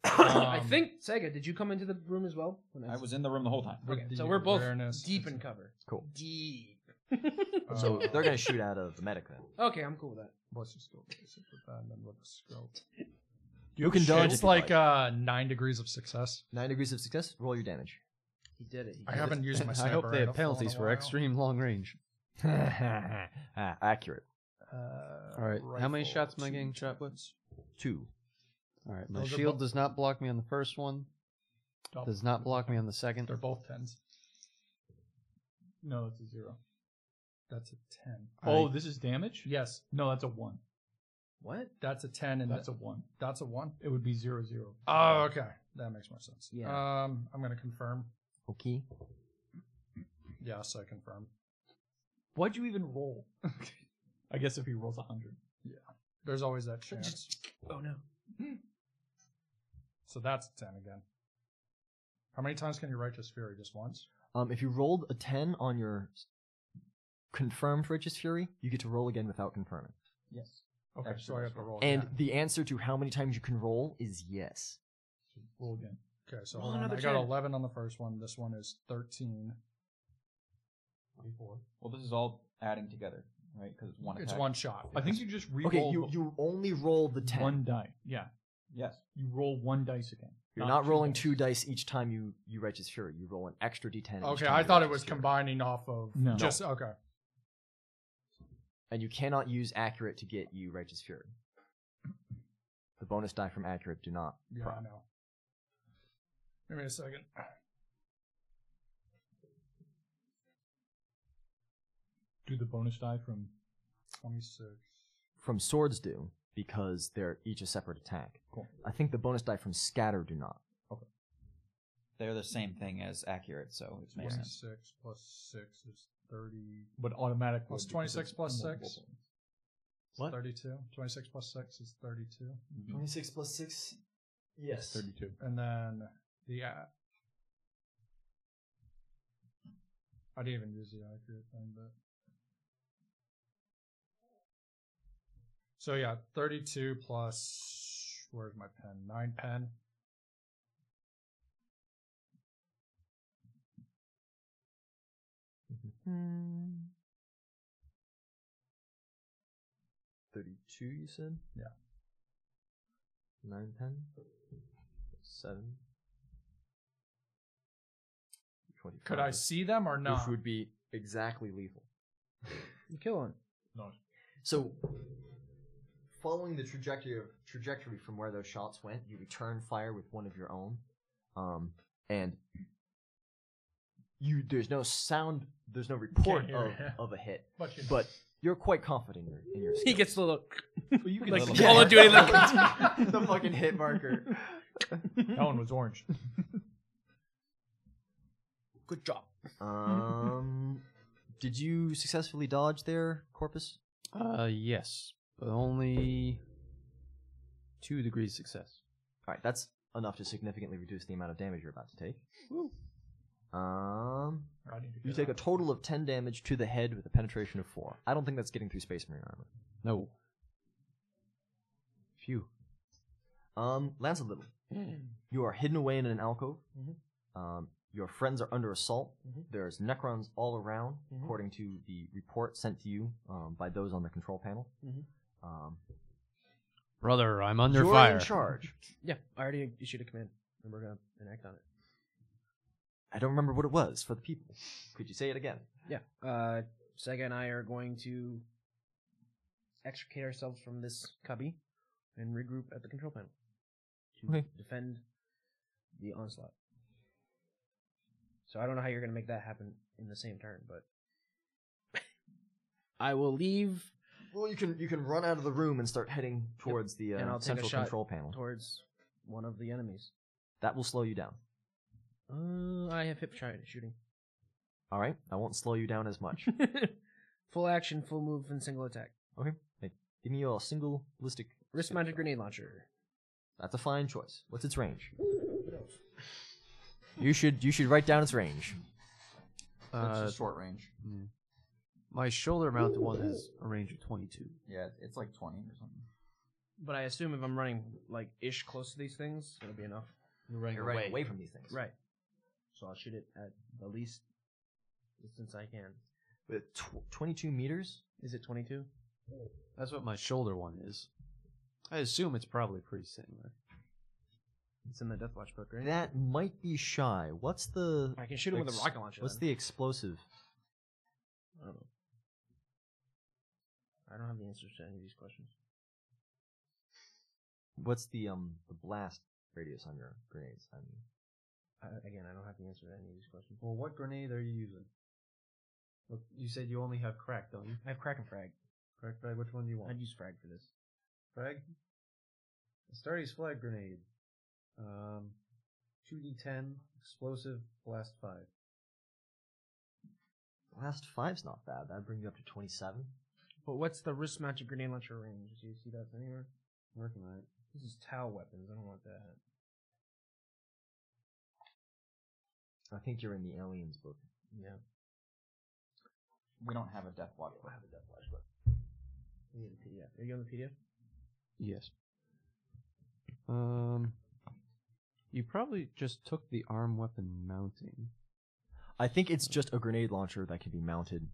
Speaker 6: I
Speaker 7: Um,
Speaker 6: think Sega, did you come into the room as well? When
Speaker 2: I was in the room the whole time.
Speaker 6: Okay,
Speaker 7: The
Speaker 6: so we're both
Speaker 7: awareness-
Speaker 6: deep in cover.
Speaker 1: Cool.
Speaker 6: Deep.
Speaker 1: So
Speaker 7: Um,
Speaker 1: they're gonna shoot out of the medic then.
Speaker 6: Okay, I'm cool with that.
Speaker 7: What's your skill? basic with that, and then with the skill.
Speaker 1: You can dodge if
Speaker 7: It's
Speaker 1: you
Speaker 7: like
Speaker 1: like.
Speaker 7: uh, nine degrees of success.
Speaker 1: Nine degrees of success. Roll your damage.
Speaker 6: He did it. He
Speaker 7: I
Speaker 6: did
Speaker 7: haven't
Speaker 5: (laughs)
Speaker 6: it.
Speaker 7: used my
Speaker 5: I
Speaker 7: sniper
Speaker 5: hope they have
Speaker 7: rifle in a
Speaker 5: penalties for
Speaker 7: while.
Speaker 5: extreme long range.
Speaker 1: (laughs) ah, accurate.
Speaker 5: All right. How many shots am I getting shot with?
Speaker 1: Two.
Speaker 5: All right. My
Speaker 7: Those are
Speaker 5: shield
Speaker 7: bo-
Speaker 5: does not block me on the first one.
Speaker 7: Double.
Speaker 5: Does not block me on the second.
Speaker 7: They're both tens.
Speaker 4: No, it's a zero.
Speaker 7: That's a ten.
Speaker 4: Oh, this is damage?
Speaker 7: Yes,
Speaker 4: No, that's a one.
Speaker 1: What?
Speaker 7: that's a ten, and
Speaker 4: That's
Speaker 7: that's
Speaker 4: a
Speaker 7: a
Speaker 4: one.
Speaker 7: that's a one.
Speaker 4: It would be zero zero.
Speaker 7: Oh, okay, that makes more sense.
Speaker 1: Yeah.
Speaker 7: Um, I'm gonna confirm.
Speaker 1: Okay.
Speaker 7: Yes, I confirm.
Speaker 4: Why'd you even roll? I guess if he rolls a hundred.
Speaker 7: There's always that chance. Hmm.
Speaker 6: Oh no.
Speaker 7: So that's a ten again. How many times can you righteous fury? Just once.
Speaker 1: Um, if you rolled a ten on your s- confirmed righteous fury, you get to roll again without confirming.
Speaker 7: Yes. Okay, so I have to roll.
Speaker 1: And
Speaker 7: again.
Speaker 1: the answer to how many times you can roll is yes.
Speaker 4: Roll again.
Speaker 7: okay, so
Speaker 6: Roll
Speaker 7: hold on. I
Speaker 6: another
Speaker 7: got
Speaker 6: 10.
Speaker 7: eleven on the first one. This one is thirteen.
Speaker 2: 24. Well, this is all adding together, right? Because it's one.
Speaker 7: It's
Speaker 2: attack.
Speaker 7: one shot.
Speaker 4: I think you just re-roll
Speaker 1: Okay, you you only roll the ten.
Speaker 4: one die. Yeah,
Speaker 2: Yes.
Speaker 4: you roll one dice again.
Speaker 1: You're not
Speaker 4: two
Speaker 1: rolling
Speaker 4: dice.
Speaker 1: two dice each time you you righteous fury. You roll an extra d10. each
Speaker 7: Okay,
Speaker 1: time
Speaker 7: I
Speaker 1: you
Speaker 7: thought it
Speaker 1: Righteous
Speaker 7: was
Speaker 1: Fury.
Speaker 7: combining off of
Speaker 4: No.
Speaker 6: (laughs)
Speaker 7: just okay.
Speaker 1: And you cannot use accurate to get you righteous fury. The bonus die from accurate do not.
Speaker 7: Yeah,
Speaker 1: proc.
Speaker 7: I know. Give me a second.
Speaker 4: Do the bonus die from.
Speaker 7: Twenty six.
Speaker 1: From swords do because they're each a separate attack.
Speaker 4: Cool.
Speaker 1: I think the bonus die from scatter do not.
Speaker 2: They're the same thing as accurate, so it makes
Speaker 7: Twenty
Speaker 2: sense.
Speaker 7: six plus six is thirty.
Speaker 4: But automatic
Speaker 7: Plus
Speaker 4: would be,
Speaker 7: 26
Speaker 4: because it's
Speaker 7: plus
Speaker 4: multiple
Speaker 7: 6.
Speaker 4: points.
Speaker 7: What? 32. 26 plus 6 is 32.
Speaker 1: Twenty six plus six. Yes.
Speaker 4: Thirty-two.
Speaker 7: And then the. Uh, I didn't even use the accurate thing, but. So yeah, 32 plus. Where's my pen? 9 pen.
Speaker 1: Thirty two. You said.
Speaker 7: Yeah.
Speaker 1: Nine, ten, seven.
Speaker 7: Could I see them or not?
Speaker 1: Which would be exactly lethal.
Speaker 6: You kill him.
Speaker 1: So, following the trajectory of, trajectory from where those shots went, you return fire with one of your own, um, and you there's no sound, there's no report
Speaker 7: hear
Speaker 1: of,
Speaker 7: it, yeah.
Speaker 1: of a hit,
Speaker 7: But you-
Speaker 1: but you're quite confident in your in your
Speaker 21: He
Speaker 1: skill.
Speaker 21: gets the little
Speaker 4: you can
Speaker 21: like
Speaker 4: still-
Speaker 21: the Call of Duty. Like,
Speaker 6: (laughs)
Speaker 1: (laughs) the fucking hit marker.
Speaker 4: (laughs) That one was orange.
Speaker 6: Good job.
Speaker 1: Um, did you successfully dodge there, Corpus?
Speaker 5: Uh, yes, but only two degrees success.
Speaker 1: All right, that's enough to significantly reduce the amount of damage you're about to take. Um,
Speaker 7: I need to
Speaker 1: (laughs) you
Speaker 7: get
Speaker 1: take a
Speaker 7: out.
Speaker 1: total of ten damage to the head with a penetration of four. I don't think that's getting through Space Marine armor.
Speaker 5: No. Phew.
Speaker 1: Um, Lance a
Speaker 6: (clears throat)
Speaker 1: little. You are hidden away in an alcove.
Speaker 6: Mm-hmm.
Speaker 1: Um, your friends are under assault. There's Necrons all around,
Speaker 6: Mm-hmm.
Speaker 1: according to the report sent to you um, by those on the control panel.
Speaker 6: Mm-hmm.
Speaker 1: Um,
Speaker 5: Brother, I'm under
Speaker 1: you're
Speaker 5: fire.
Speaker 1: in charge.
Speaker 6: Yeah, I already issued a command. and we're gonna enact on it.
Speaker 1: I don't remember what it was for the people. Could you say it again?
Speaker 6: Yeah. Uh, Sega and I are going to extricate ourselves from this cubby and regroup at the control panel to
Speaker 4: Okay.
Speaker 6: defend the onslaught. So I don't know how you're going to make that happen in the same turn, but (laughs) I will leave.
Speaker 1: Well, you can you can run out of the room and start heading towards the uh,
Speaker 6: and I'll take
Speaker 1: central
Speaker 6: a shot
Speaker 1: control panel.
Speaker 6: towards one of the enemies.
Speaker 1: That will slow you down.
Speaker 6: Uh, I have hip shot shooting. (laughs)
Speaker 1: All right, I won't slow you down as much.
Speaker 6: Full action, full move, and single attack.
Speaker 1: okay, Hey, give me your single ballistic.
Speaker 6: Wrist mounted grenade launcher.
Speaker 1: That's a fine choice. What's its range? You should you should write down its range.
Speaker 20: That's
Speaker 5: Uh,
Speaker 20: just short range.
Speaker 5: My shoulder mounted one has a range of 22.
Speaker 20: Yeah, it's like 20 or something.
Speaker 6: But I assume if I'm running like ish close to these things, it'll be enough.
Speaker 1: You're running,
Speaker 6: away.
Speaker 1: from these things.
Speaker 6: Right. So I'll shoot it at the least distance I can.
Speaker 1: With tw- 22 meters?
Speaker 6: Is it 22?
Speaker 5: That's what my shoulder one is. I assume it's probably pretty similar.
Speaker 6: It's in the Deathwatch book, right?
Speaker 1: That might be shy. What's the?
Speaker 6: I can shoot him with a rocket launcher,
Speaker 1: What's
Speaker 6: then.
Speaker 1: the explosive?
Speaker 6: I don't know. I don't have the answers to any of these questions.
Speaker 1: What's the um the blast radius on your grenades? I mean,
Speaker 6: I, again, I don't have the answer to any of these questions.
Speaker 5: Well, what grenade are you using? Look, you said you only have crack, don't you?
Speaker 6: I have crack and frag.
Speaker 5: Crack frag, which one do you want?
Speaker 6: I'd use frag for this.
Speaker 5: Frag? Astartes flag grenade. Um, 2d10, explosive, blast 5.
Speaker 1: blast five's not bad. That'd bring you up to 27.
Speaker 6: But what's the wrist mounted grenade launcher range? Do you see that anywhere?
Speaker 5: Working on it.
Speaker 6: This is towel weapons. I don't want that.
Speaker 1: I think you're in the aliens book.
Speaker 6: Yeah.
Speaker 20: We don't have a death watch. We
Speaker 6: have a death watch, but Are you in the PDF? Are you on the PDF?
Speaker 5: Yes. Um, you probably just took the arm weapon mounting.
Speaker 1: I think
Speaker 6: Mm.
Speaker 1: it's just a grenade launcher that can be mounted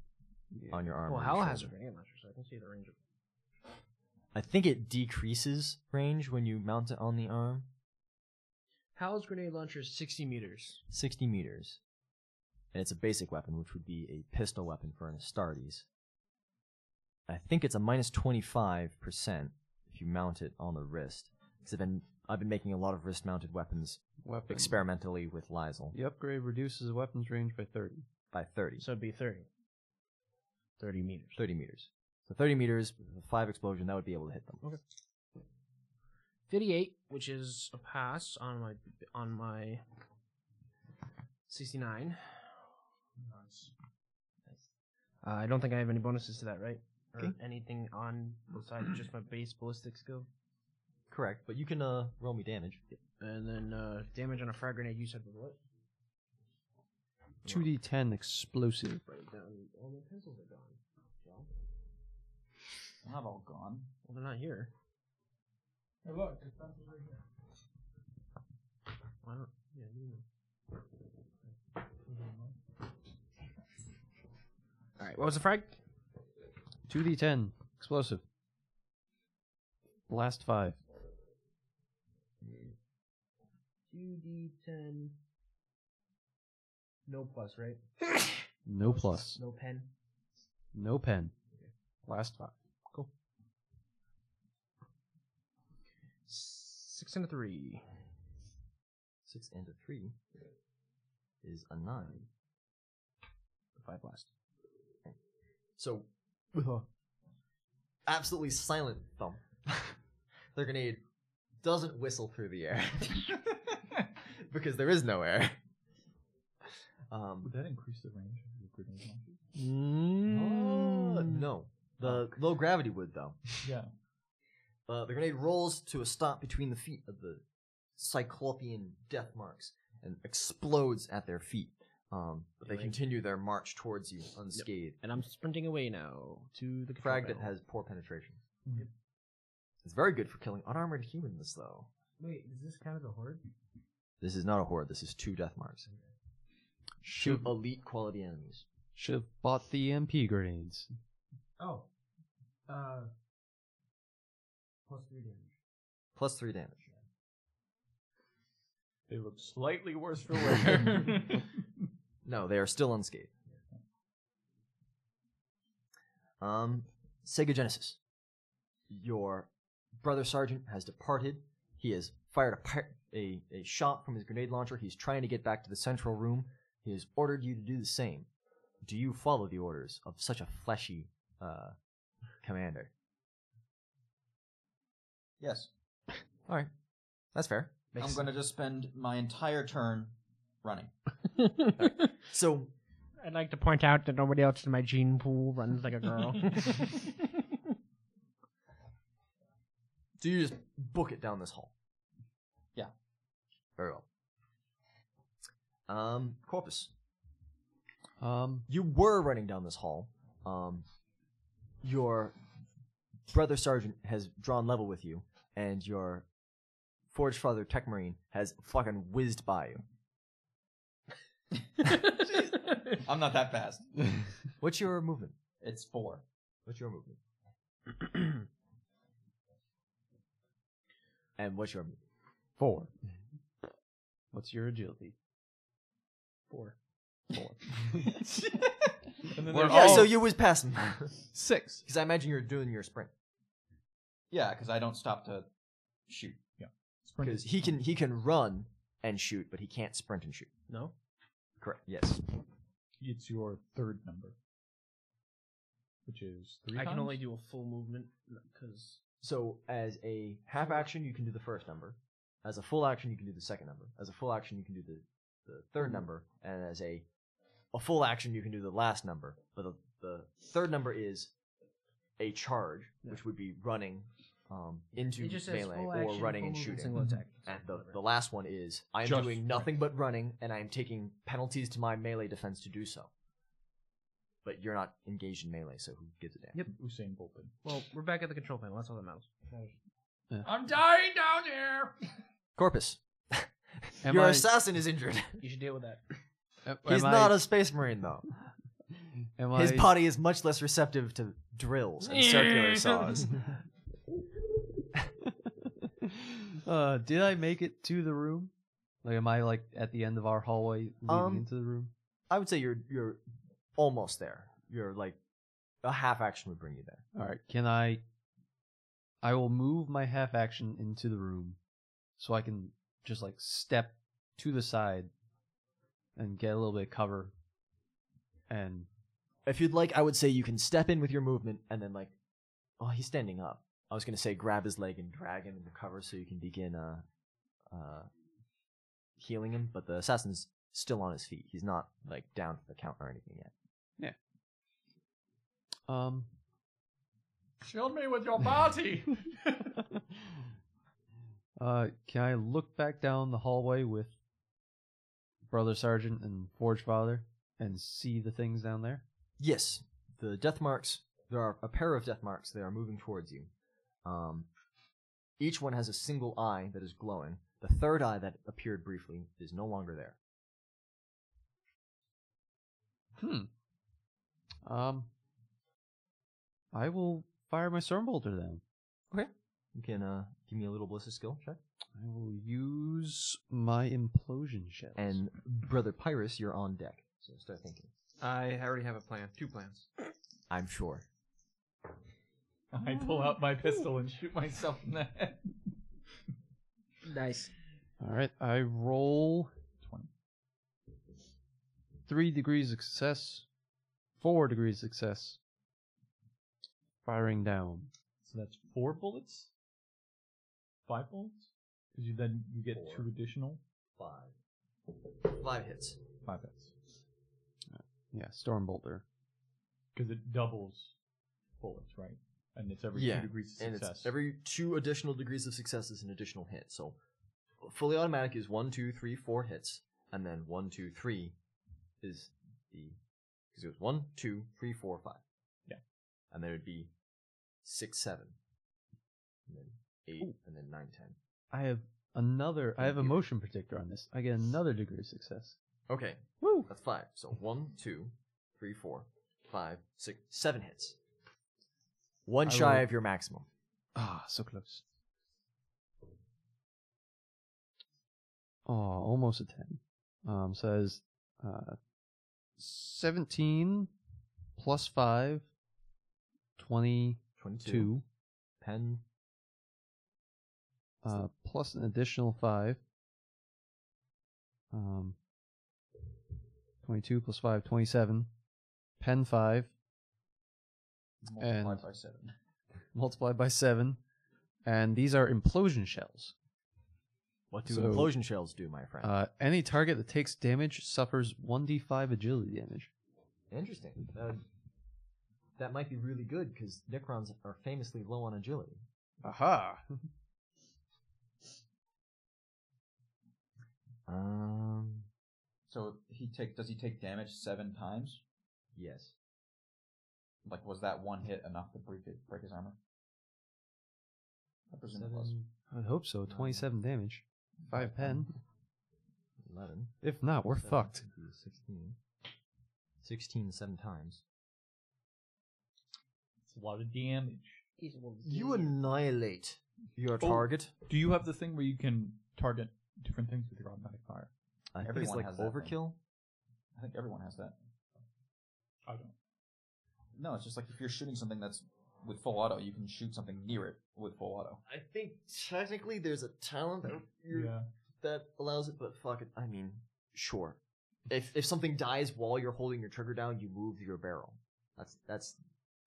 Speaker 1: on your arm.
Speaker 6: Well,
Speaker 1: or your
Speaker 6: Hal has a
Speaker 1: shoulder.
Speaker 6: grenade launcher, so I can see the range of
Speaker 1: I think it decreases range when you mount it on the arm.
Speaker 6: Hal's grenade launcher is 60 meters.
Speaker 1: 60 meters. And it's a basic weapon, which would be a pistol weapon for an Astartes. I think it's a minus 25% if you mount it on the wrist. Because I've been, I've been making a lot of wrist mounted weapons
Speaker 5: Weapon.
Speaker 1: experimentally with Lizel
Speaker 5: The upgrade reduces the weapon's range by 30.
Speaker 1: by 30.
Speaker 6: So it'd be 30. 30 meters.
Speaker 1: 30 meters. So 30 meters, with a 5 explosion, that would be able to hit them.
Speaker 6: Okay. 58, which is a pass on my on my 69.
Speaker 22: Nice.
Speaker 6: Uh, I don't think I have any bonuses to that, right? Or
Speaker 1: Okay.
Speaker 6: anything on besides just my base ballistic skill.
Speaker 1: Correct, but you can uh, roll me damage.
Speaker 6: And then uh, damage on a frag grenade you said was what?
Speaker 5: 2d10 explosive.
Speaker 6: Write it down. All my pencils are gone. Well,
Speaker 20: They're not all gone.
Speaker 6: well, they're not here.
Speaker 22: Hey, look, it's right here.
Speaker 6: I don't. Yeah, you know. All right. What was the frag?
Speaker 5: 2d10 explosive. Blast 5.
Speaker 6: 2d10. No plus, right?
Speaker 5: No plus.
Speaker 6: No pen.
Speaker 5: No pen. Blast 5. Cool.
Speaker 6: Six and a three.
Speaker 1: 6 and a 3 is a 9.
Speaker 6: Five blast.
Speaker 1: So, (laughs) absolutely silent thump. (laughs) Their grenade doesn't whistle through the
Speaker 6: (laughs)
Speaker 1: air (laughs) because there is no air. Um,
Speaker 4: Would that increase the range of your grenade launcher?
Speaker 6: Oh,
Speaker 1: uh,
Speaker 6: Hmm.
Speaker 1: no, the low gravity would
Speaker 6: (laughs)
Speaker 1: though.
Speaker 4: Yeah.
Speaker 1: Uh, the grenade rolls to a stop between the feet of the cyclopean death marks and explodes at their feet. Um, but they
Speaker 6: Really?
Speaker 1: continue their march towards you unscathed.
Speaker 6: And I'm sprinting away now to the control
Speaker 1: Frag that
Speaker 6: panel. Mm-hmm.
Speaker 1: has poor penetration. It's very good for killing unarmored humans, though.
Speaker 6: Wait, is this kind of a horde?
Speaker 1: This is not a horde. This is two death marks. Shoot elite quality enemies.
Speaker 5: Should have bought the MP grenades.
Speaker 6: Oh. Uh. Plus three damage.
Speaker 1: Plus three damage.
Speaker 4: They look slightly worse for (laughs) wear.
Speaker 1: No, they are still unscathed. Um, Sega Genesis. Your brother sergeant has departed. He has fired a, pir- a a shot from his grenade launcher. He's trying to get back to the central room. He has ordered you to do the same. Do you follow the orders of such a fleshy uh, commander?
Speaker 20: Yes.
Speaker 1: All right, that's fair.
Speaker 20: I'm going to just spend my entire turn running.
Speaker 6: (laughs)
Speaker 1: So
Speaker 6: I'd like to point out that nobody else in my gene pool runs like a (laughs) girl.
Speaker 1: Do you just book it down this hall?
Speaker 20: Yeah.
Speaker 1: Very well. Um, Corpus.
Speaker 5: Um,
Speaker 1: you were running down this hall. Um, your brother sergeant has drawn level with you, and your forge father tech marine has fucking whizzed by you.
Speaker 20: I'm not that
Speaker 7: (laughs)
Speaker 20: fast.
Speaker 1: What's your movement?
Speaker 20: It's four.
Speaker 1: What's your movement? and what's your movement?
Speaker 5: Four. What's your agility?
Speaker 6: Four.
Speaker 5: Four.
Speaker 12: And then
Speaker 1: Well,
Speaker 12: there's
Speaker 1: yeah,
Speaker 12: all-
Speaker 1: so you whiz past him.
Speaker 5: Six.
Speaker 1: Because I imagine you're doing your sprint.
Speaker 20: Yeah, because I don't stop to shoot.
Speaker 22: Yeah.
Speaker 1: Because he can he can run and shoot, but he can't sprint and shoot.
Speaker 6: No?
Speaker 1: Correct. Yes.
Speaker 22: It's your third number, which is three.
Speaker 6: I can
Speaker 22: times?
Speaker 6: only do a full movement because
Speaker 1: So as a half action, you can do the first number. As a full action, you can do the second number. As a full action, you can do the, the
Speaker 6: Mm-hmm.
Speaker 1: third number. And as a a full action, you can do the last number. But the, the third number is a charge, which would be running um, into
Speaker 6: It just says
Speaker 1: melee
Speaker 6: full
Speaker 1: or
Speaker 6: action,
Speaker 1: running
Speaker 6: full
Speaker 1: and
Speaker 6: movement,
Speaker 1: shooting.
Speaker 5: (laughs)
Speaker 6: single attack.
Speaker 1: And the, the last one is I'm
Speaker 22: Just
Speaker 1: doing
Speaker 22: right.
Speaker 1: nothing but running, and I'm taking penalties to my melee defense to do so. But you're not engaged in melee, so who gives a damn?
Speaker 6: Yep.
Speaker 22: Usain Bolt. did.
Speaker 6: Well, we're back at the control panel. That's all that matters.
Speaker 22: I'm dying down here.
Speaker 1: Corpus.
Speaker 5: Am
Speaker 1: Your
Speaker 5: I-
Speaker 1: assassin is
Speaker 5: (laughs)
Speaker 1: injured.
Speaker 6: You should deal with that.
Speaker 5: Am-
Speaker 1: He's
Speaker 5: am I-
Speaker 1: not a space marine though.
Speaker 5: Am
Speaker 1: His
Speaker 5: I-
Speaker 1: body is much less receptive to drills and
Speaker 5: (laughs)
Speaker 1: circular saws.
Speaker 5: (laughs) Uh, did I make it to the room? Like, am I like at the end of our hallway leading
Speaker 1: Um,
Speaker 5: into the room?
Speaker 1: I would say you're you're almost there. You're like a half action would bring you there.
Speaker 5: All right. Can I? I will move my half action into the room, so I can just like step to the side and get a little bit of cover. And
Speaker 1: If you'd like, I would say you can step in with your movement and then like, oh, he's standing up. I was gonna say grab his leg and drag him into cover so you can begin uh, uh, healing him. But the assassin's still on his feet. He's not like down to the count or anything yet.
Speaker 5: um, (laughs)
Speaker 22: Shield me with your body.
Speaker 5: uh, can I look back down the hallway with Brother Sergeant and Forge Father and see the things down there?
Speaker 1: Yes, the death marks. There are a pair of death marks. They are moving towards you. Um, each one has a single eye that is glowing. The third eye that appeared briefly is no longer there.
Speaker 5: Hmm. Um, I will fire my storm bolter then.
Speaker 1: You can uh, give me a little ballistic skill check.
Speaker 5: I will use my implosion shell.
Speaker 1: And brother Pyrus, you're on deck. So start thinking.
Speaker 2: I already have a plan. Two plans.
Speaker 1: I'm sure.
Speaker 4: (laughs) I pull out my pistol and shoot myself in the head.
Speaker 6: Nice.
Speaker 5: All right, I roll
Speaker 4: 20.
Speaker 5: three degrees of success, four degrees of success. Firing down.
Speaker 4: So that's four bullets? Five bullets? Because you then you get two additional
Speaker 1: Five. Five hits.
Speaker 4: five hits.
Speaker 5: Yeah, storm bolter.
Speaker 4: Because it doubles bullets, right? And it's every two degrees of
Speaker 1: and
Speaker 4: success.
Speaker 1: it's every two additional degrees of success is an additional hit. So fully automatic is one, two, three, four hits, and then one, two, three is the because it was one, two, three, four, five.
Speaker 4: Yeah.
Speaker 1: and then it'd be six, seven, and then eight, and then nine, ten.
Speaker 5: I have another. I have a motion predictor on this. I get another degree of success.
Speaker 1: Okay, woo, that's five. So one, two, three, four, five, six, seven hits. One
Speaker 5: I
Speaker 1: shy
Speaker 5: will-
Speaker 1: of your maximum.
Speaker 5: Ah, so close.
Speaker 7: Oh, almost a 10. Um, says uh, 17 plus 5, 22.
Speaker 1: 22. Pen.
Speaker 7: Uh, plus an additional 5. Um, 22 plus 5, 27. Pen 5.
Speaker 2: Multiplied
Speaker 7: and
Speaker 2: by seven.
Speaker 7: multiplied by 7. And these are implosion shells.
Speaker 1: What do
Speaker 7: So,
Speaker 1: implosion shells do, my friend?
Speaker 7: Uh, any target that takes damage suffers 1d5 agility damage.
Speaker 1: Interesting. That, would- that might be really good because Necrons are famously low on agility.
Speaker 7: Aha!
Speaker 1: (laughs) Um.
Speaker 2: So he take does he take damage seven times?
Speaker 1: Yes.
Speaker 2: Like was that one hit enough to break it, break his armor? I presume it was.
Speaker 7: Seven- I would hope so. 27 damage. 5 pen.
Speaker 1: 11.
Speaker 7: If not, we're
Speaker 1: Seven,
Speaker 7: fucked.
Speaker 1: 16. 16 seven times.
Speaker 4: It's a lot of damage.
Speaker 1: You annihilate your
Speaker 4: Oh,
Speaker 1: target.
Speaker 4: Do you have the thing where you can target different things with your automatic fire?
Speaker 1: I think it's
Speaker 2: Everyone
Speaker 1: like
Speaker 2: has that thing.
Speaker 1: overkill.
Speaker 2: I think everyone has that.
Speaker 4: I don't.
Speaker 2: No, it's just like if you're shooting something that's with full auto, you can shoot something near it with full auto.
Speaker 1: I think technically there's a talent that you're,
Speaker 4: Yeah.
Speaker 1: that allows it, but fuck it. I mean, sure. If if something dies while you're holding your trigger down, you move your barrel. That's that's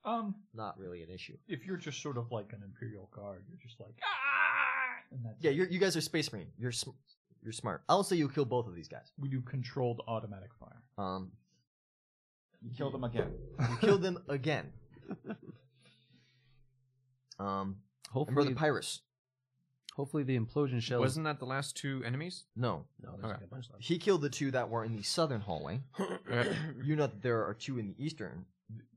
Speaker 4: Um,
Speaker 1: not really an issue.
Speaker 4: if you're just sort of like an imperial guard, you're just like ah, and that's
Speaker 1: Yeah, you're, you guys are space marine. You're sm- you're smart. I'll say you kill both of these guys.
Speaker 4: we do controlled automatic fire.
Speaker 1: Um,
Speaker 2: You kill them again.
Speaker 1: you kill them (laughs)
Speaker 2: (laughs)
Speaker 1: again. Um, remember
Speaker 7: Hopefully-
Speaker 1: the pirates.
Speaker 7: Hopefully the implosion shell is
Speaker 5: Wasn't that the last two enemies?
Speaker 1: No,
Speaker 23: No,
Speaker 5: Okay.
Speaker 23: there's like a bunch left.
Speaker 1: he killed the two that were in the
Speaker 23: (coughs)
Speaker 1: southern hallway.
Speaker 5: Okay.
Speaker 1: you know that there are two in the eastern.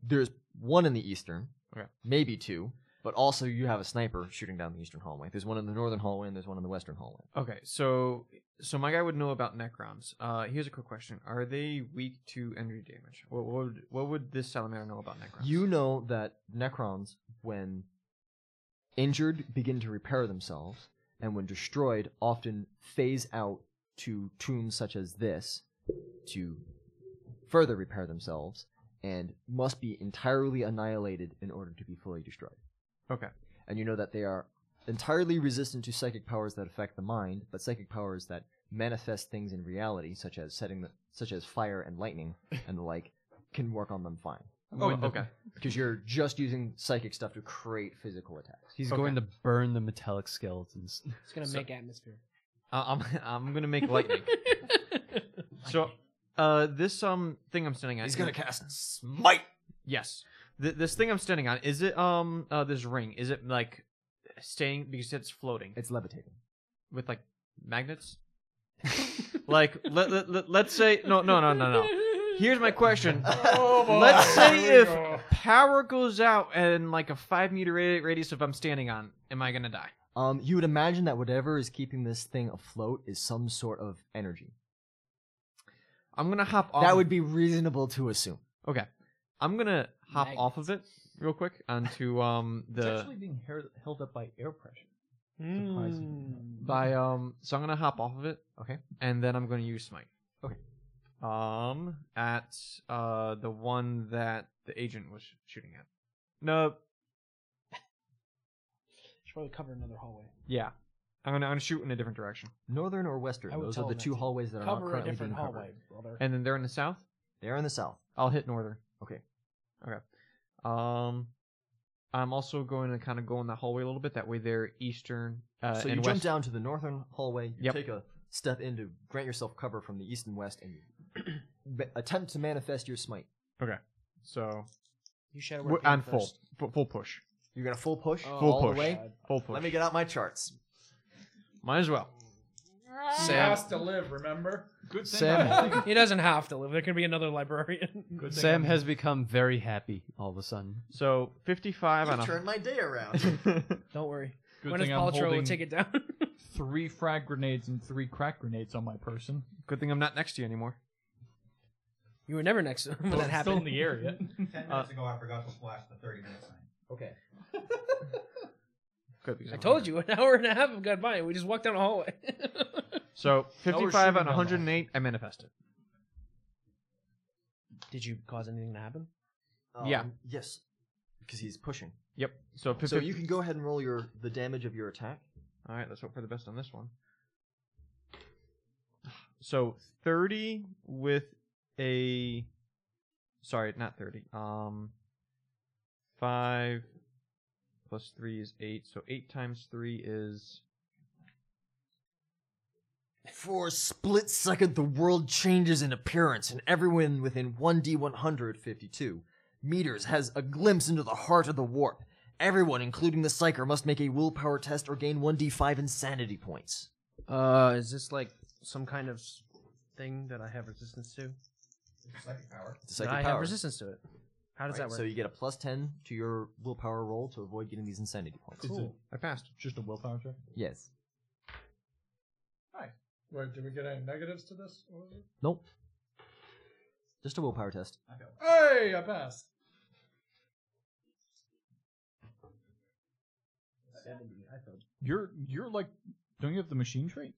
Speaker 1: There's one in the eastern,
Speaker 5: Okay.
Speaker 1: maybe two, but also you have a sniper shooting down the eastern hallway. There's one in the northern hallway and there's one in the western hallway.
Speaker 5: Okay, so so my guy would know about Necrons. Uh, here's a quick question: Are they weak to energy damage? What, what would what would this salamander know about Necrons?
Speaker 1: You know that Necrons, when injured, begin to repair themselves, and when destroyed, often phase out to tombs such as this to further repair themselves, and must be entirely annihilated in order to be fully destroyed.
Speaker 5: okay?
Speaker 1: and you know that they are entirely resistant to psychic powers that affect the mind, but psychic powers that manifest things in reality, such as setting the, such as fire and
Speaker 5: (laughs)
Speaker 1: lightning and the like, can work on them fine.
Speaker 5: Oh, okay.
Speaker 1: Because you're just using psychic stuff to create physical attacks.
Speaker 7: He's
Speaker 5: Okay.
Speaker 7: going to burn the metallic skeletons.
Speaker 23: It's gonna
Speaker 5: So-
Speaker 23: make atmosphere.
Speaker 5: (laughs) Uh, I'm I'm gonna make
Speaker 7: (laughs)
Speaker 5: lightning. so, uh, this um thing I'm standing at.
Speaker 1: He's gonna cast smite.
Speaker 5: Yes. Th- this thing I'm standing on is it um uh this ring is it like staying because it's floating
Speaker 1: It's levitating.
Speaker 5: with like
Speaker 7: (laughs)
Speaker 5: magnets? like let, let, let let's say no no (laughs) no no no. Here's my
Speaker 1: (laughs)
Speaker 5: question. Let's say if power goes out and like a five meter ra- radius if I'm standing on, am I gonna die?
Speaker 1: Um, you would imagine that whatever is keeping this thing afloat is some sort of energy.
Speaker 5: I'm gonna hop off.
Speaker 1: That would be reasonable to assume.
Speaker 5: okay. I'm gonna hop
Speaker 23: Magnets.
Speaker 5: off of it real quick onto um
Speaker 4: It's
Speaker 5: the
Speaker 4: actually being held- held up by air pressure.
Speaker 1: Hmm.
Speaker 5: by um. So I'm gonna hop off of it. Okay. And then I'm gonna use smite.
Speaker 1: Okay.
Speaker 5: Um, at uh the one that the agent was shooting at. No.
Speaker 23: Should probably cover another hallway.
Speaker 5: Yeah. I'm gonna I'm gonna shoot in a different direction.
Speaker 1: Northern or western?
Speaker 23: I would
Speaker 1: Those are
Speaker 23: tell
Speaker 1: the
Speaker 23: him
Speaker 1: two
Speaker 23: that.
Speaker 1: hallways that are not
Speaker 23: Cover a
Speaker 1: currently
Speaker 23: different
Speaker 1: being
Speaker 23: hallway,
Speaker 1: covered.
Speaker 23: brother.
Speaker 5: And then they're in the south.
Speaker 1: They're in the south.
Speaker 5: I'll hit northern.
Speaker 1: Okay.
Speaker 5: Okay. Um, I'm also going to kind of go in the hallway a little bit. That way, they're eastern uh,
Speaker 1: so you
Speaker 5: and
Speaker 1: jump
Speaker 5: west.
Speaker 1: down to the northern hallway. You
Speaker 5: Yep.
Speaker 1: take a step in to grant yourself cover from the east and west, and you (clears throat) ma- attempt to manifest your smite.
Speaker 5: Okay. So
Speaker 23: You shadow
Speaker 5: we're
Speaker 23: work
Speaker 5: on
Speaker 23: on
Speaker 5: full,
Speaker 23: first.
Speaker 5: full full push,
Speaker 1: You're gonna full push
Speaker 23: Oh,
Speaker 5: full
Speaker 1: all
Speaker 5: push,
Speaker 1: the way.
Speaker 5: full push.
Speaker 1: Let me get out my charts.
Speaker 5: Might as well.
Speaker 6: (laughs)
Speaker 24: He has to live, remember?
Speaker 4: Good thing.
Speaker 7: Sam,
Speaker 6: He doesn't have to live. There can be another librarian.
Speaker 4: Good thing
Speaker 7: Sam
Speaker 4: I'm-
Speaker 7: has become very happy all of a sudden.
Speaker 5: So 55 on
Speaker 1: You
Speaker 5: a (laughs)
Speaker 1: turned my day around. (laughs)
Speaker 6: Don't worry.
Speaker 4: Good
Speaker 6: Gwyneth
Speaker 4: thing I'm
Speaker 6: Paltrow will
Speaker 4: holding
Speaker 6: take it down.
Speaker 4: three frag grenades and three crack grenades on my person.
Speaker 5: good thing I'm not next to you anymore.
Speaker 6: you were never next to him when
Speaker 4: Well,
Speaker 6: that
Speaker 4: it's Still
Speaker 6: happened.
Speaker 4: in the (laughs) area.
Speaker 25: Ten minutes ago, I forgot to flash the thirty-minute sign.
Speaker 1: okay.
Speaker 5: Good. Because
Speaker 6: I
Speaker 5: I'm
Speaker 6: told
Speaker 5: hungry.
Speaker 6: (laughs) you, an hour and a half have gone by, and we just walked down a hallway.
Speaker 12: So
Speaker 6: No, we're
Speaker 12: 55
Speaker 6: shooting
Speaker 12: on
Speaker 6: down the
Speaker 12: 108, I manifested.
Speaker 6: Did you cause anything to happen?
Speaker 12: Yeah.
Speaker 1: Um, Yes, because he's pushing.
Speaker 12: Yep. So, fif-
Speaker 1: So you can go ahead and roll your the damage of your attack.
Speaker 12: All right, let's hope for the best on this one. So 30 with a sorry, not 30. Um 5 plus 3 is 8. So 8 times 3 is
Speaker 1: For a split second, the world changes in appearance, and everyone within 1d152 meters has a glimpse into the heart of the warp. Everyone, including the psyker, must make a willpower test or gain 1d5 insanity points.
Speaker 6: Uh, is this like some kind of s- thing that I have resistance to?
Speaker 20: Psychic power.
Speaker 1: It's like
Speaker 6: I
Speaker 1: your
Speaker 6: have
Speaker 1: power.
Speaker 6: resistance to it. How does
Speaker 1: Right,
Speaker 6: that work?
Speaker 1: So you get a plus 10 to your willpower roll to avoid getting these insanity points.
Speaker 22: Is it
Speaker 12: I passed.
Speaker 22: just a willpower check?
Speaker 1: Yes.
Speaker 22: Wait, did we get any negatives to this? What was it?
Speaker 1: Nope. Just a willpower test.
Speaker 22: Hey, I passed.
Speaker 4: You're you're like, don't you have the machine trait?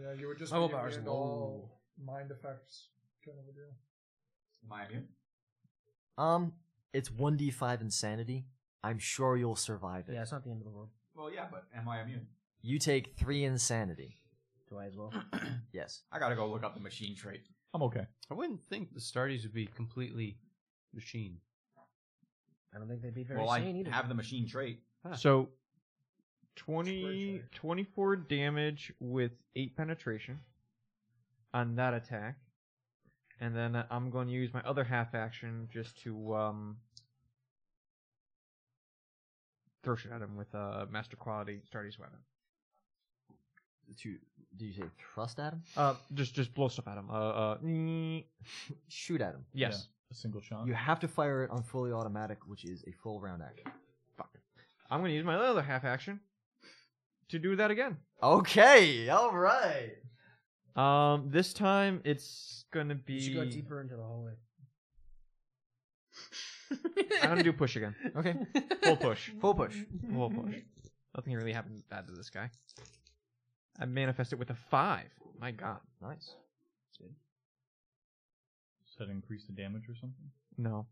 Speaker 22: Yeah, you were just
Speaker 6: My
Speaker 22: being
Speaker 6: willpower's
Speaker 22: weird,
Speaker 6: low.
Speaker 22: all mind effects kind of a deal.
Speaker 20: Am I immune?
Speaker 1: Um, it's 1d5 insanity. I'm sure you'll survive it.
Speaker 6: Yeah, it's not the end of the world.
Speaker 20: Well, yeah, but am I immune?
Speaker 1: You take 3 insanity.
Speaker 6: Do I as well?
Speaker 1: Yes.
Speaker 20: I gotta go look up the machine trait.
Speaker 4: I'm okay.
Speaker 5: I wouldn't think the Stardies would be completely machine.
Speaker 6: I don't think they'd be very
Speaker 20: Well,
Speaker 6: sane
Speaker 20: I
Speaker 6: either.
Speaker 20: have the machine trait.
Speaker 12: so 20 24 damage with 8 penetration on that attack. And then uh, I'm going to use my other half action just to um throw shit at him with a master quality Stardust weapon.
Speaker 1: To, do you say thrust at him?
Speaker 12: Uh, just just blow stuff at him. Uh, uh mm,
Speaker 1: Shoot at him.
Speaker 12: yes.
Speaker 4: A single shot.
Speaker 1: You have to fire it on fully automatic, which is a full round action.
Speaker 12: I'm gonna use my other half action to do that again.
Speaker 1: Okay, all right.
Speaker 12: Um, this time it's gonna
Speaker 6: You should go
Speaker 12: be.
Speaker 6: deeper into the hallway.
Speaker 12: I'm gonna do push
Speaker 6: (laughs)
Speaker 12: again.
Speaker 1: Okay,
Speaker 12: Full push.
Speaker 1: full push.
Speaker 12: Full push. Nothing really happened bad to this guy. I manifest it with a five. My God.
Speaker 1: Nice.
Speaker 4: Does that increase the damage or something?
Speaker 12: No.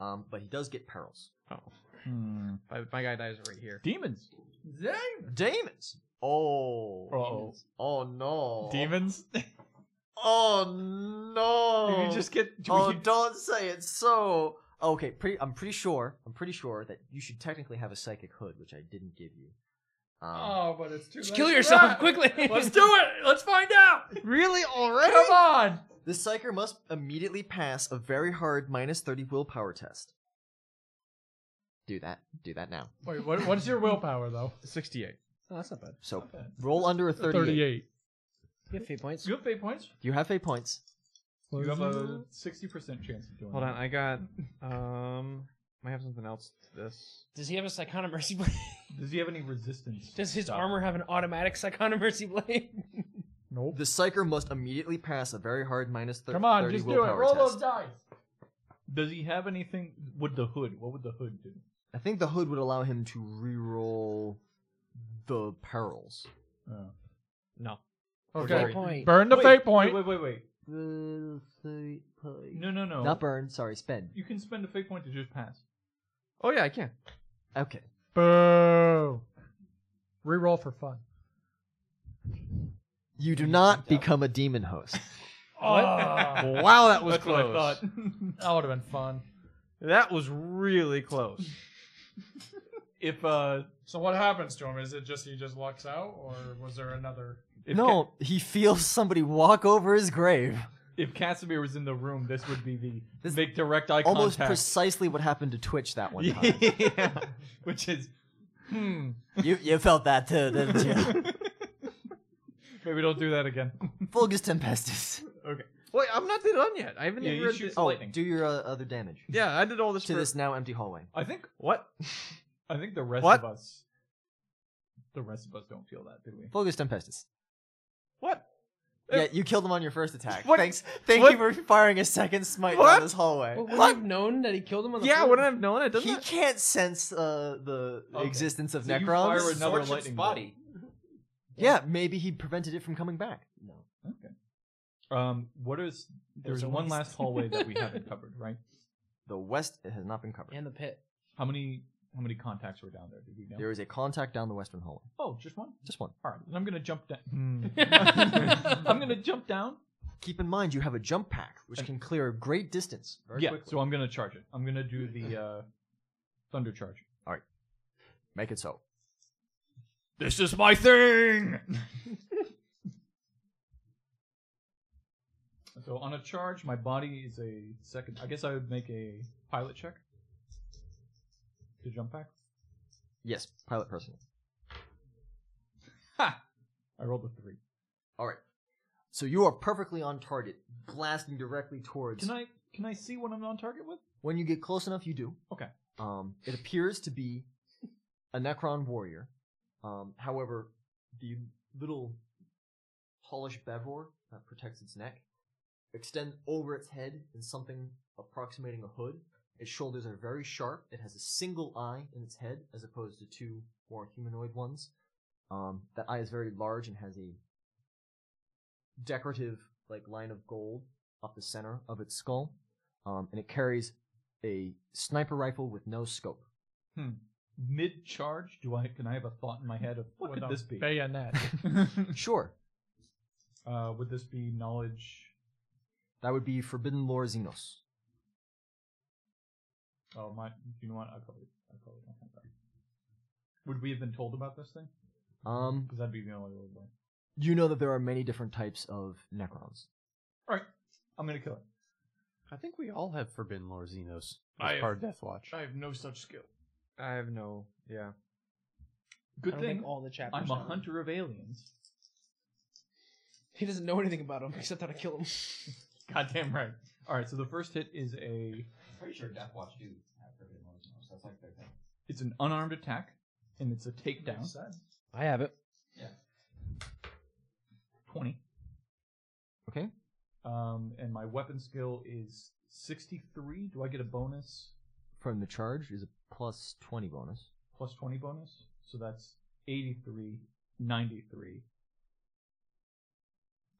Speaker 1: Um, but he does get perils.
Speaker 12: Oh,
Speaker 4: Hmm.
Speaker 12: my, my guy dies right here.
Speaker 4: Demons.
Speaker 1: Demons. Oh.
Speaker 4: Oh.
Speaker 1: Oh no.
Speaker 4: Demons.
Speaker 1: Oh no.
Speaker 12: You just get. do
Speaker 1: Oh,
Speaker 12: you-
Speaker 1: don't say it. So okay, pretty. I'm pretty sure. I'm pretty sure that you should technically have a psychic hood, which I didn't give you. Um,
Speaker 22: Oh, but it's too
Speaker 19: Just
Speaker 22: late.
Speaker 19: kill
Speaker 22: for
Speaker 19: yourself
Speaker 22: that.
Speaker 19: quickly.
Speaker 22: Ah! Let's do
Speaker 19: (laughs)
Speaker 22: it. Let's find out.
Speaker 1: really already?
Speaker 22: Come on.
Speaker 1: The psyker must immediately pass a very hard minus thirty willpower test. Do that. Do that now.
Speaker 22: Wait, what, what is
Speaker 1: (laughs)
Speaker 22: your willpower though?
Speaker 12: 68.
Speaker 6: Oh, that's not bad.
Speaker 1: So roll under a 38.
Speaker 6: You have fate points.
Speaker 4: You have fate points.
Speaker 1: Do you have fate points?
Speaker 4: You have a sixty percent chance of doing.
Speaker 12: Hold
Speaker 4: that.
Speaker 12: on, I got. Um, I have something else to this.
Speaker 19: Does he have a Psychonic Mercy
Speaker 6: (laughs)
Speaker 19: Blade?
Speaker 4: Does he have any resistance?
Speaker 19: Does his
Speaker 4: stuff?
Speaker 19: armor have an automatic Psychonic Mercy
Speaker 6: (laughs)
Speaker 19: Blade?
Speaker 1: The psyker must immediately pass a very hard minus thir-
Speaker 22: Come on,
Speaker 1: 30
Speaker 22: just do it.
Speaker 1: willpower
Speaker 22: Roll
Speaker 1: test.
Speaker 22: those dice.
Speaker 4: Does he have anything? Would the hood? What would the hood do?
Speaker 1: I think the hood would allow him to re-roll the perils.
Speaker 4: Oh.
Speaker 12: No.
Speaker 22: Okay.
Speaker 6: Fate point.
Speaker 22: Burn the
Speaker 4: Wait,
Speaker 22: fate point.
Speaker 4: Wait, wait, wait, wait.
Speaker 1: No,
Speaker 4: No, no, no.
Speaker 1: Not burn, sorry, spend.
Speaker 4: You can spend a fate point to just pass.
Speaker 12: Oh yeah, I can.
Speaker 1: Okay.
Speaker 22: Boo. Reroll for fun.
Speaker 1: You do not become a demon host.
Speaker 12: wow, that was
Speaker 22: That's what I thought. That would have been fun.
Speaker 12: That was really close.
Speaker 4: If uh,
Speaker 22: So what happens to him? Is it just he just lucks out, or was there another?
Speaker 4: if Ca-
Speaker 1: no, he feels somebody walk over his grave.
Speaker 4: if Casimir was in the room, this would be the
Speaker 1: This-
Speaker 4: make direct eye
Speaker 1: Almost
Speaker 4: contact.
Speaker 1: precisely what happened to Twitch that one
Speaker 4: (laughs)
Speaker 1: time.
Speaker 4: yeah, which (laughs) is hmm.
Speaker 1: you you felt that too, didn't
Speaker 4: (laughs)
Speaker 1: you?
Speaker 4: Maybe don't do that again.
Speaker 1: Vulgus Tempestus.
Speaker 12: Wait, I'm not done yet. I haven't
Speaker 4: Yeah,
Speaker 12: even
Speaker 4: you
Speaker 12: read
Speaker 4: shoot
Speaker 12: this.
Speaker 1: Oh,
Speaker 4: lightning.
Speaker 1: do your uh, other damage
Speaker 12: Yeah, I did all this
Speaker 1: to
Speaker 12: for-
Speaker 1: this now empty hallway.
Speaker 4: I think
Speaker 12: What?
Speaker 4: I think the rest
Speaker 12: What?
Speaker 4: of us, the rest of us don't feel that, do we?
Speaker 1: Vulgus Tempestus.
Speaker 12: What?
Speaker 1: Yeah, you killed him on your first attack.
Speaker 12: What-
Speaker 1: Thanks. Thank
Speaker 12: what-
Speaker 1: you for firing a second smite
Speaker 12: What?
Speaker 1: down this hallway.
Speaker 6: But would have known that he killed him on the
Speaker 12: Yeah,
Speaker 6: floor?
Speaker 12: wouldn't I have known it? Doesn't
Speaker 1: He
Speaker 12: it?
Speaker 1: can't sense uh, the
Speaker 4: Okay.
Speaker 1: existence of
Speaker 4: So
Speaker 1: Necrons.
Speaker 4: you fire another
Speaker 20: Sorcerer's
Speaker 4: lightning bolt.
Speaker 20: body.
Speaker 1: Yeah, maybe he prevented it from coming back. No.
Speaker 4: Okay. Um, what is there's
Speaker 1: a
Speaker 4: one
Speaker 1: waste.
Speaker 4: last hallway that we haven't covered, right?
Speaker 1: The west has not been covered.
Speaker 6: And the pit.
Speaker 4: How many how many contacts were down there? Did we know?
Speaker 1: There is a contact down the western hallway.
Speaker 4: Oh, just one.
Speaker 1: Just one.
Speaker 4: All right, then I'm gonna jump down. (laughs) I'm gonna jump down.
Speaker 1: Keep in mind you have a jump pack, which can clear a great distance very
Speaker 4: yeah,
Speaker 1: quickly.
Speaker 4: so I'm gonna charge it. I'm gonna do the uh, thunder charge.
Speaker 1: All right. Make it so.
Speaker 4: This is my thing. so on a charge, my body is a second. I guess I would make a pilot check to jump back.
Speaker 1: Yes, pilot personal.
Speaker 4: I rolled a three.
Speaker 1: All right. So you are perfectly on target, blasting directly towards.
Speaker 4: Can I can I see what I'm on target with?
Speaker 1: When you get close enough, you do.
Speaker 4: Okay.
Speaker 1: Um, it appears to be a Necron warrior. Um, however, the little polished bevor that protects its neck extends over its head in something approximating a hood. Its shoulders are very sharp. It has a single eye in its head, as opposed to two more humanoid ones. Um, that eye is very large and has a decorative like line of gold up the center of its skull, um, and it carries a sniper rifle with no scope.
Speaker 4: Hmm. Mid charge, do I can I have a thought in my head of what
Speaker 22: With a
Speaker 4: could this be?
Speaker 12: (laughs)
Speaker 22: bayonet.
Speaker 1: sure.
Speaker 4: Uh, would this be knowledge?
Speaker 1: That would be Forbidden Lore Xenos.
Speaker 4: Oh my! You know what? I probably I probably don't have that. Would we have been told about this thing?
Speaker 1: Um,
Speaker 4: Because that'd be the only way. All
Speaker 1: you know that there are many different types of Necrons.
Speaker 4: right, I'm gonna kill it.
Speaker 5: I think we all have Forbidden Lore Xenos
Speaker 22: I
Speaker 5: as
Speaker 22: have-
Speaker 5: part of Death Watch.
Speaker 22: I have no such skill.
Speaker 12: I have no. Yeah.
Speaker 4: Good
Speaker 6: I don't
Speaker 4: thing
Speaker 6: think all the chapters
Speaker 4: I'm a
Speaker 6: have it.
Speaker 4: hunter of aliens.
Speaker 6: He doesn't know anything about him except how to kill him.
Speaker 4: Goddamn right. All right, so the first hit is a
Speaker 20: Pretty sure Death Watch do have forbidden lords and That's like their thing.
Speaker 4: it's an unarmed attack, and it's a takedown.
Speaker 5: I have it.
Speaker 4: Twenty.
Speaker 1: Okay.
Speaker 4: Um, and my weapon skill is sixty-three. Do I get a bonus?
Speaker 1: From the charge is a plus 20 bonus.
Speaker 4: plus 20 bonus. So that's 83, 93.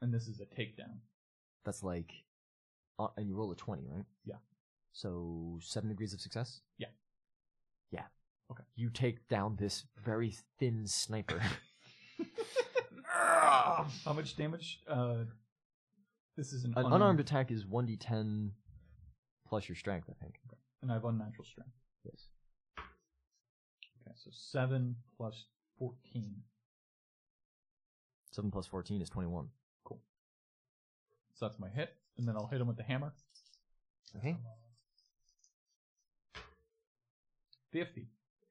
Speaker 4: And this is a takedown.
Speaker 1: That's like, uh, and you roll a 20, right?
Speaker 4: Yeah.
Speaker 1: So, seven degrees of success?
Speaker 4: Yeah.
Speaker 1: Yeah.
Speaker 4: Okay.
Speaker 1: You take down this very thin
Speaker 4: (laughs)
Speaker 1: sniper.
Speaker 4: How much damage? Uh, this is an,
Speaker 1: An unarmed, attack is 1d10 plus your strength, I think.
Speaker 4: And I have unnatural strength.
Speaker 1: Yes.
Speaker 4: Okay, so 7 plus 14.
Speaker 1: 7 plus 14 is 21.
Speaker 4: So that's my hit. And then I'll hit him with the hammer.
Speaker 1: Okay.
Speaker 4: 50.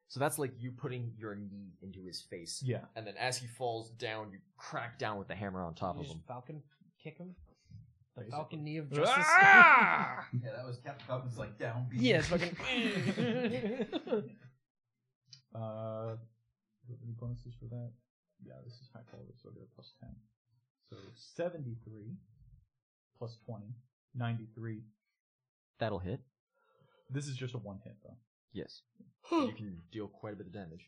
Speaker 1: So that's like you putting your knee into his face.
Speaker 4: Yeah.
Speaker 1: And then as he falls down, you crack down with the hammer on top
Speaker 6: You
Speaker 1: of
Speaker 6: just
Speaker 1: him.
Speaker 6: Falcon kick him.
Speaker 4: Basically.
Speaker 6: Falcon knee of justice.
Speaker 20: (laughs) Yeah, that was Captain Falcon's like downbeat.
Speaker 4: (laughs)
Speaker 6: (laughs) yeah, it's fucking.
Speaker 4: Uh, do we have any bonuses for that? Yeah, this is high quality, so I get a plus 10. So 73 plus 20, 93.
Speaker 1: That'll hit.
Speaker 4: This is just a one hit, though.
Speaker 1: Yes. you can deal quite a bit of
Speaker 4: (laughs)
Speaker 1: damage.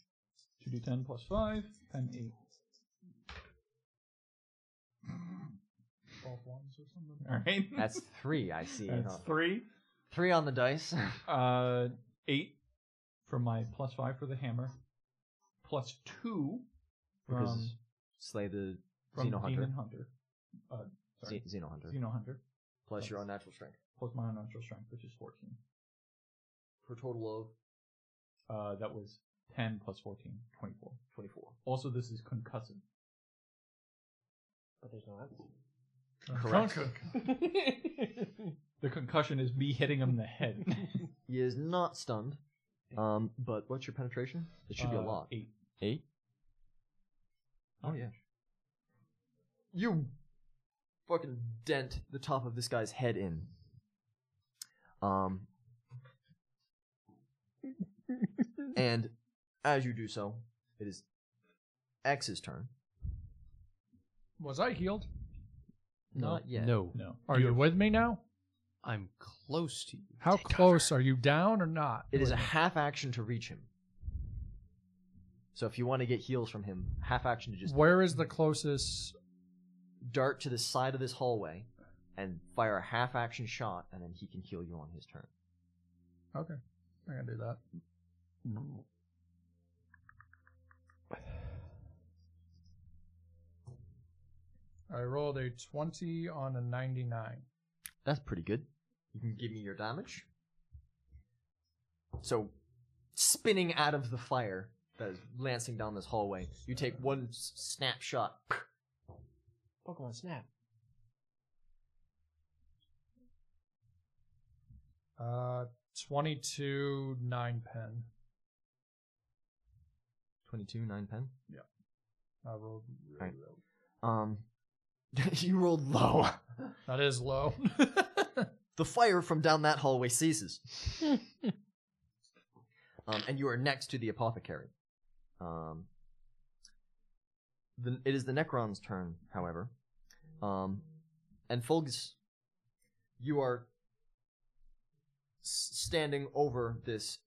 Speaker 4: 2d10 plus 5, 10, 8. All right.
Speaker 1: That's three, I see.
Speaker 4: (laughs) That's
Speaker 1: Huh.
Speaker 4: three.
Speaker 1: Three on the dice. (laughs)
Speaker 4: Uh, 8 from my plus 5 for the hammer, plus 2 from,
Speaker 1: because slay the
Speaker 4: from
Speaker 1: Xeno Hunter.
Speaker 4: Demon Hunter. Uh, sorry,
Speaker 1: Ze- Xeno Hunter.
Speaker 4: Xeno Hunter,
Speaker 1: Plus your unnatural strength.
Speaker 4: plus my unnatural strength, which is 14.
Speaker 1: For a total of
Speaker 4: Uh, that was 10 plus 14, 24.
Speaker 1: 24.
Speaker 4: Also, this is concussive.
Speaker 6: but there's no
Speaker 1: (laughs) Correct.
Speaker 6: answer.
Speaker 4: The concussion is me hitting him in the head.
Speaker 1: He is not stunned. Um, but what's your penetration? It (laughs) should be a
Speaker 4: Uh,
Speaker 1: lot.
Speaker 4: Eight.
Speaker 1: Eight? Oh, yeah. You fucking dent the top of this guy's head in. Um, and as you do so, it is X's turn.
Speaker 22: Was I healed?
Speaker 1: Not yet.
Speaker 5: No.
Speaker 4: No.
Speaker 22: Are you with me now?
Speaker 5: I'm close to you.
Speaker 22: How close are you down or not?
Speaker 1: It is a half action to reach him. So if you want to get heals from him, half action to just
Speaker 7: Where is the closest?
Speaker 1: dart to the side of this hallway and fire a half action shot, and then he can heal you on his turn.
Speaker 7: Okay, I can do that. I rolled a twenty on a ninety-nine.
Speaker 1: That's pretty good. You can give me your damage. So, spinning out of the fire that is lancing down this hallway, you take one s- snapshot (clears throat)
Speaker 6: Pokemon Snap.
Speaker 7: Uh, twenty-two nine pen.
Speaker 1: 22, 9, pen.
Speaker 7: Yeah. I rolled really
Speaker 1: Right.
Speaker 7: low.
Speaker 1: Um, (laughs) you rolled low.
Speaker 7: That is low.
Speaker 1: the fire from down that hallway ceases. um, and you are next to the apothecary. Um, the, it is the Necron's turn, however. Um, and Fulgus, you are s- standing over this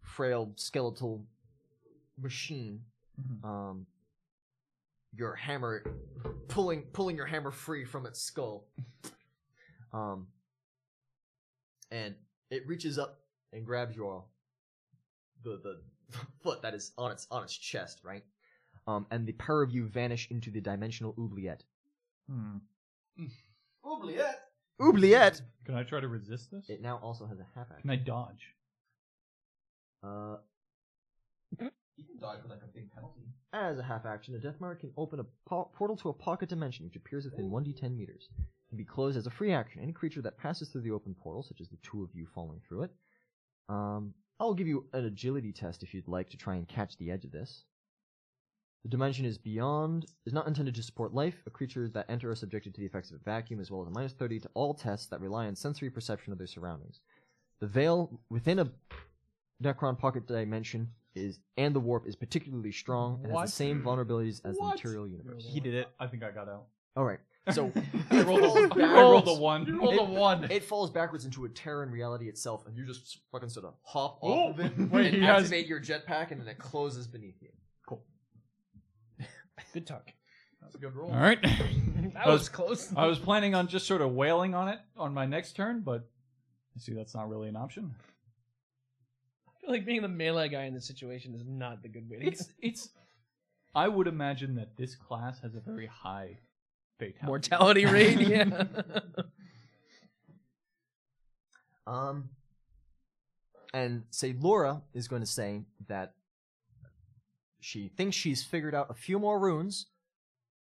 Speaker 1: frail skeletal machine. Um, your hammer, pulling pulling your hammer free from its skull. Um, and it reaches up and grabs your the the (laughs) foot that is on its on its chest, right? Um, and the pair of you vanish into the dimensional oubliette.
Speaker 4: Hmm.
Speaker 20: Oubliette.
Speaker 1: Oubliette.
Speaker 4: Can I try to resist this?
Speaker 1: It now also has a half action.
Speaker 4: Can I dodge?
Speaker 1: Uh,
Speaker 20: You can dodge with like a big penalty.
Speaker 1: As a half action, a Death Mark can open a po- portal to a pocket dimension which appears within 1d10 meters. It can be closed as a free action. Any creature that passes through the open portal, such as the two of you falling through it. Um, I'll give you an agility test if you'd like to try and catch the edge of this. The dimension is beyond, is not intended to support life. A creature that enter are subjected to the effects of a vacuum as well as a minus 30 to all tests that rely on sensory perception of their surroundings. The veil within a Necron pocket dimension is, and the warp is particularly strong and
Speaker 4: What?
Speaker 1: has the same vulnerabilities as
Speaker 4: What?
Speaker 1: the material universe.
Speaker 4: He did it. I think I got out.
Speaker 1: All right. So
Speaker 4: (laughs) I
Speaker 1: it
Speaker 4: rolled a-
Speaker 1: falls (laughs)
Speaker 4: you
Speaker 1: backwards-
Speaker 4: rolled a one. You rolled a
Speaker 1: it-
Speaker 4: one.
Speaker 1: It falls backwards into a tear in reality itself, and you just fucking sort of hop
Speaker 4: Oh,
Speaker 1: off of it
Speaker 4: wait,
Speaker 1: and
Speaker 4: (laughs) he has-
Speaker 1: activate your jetpack, and then it closes beneath you. Cool.
Speaker 6: Good talk.
Speaker 4: That's a good roll.
Speaker 22: All right.
Speaker 1: (laughs)
Speaker 6: That was close.
Speaker 4: I was planning on just sort of wailing on it on my next turn, but I see that's not really an option.
Speaker 6: I feel like being the melee guy in this situation is not the good way to
Speaker 4: It's
Speaker 22: (laughs)
Speaker 4: it's. I would imagine that this class has a very high fatality
Speaker 6: Mortality rate,
Speaker 1: (laughs)
Speaker 6: yeah.
Speaker 1: Um, and say Laura is going to say that she thinks she's figured out a few more runes,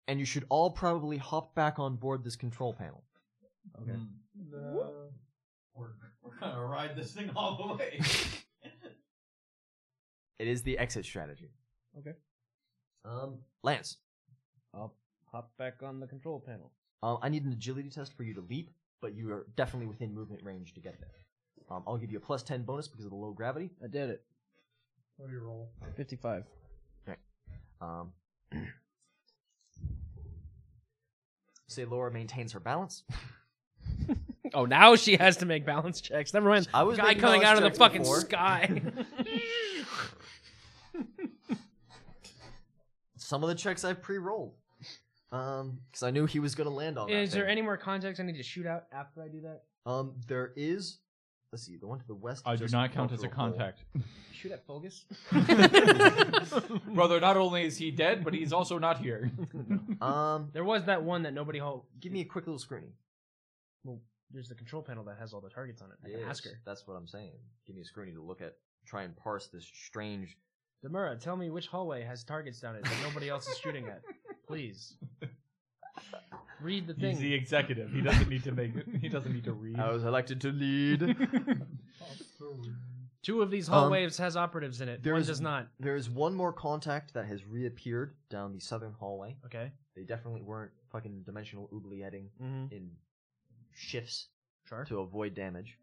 Speaker 1: and you should all probably hop back on board this control panel.
Speaker 4: Okay.
Speaker 20: We're, we're gonna ride this thing all the way.
Speaker 1: It is the exit strategy.
Speaker 6: Okay.
Speaker 1: Um, Lance,
Speaker 6: I'll hop back on the control panel.
Speaker 1: um, I need an agility test for you to leap, but you are definitely within movement range to get there. Um, I'll give you a plus ten bonus because of the low gravity.
Speaker 6: I did it.
Speaker 22: What do you roll?
Speaker 6: 55.
Speaker 1: Um, (clears throat) say Laura maintains her
Speaker 4: (laughs)
Speaker 1: balance.
Speaker 19: Oh, now she has to make balance checks. Never mind.
Speaker 1: I was
Speaker 19: guy
Speaker 1: making
Speaker 19: coming out
Speaker 1: balance
Speaker 19: of the
Speaker 1: checks
Speaker 19: fucking
Speaker 1: before. (laughs)
Speaker 19: sky. (laughs)
Speaker 1: Some of the checks I pre-rolled, um, because I knew he was going to land on. that
Speaker 19: Is there
Speaker 1: thing.
Speaker 19: any more context I need to shoot out after I do that?
Speaker 1: Um, there is. Let's see. The one to the west.
Speaker 4: I do
Speaker 1: just
Speaker 4: not count
Speaker 1: fell
Speaker 4: as a
Speaker 1: through hole.
Speaker 4: contact.
Speaker 19: Shoot at Bogus? (laughs)
Speaker 6: (laughs)
Speaker 4: Brother, not only is he dead, but he's also not here.
Speaker 1: (laughs) Um,
Speaker 19: there was that one that nobody ho
Speaker 1: give me a quick little scrutiny.
Speaker 6: Well, there's the control panel that has all the targets on it. I can ask
Speaker 1: Yes,
Speaker 6: her.
Speaker 1: That's what I'm saying. Give me a scrutiny to look at, try and parse this strange.
Speaker 6: Demura, tell me which hallway has targets down it that nobody else is shooting
Speaker 1: (laughs)
Speaker 6: at. Please. Read the thing.
Speaker 4: He's the executive. He doesn't need to make. He doesn't need to read.
Speaker 22: Oh.
Speaker 1: was elected to lead.
Speaker 22: (laughs)
Speaker 19: Two of these
Speaker 1: Um,
Speaker 19: hallways has operatives in it.
Speaker 1: there
Speaker 19: One
Speaker 1: is-
Speaker 19: does not.
Speaker 1: there is one more contact that has reappeared down the southern hallway.
Speaker 6: Okay.
Speaker 1: They definitely weren't fucking dimensional oublietting
Speaker 6: Mhm.
Speaker 1: in shifts
Speaker 6: Sure.
Speaker 1: to avoid damage.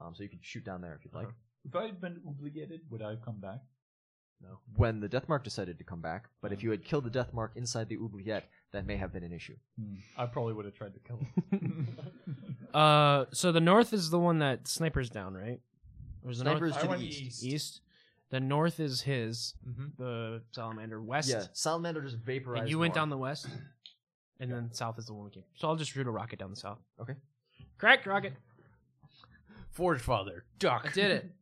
Speaker 1: Um, so you can shoot down there if you'd like.
Speaker 19: Uh-huh.
Speaker 4: If I'd been obligated, would I have come back?
Speaker 1: When the Deathmark decided to come back, but
Speaker 19: Uh-huh.
Speaker 1: if you had killed the Deathmark inside the oubliette, that may have been an issue.
Speaker 4: Hmm. I probably would have tried to kill him.
Speaker 19: Uh, so the north is the one that snipers down, right? Or is the north-
Speaker 1: Snipers to
Speaker 22: I
Speaker 1: the
Speaker 22: went
Speaker 1: east.
Speaker 22: east.
Speaker 19: east. The north is his.
Speaker 22: Mhm.
Speaker 19: The salamander west.
Speaker 1: Yeah, salamander just vaporized.
Speaker 19: And you went
Speaker 1: north.
Speaker 19: down the west, and then south is the one we came. So I'll just shoot a rocket down the south.
Speaker 1: Okay.
Speaker 19: Crack rocket.
Speaker 5: Forge Father, duck.
Speaker 19: I did it.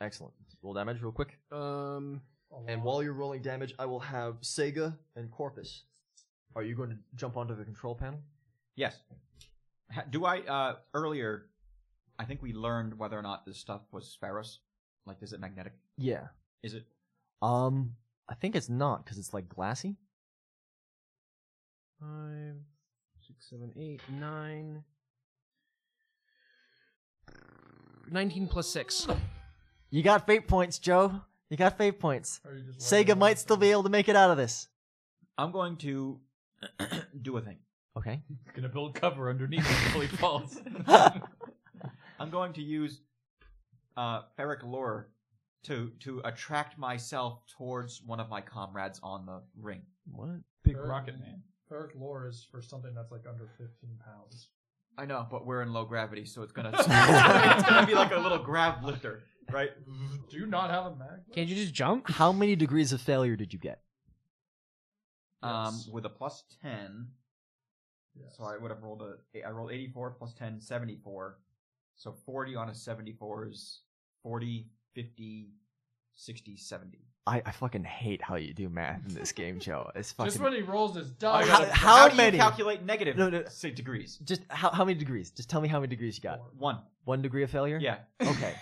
Speaker 1: Excellent. Roll damage real quick.
Speaker 6: Um.
Speaker 1: And while you're rolling damage, I will have Sega and Corpus. Are you going to jump onto the control panel?
Speaker 2: (laughs) Yes. Ha- Do I uh earlier? I think we learned whether or not this stuff was ferrous. Like, is it magnetic?
Speaker 1: Yeah.
Speaker 2: Is it?
Speaker 1: Um, I think it's not because it's like glassy.
Speaker 6: Five, six, seven, eight, nine. 19 plus 6.
Speaker 1: You got fate points, Joe. You got fate points.
Speaker 6: Or you just
Speaker 1: Sega might still be able to make it out of this.
Speaker 2: I'm going to (clears throat) do a thing.
Speaker 1: Okay.
Speaker 22: Gonna build cover underneath him until he (laughs) falls.
Speaker 2: I'm going to use uh, ferric lure to to attract myself towards one of my comrades on the ring.
Speaker 1: What?
Speaker 22: Big rocket man. Ferric lore is for something that's like under 15 pounds.
Speaker 2: I know, but we're in low gravity, so it's gonna (laughs) it's gonna be like a little grav lifter, right?
Speaker 22: Do you not have a mag?
Speaker 19: Can't you just jump?
Speaker 1: (laughs) How many degrees of failure did you get?
Speaker 2: Um,
Speaker 22: Yes.
Speaker 2: with a plus ten. So I would have rolled a I rolled 84 plus 10, 74. So 40 on a 74 is 40, 50, 60, 70.
Speaker 1: I, I fucking hate how you do math in this game, Joe. It's fucking.
Speaker 22: Just when he rolls his
Speaker 1: How,
Speaker 22: die.
Speaker 1: Oh, how,
Speaker 2: do
Speaker 1: many?
Speaker 2: you calculate negative
Speaker 1: No, no.
Speaker 2: si- degrees?
Speaker 1: Just how, how many degrees? Just tell me how many degrees you got.
Speaker 2: One.
Speaker 1: One degree of failure?
Speaker 2: Yeah. (laughs)
Speaker 1: Okay.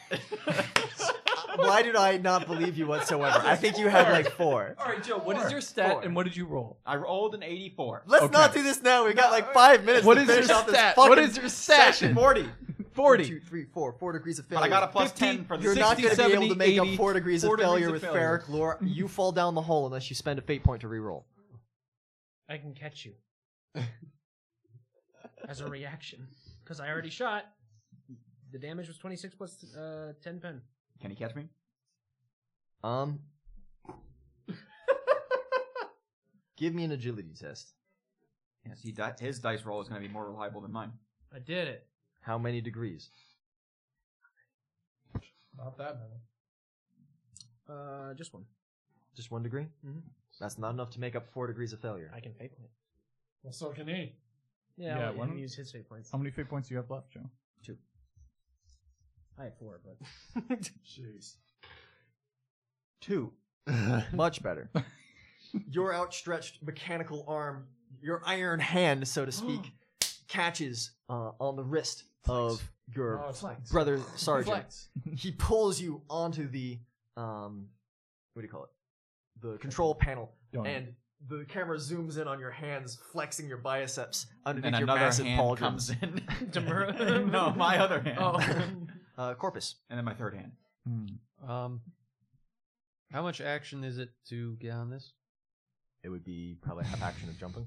Speaker 1: Why did I not believe you whatsoever? I think you had like
Speaker 2: (laughs)
Speaker 1: four.
Speaker 22: All right, Joe, what is your stat and what did you roll?
Speaker 2: I rolled an 84.
Speaker 1: Let's not do this now. We got like five minutes
Speaker 2: What
Speaker 1: to
Speaker 2: is
Speaker 1: finish
Speaker 2: your
Speaker 1: off this
Speaker 2: stat?
Speaker 1: fucking
Speaker 2: What is your stat?
Speaker 1: session.
Speaker 2: 40.
Speaker 1: 40. Two, three, four. Four degrees of failure.
Speaker 2: But I got a plus 10 for the
Speaker 1: You're not going to
Speaker 2: 60,
Speaker 1: be able
Speaker 2: 70,
Speaker 1: to make
Speaker 2: 80,
Speaker 1: up four degrees
Speaker 2: four
Speaker 1: of
Speaker 2: degrees
Speaker 1: failure
Speaker 2: of
Speaker 1: with
Speaker 2: failure.
Speaker 1: ferric lure. You fall down the hole unless you spend a fate point to reroll.
Speaker 19: I can catch
Speaker 1: (laughs)
Speaker 19: you. As a reaction, because I already shot. The damage was 26 plus uh, 10 pen.
Speaker 2: Can you catch me? (laughs)
Speaker 1: Um. give me an agility test.
Speaker 2: Yes, he di- his dice roll is going to be more reliable than mine.
Speaker 19: I did it.
Speaker 1: How many degrees?
Speaker 22: Not that many.
Speaker 6: Uh, just one.
Speaker 1: Just one degree?
Speaker 2: Mm-hmm.
Speaker 6: Mhm.
Speaker 1: That's not enough to make up four degrees of failure.
Speaker 19: I can pay point.
Speaker 22: Well, so can he.
Speaker 19: Yeah,
Speaker 4: Yeah,
Speaker 19: I'll
Speaker 4: why
Speaker 19: let him
Speaker 4: don't-
Speaker 19: use his fate points.
Speaker 4: How many fate points do you have left, Joe?
Speaker 19: I have four, but
Speaker 22: Jeez.
Speaker 2: Two.
Speaker 1: (laughs) Much
Speaker 2: (laughs)
Speaker 1: better. Your outstretched mechanical arm, your iron hand, so to
Speaker 2: (gasps)
Speaker 1: speak, catches uh, on the wrist of your
Speaker 22: Oh, flanks.
Speaker 1: brother sergeant.
Speaker 22: Flanks.
Speaker 1: He pulls you onto the um, what do you call it? The control panel,
Speaker 4: Donut.
Speaker 1: and the camera zooms in on your hands, flexing your biceps underneath
Speaker 2: And
Speaker 1: your
Speaker 2: another
Speaker 1: massive
Speaker 2: hand
Speaker 1: pauldrons.
Speaker 2: comes in. (laughs)
Speaker 19: Demur-
Speaker 2: no, my other hand. (laughs)
Speaker 19: Oh.
Speaker 1: Uh, corpus.
Speaker 2: And then my third hand.
Speaker 5: Um, how much action is it to get on this?
Speaker 1: It would be probably half action of jumping.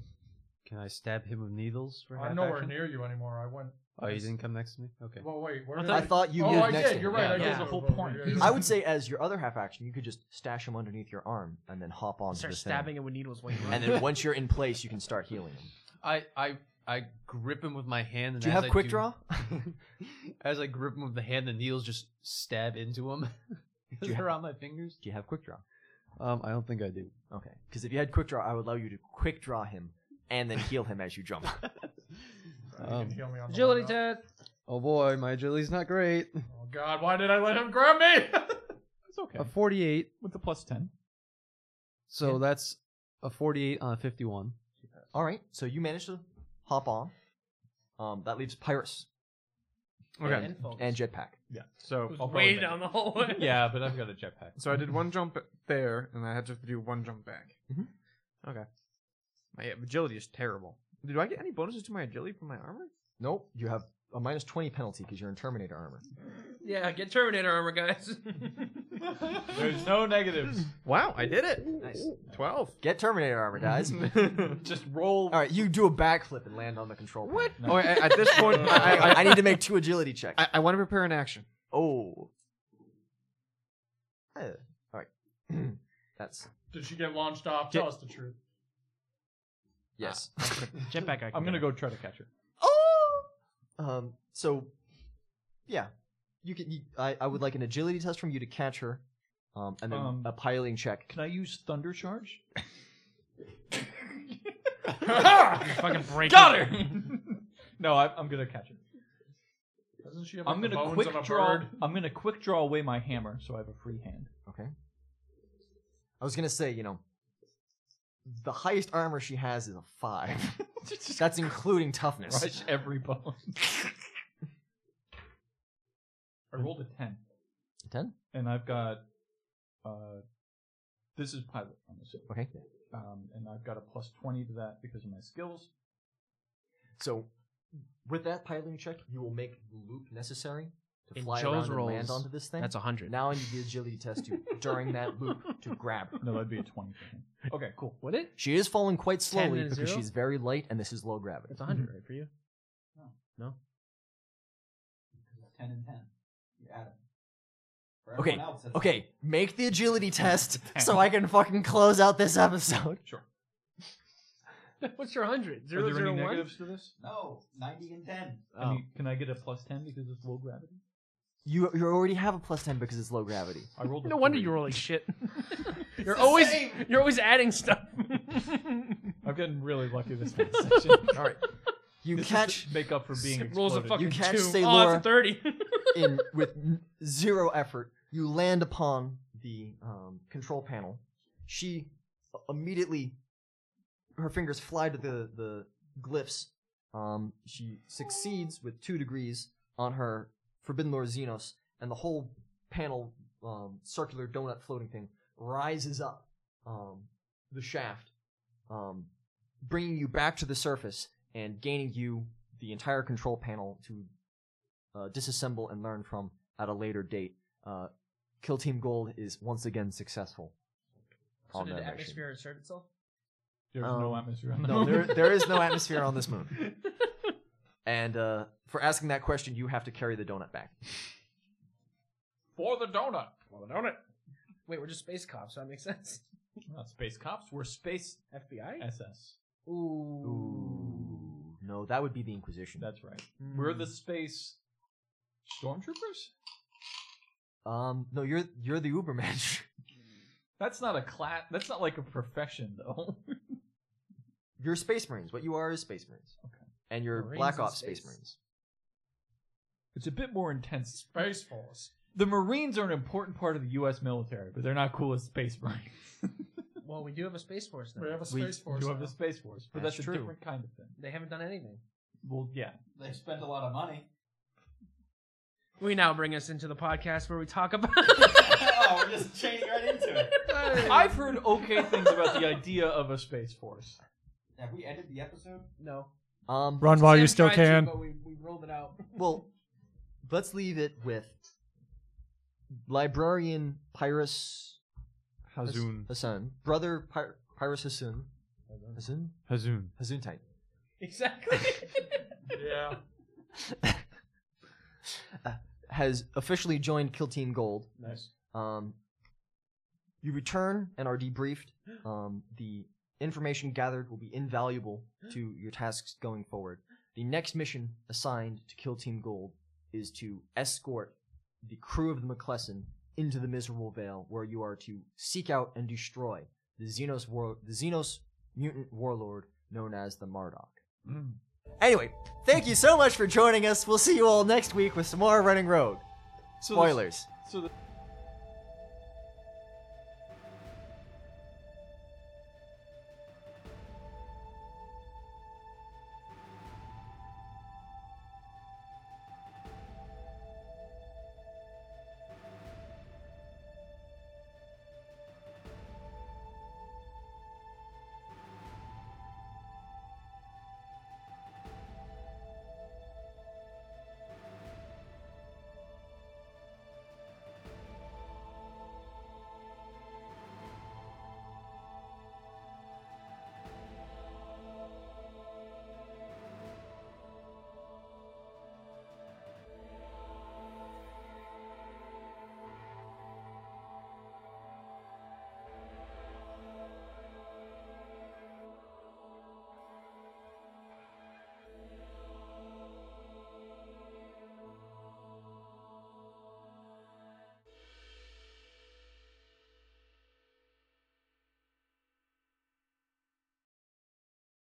Speaker 5: Can I stab him with needles for half
Speaker 22: I'm Uh, nowhere
Speaker 5: action?
Speaker 22: near you anymore. I went.
Speaker 5: Oh, you didn't come next to me. Okay.
Speaker 22: Well, wait. Where
Speaker 19: I
Speaker 22: did
Speaker 19: thought-
Speaker 1: I thought you
Speaker 22: Oh,
Speaker 1: moved
Speaker 22: I
Speaker 1: next
Speaker 22: did.
Speaker 1: to
Speaker 22: You're
Speaker 1: him.
Speaker 22: right. I
Speaker 19: Yeah.
Speaker 22: did
Speaker 19: Yeah.
Speaker 22: the whole
Speaker 4: Yeah.
Speaker 22: point.
Speaker 4: Yeah.
Speaker 1: I would say as your other half action, you could just stash him underneath your arm and then hop onto
Speaker 19: start
Speaker 1: the
Speaker 19: stabbing him with needles while you
Speaker 1: thing.
Speaker 19: run.
Speaker 1: And then once you're in place, you can start healing him.
Speaker 5: I I I grip him with my hand. And
Speaker 1: Do you
Speaker 5: as
Speaker 1: have
Speaker 5: I
Speaker 1: quick
Speaker 5: do-
Speaker 1: draw?
Speaker 5: (laughs) as I grip him with the hand, the needles just stab into him. (laughs)
Speaker 1: you have-
Speaker 5: They're on my fingers.
Speaker 1: Do you have quick draw?
Speaker 5: Um, I don't think I do.
Speaker 1: Okay, because if you had quick draw, I would allow you to quick draw him and then heal him as you jump.
Speaker 5: Um,
Speaker 22: Heal me on the
Speaker 19: Agility
Speaker 22: way up.
Speaker 19: test.
Speaker 5: oh boy, my agility's not great.
Speaker 22: Oh God! Why did I let him grab me?
Speaker 4: It's okay.
Speaker 5: A forty-eight.
Speaker 4: With the plus 10.
Speaker 5: So that's a forty-eight on a fifty-one.
Speaker 1: All right, so you managed to hop on. Um, that leaves Pyrus
Speaker 12: Okay.
Speaker 19: And focus.
Speaker 1: and Jetpack.
Speaker 12: So
Speaker 19: Who's way down the (laughs) hallway.
Speaker 22: yeah, but I've got a jetpack.
Speaker 12: (laughs) so I did one jump there, and I had to do one jump back.
Speaker 1: Mhm.
Speaker 12: Okay. My agility is terrible. Do I get any bonuses to my agility from my armor?
Speaker 1: Nope, you have a minus twenty penalty because you're in Terminator armor.
Speaker 19: Yeah, get Terminator armor, guys. (laughs)
Speaker 22: There's no negatives.
Speaker 12: Wow, I did it. Nice. Twelve.
Speaker 1: Get Terminator armor, guys. (laughs) All
Speaker 22: (laughs) Just roll.
Speaker 1: right, you do a backflip and land on the control. What?
Speaker 12: Oh, at, at this
Speaker 19: (laughs)
Speaker 12: point, I, I,
Speaker 1: I need to make two agility checks.
Speaker 12: I, I want to prepare an action.
Speaker 1: Oh. Eh, all right. (clears throat) That's
Speaker 22: Did she get launched off? Tell us the truth.
Speaker 1: yes.
Speaker 19: Jetpack. I
Speaker 4: I'm going to go try to catch her.
Speaker 1: oh. Um. So, yeah, you can. You, I I would like an agility test from you to catch her. um, and then
Speaker 4: Um,
Speaker 1: a piling check.
Speaker 4: Can I use Thunder (laughs) Charge?
Speaker 6: fucking break
Speaker 4: Got
Speaker 6: it.
Speaker 4: her. no, I, I'm gonna catch it.
Speaker 22: Doesn't she have like,
Speaker 4: I'm
Speaker 22: the
Speaker 4: gonna
Speaker 22: bones
Speaker 4: quick
Speaker 22: of a
Speaker 4: draw.
Speaker 22: bird?
Speaker 4: I'm gonna quick draw away my hammer, so I have a free hand.
Speaker 1: Okay. I was gonna say, you know, the highest armor she has is a five. (laughs) That's including toughness.
Speaker 4: Crush every bone. I rolled a ten,
Speaker 1: Ten.
Speaker 4: and I've got. Uh, this is pilot. I'm assuming.
Speaker 1: Okay.
Speaker 4: Um, and I've got a plus twenty to that because of my skills.
Speaker 1: So, with that piloting check, you will make the loop necessary to
Speaker 6: In
Speaker 1: fly
Speaker 6: Joe's
Speaker 1: around and land
Speaker 6: rolls,
Speaker 1: onto this thing.
Speaker 6: that's 100.
Speaker 1: Now I need the agility test to during that loop to grab.
Speaker 6: (laughs)
Speaker 1: Her.
Speaker 4: No, that'd be a twenty. For him. Okay, cool.
Speaker 6: Would it?
Speaker 1: She is falling quite
Speaker 6: 10
Speaker 1: slowly
Speaker 6: and a
Speaker 1: because
Speaker 6: zero?
Speaker 1: she's very light and this is low gravity.
Speaker 6: It's
Speaker 22: (laughs)
Speaker 6: 100, right, for you?
Speaker 8: No.
Speaker 6: No?
Speaker 8: Ten and ten. You add 'em. For
Speaker 1: Okay,
Speaker 8: everyone else, it's-
Speaker 1: okay, make the
Speaker 6: (laughs)
Speaker 1: agility test so I can fucking close out this episode.
Speaker 4: Sure.
Speaker 6: (laughs) What's your 100?
Speaker 4: Are there any
Speaker 6: 001?
Speaker 4: negatives to this?
Speaker 8: No, ninety and ten.
Speaker 4: Can,
Speaker 1: Oh.
Speaker 4: you, can I get a plus ten because it's low gravity?
Speaker 1: You you already have a plus ten because it's low gravity.
Speaker 4: I rolled. a
Speaker 6: No wonder
Speaker 4: three.
Speaker 6: you roll like
Speaker 12: (laughs)
Speaker 6: shit. you're
Speaker 8: the
Speaker 6: always
Speaker 8: same.
Speaker 6: you're always adding (laughs) stuff.
Speaker 4: I've gotten really lucky this next session. All right.
Speaker 1: You
Speaker 4: This is
Speaker 1: catch
Speaker 4: to make up for being
Speaker 6: Rolls a
Speaker 4: exploded.
Speaker 6: fucking
Speaker 1: You catch
Speaker 6: two. Oh,
Speaker 1: Sailor.
Speaker 6: that's a 30. (laughs)
Speaker 1: in with n- zero effort. You land upon the um, control panel. She uh, immediately her fingers fly to the the glyphs. Um, she succeeds with two degrees on her Forbidden Lord Xenos, and the whole panel um, circular donut floating thing rises up um, the shaft, um, bringing you back to the surface and gaining you the entire control panel to uh, disassemble and learn from at a later date. Uh, Kill Team Gold is once again successful.
Speaker 20: So
Speaker 1: on
Speaker 20: did
Speaker 1: that
Speaker 20: the
Speaker 1: mission.
Speaker 20: atmosphere insert itself?
Speaker 4: There's no
Speaker 1: Um,
Speaker 4: atmosphere on the
Speaker 1: No, there, there is no atmosphere on this moon.
Speaker 4: (laughs)
Speaker 1: And uh, for asking that question, you have to carry the donut back.
Speaker 22: For the donut.
Speaker 6: well, don't it.
Speaker 19: Wait, we're just space cops, so that makes sense.
Speaker 4: We're not space cops. We're space
Speaker 19: FBI?
Speaker 4: SS.
Speaker 19: Ooh.
Speaker 1: Ooh, no, that would be the Inquisition.
Speaker 4: That's right. We're the space stormtroopers.
Speaker 1: Um, no, you're you're the Ubermensch.
Speaker 4: That's not a class. That's not like a profession, though.
Speaker 1: (laughs)
Speaker 4: (laughs)
Speaker 1: You're Space Marines. What you are is Space Marines.
Speaker 4: Okay.
Speaker 1: And you're
Speaker 19: Marines
Speaker 1: Black
Speaker 19: in
Speaker 1: Ops Space
Speaker 19: space.
Speaker 1: Marines.
Speaker 4: it's a bit more intense.
Speaker 22: Space Force.
Speaker 4: The Marines are an important part of the U.S. military, but they're not cool as Space (laughs) Marines.
Speaker 19: Well, we do have a space force now.
Speaker 22: We have a
Speaker 1: We-
Speaker 22: Space Force.
Speaker 4: you have
Speaker 22: now.
Speaker 4: the Space Force, but
Speaker 1: That's
Speaker 4: that's,
Speaker 1: true.
Speaker 4: a different kind of thing.
Speaker 19: They haven't done anything.
Speaker 4: Well, yeah.
Speaker 8: They spent a lot of
Speaker 2: (laughs)
Speaker 8: money.
Speaker 19: We now bring us into the podcast where we talk
Speaker 6: (laughs)
Speaker 19: about. (laughs)
Speaker 8: oh, we're just chaining right into it.
Speaker 4: I've heard okay things about the idea of a Space Force.
Speaker 8: Have we ended the episode?
Speaker 19: no.
Speaker 1: Um,
Speaker 7: Run while you
Speaker 19: Sam
Speaker 7: still
Speaker 19: tried to,
Speaker 7: can.
Speaker 19: but we, we rolled it out.
Speaker 1: well, let's leave it with librarian Pyrus
Speaker 3: Hazoon.
Speaker 1: Hassan, brother Py- Pyrus Hassan, Hassan,
Speaker 3: Hazoon.
Speaker 1: Hassan type.
Speaker 19: Exactly.
Speaker 22: Yeah.
Speaker 1: has officially joined Kill Team Gold.
Speaker 4: Nice.
Speaker 1: Um, you return and are debriefed. Um, the information gathered will be invaluable to your tasks going forward. The next mission assigned to Kill Team Gold is to escort the crew of the McClellan into the miserable vale, where you are to seek out and destroy the Xenos war- the Xenos mutant warlord known as the Mardok. Anyway, thank you so much for joining us. We'll see you all next week with some more Running Road.
Speaker 4: So the-
Speaker 1: Spoilers.
Speaker 4: so the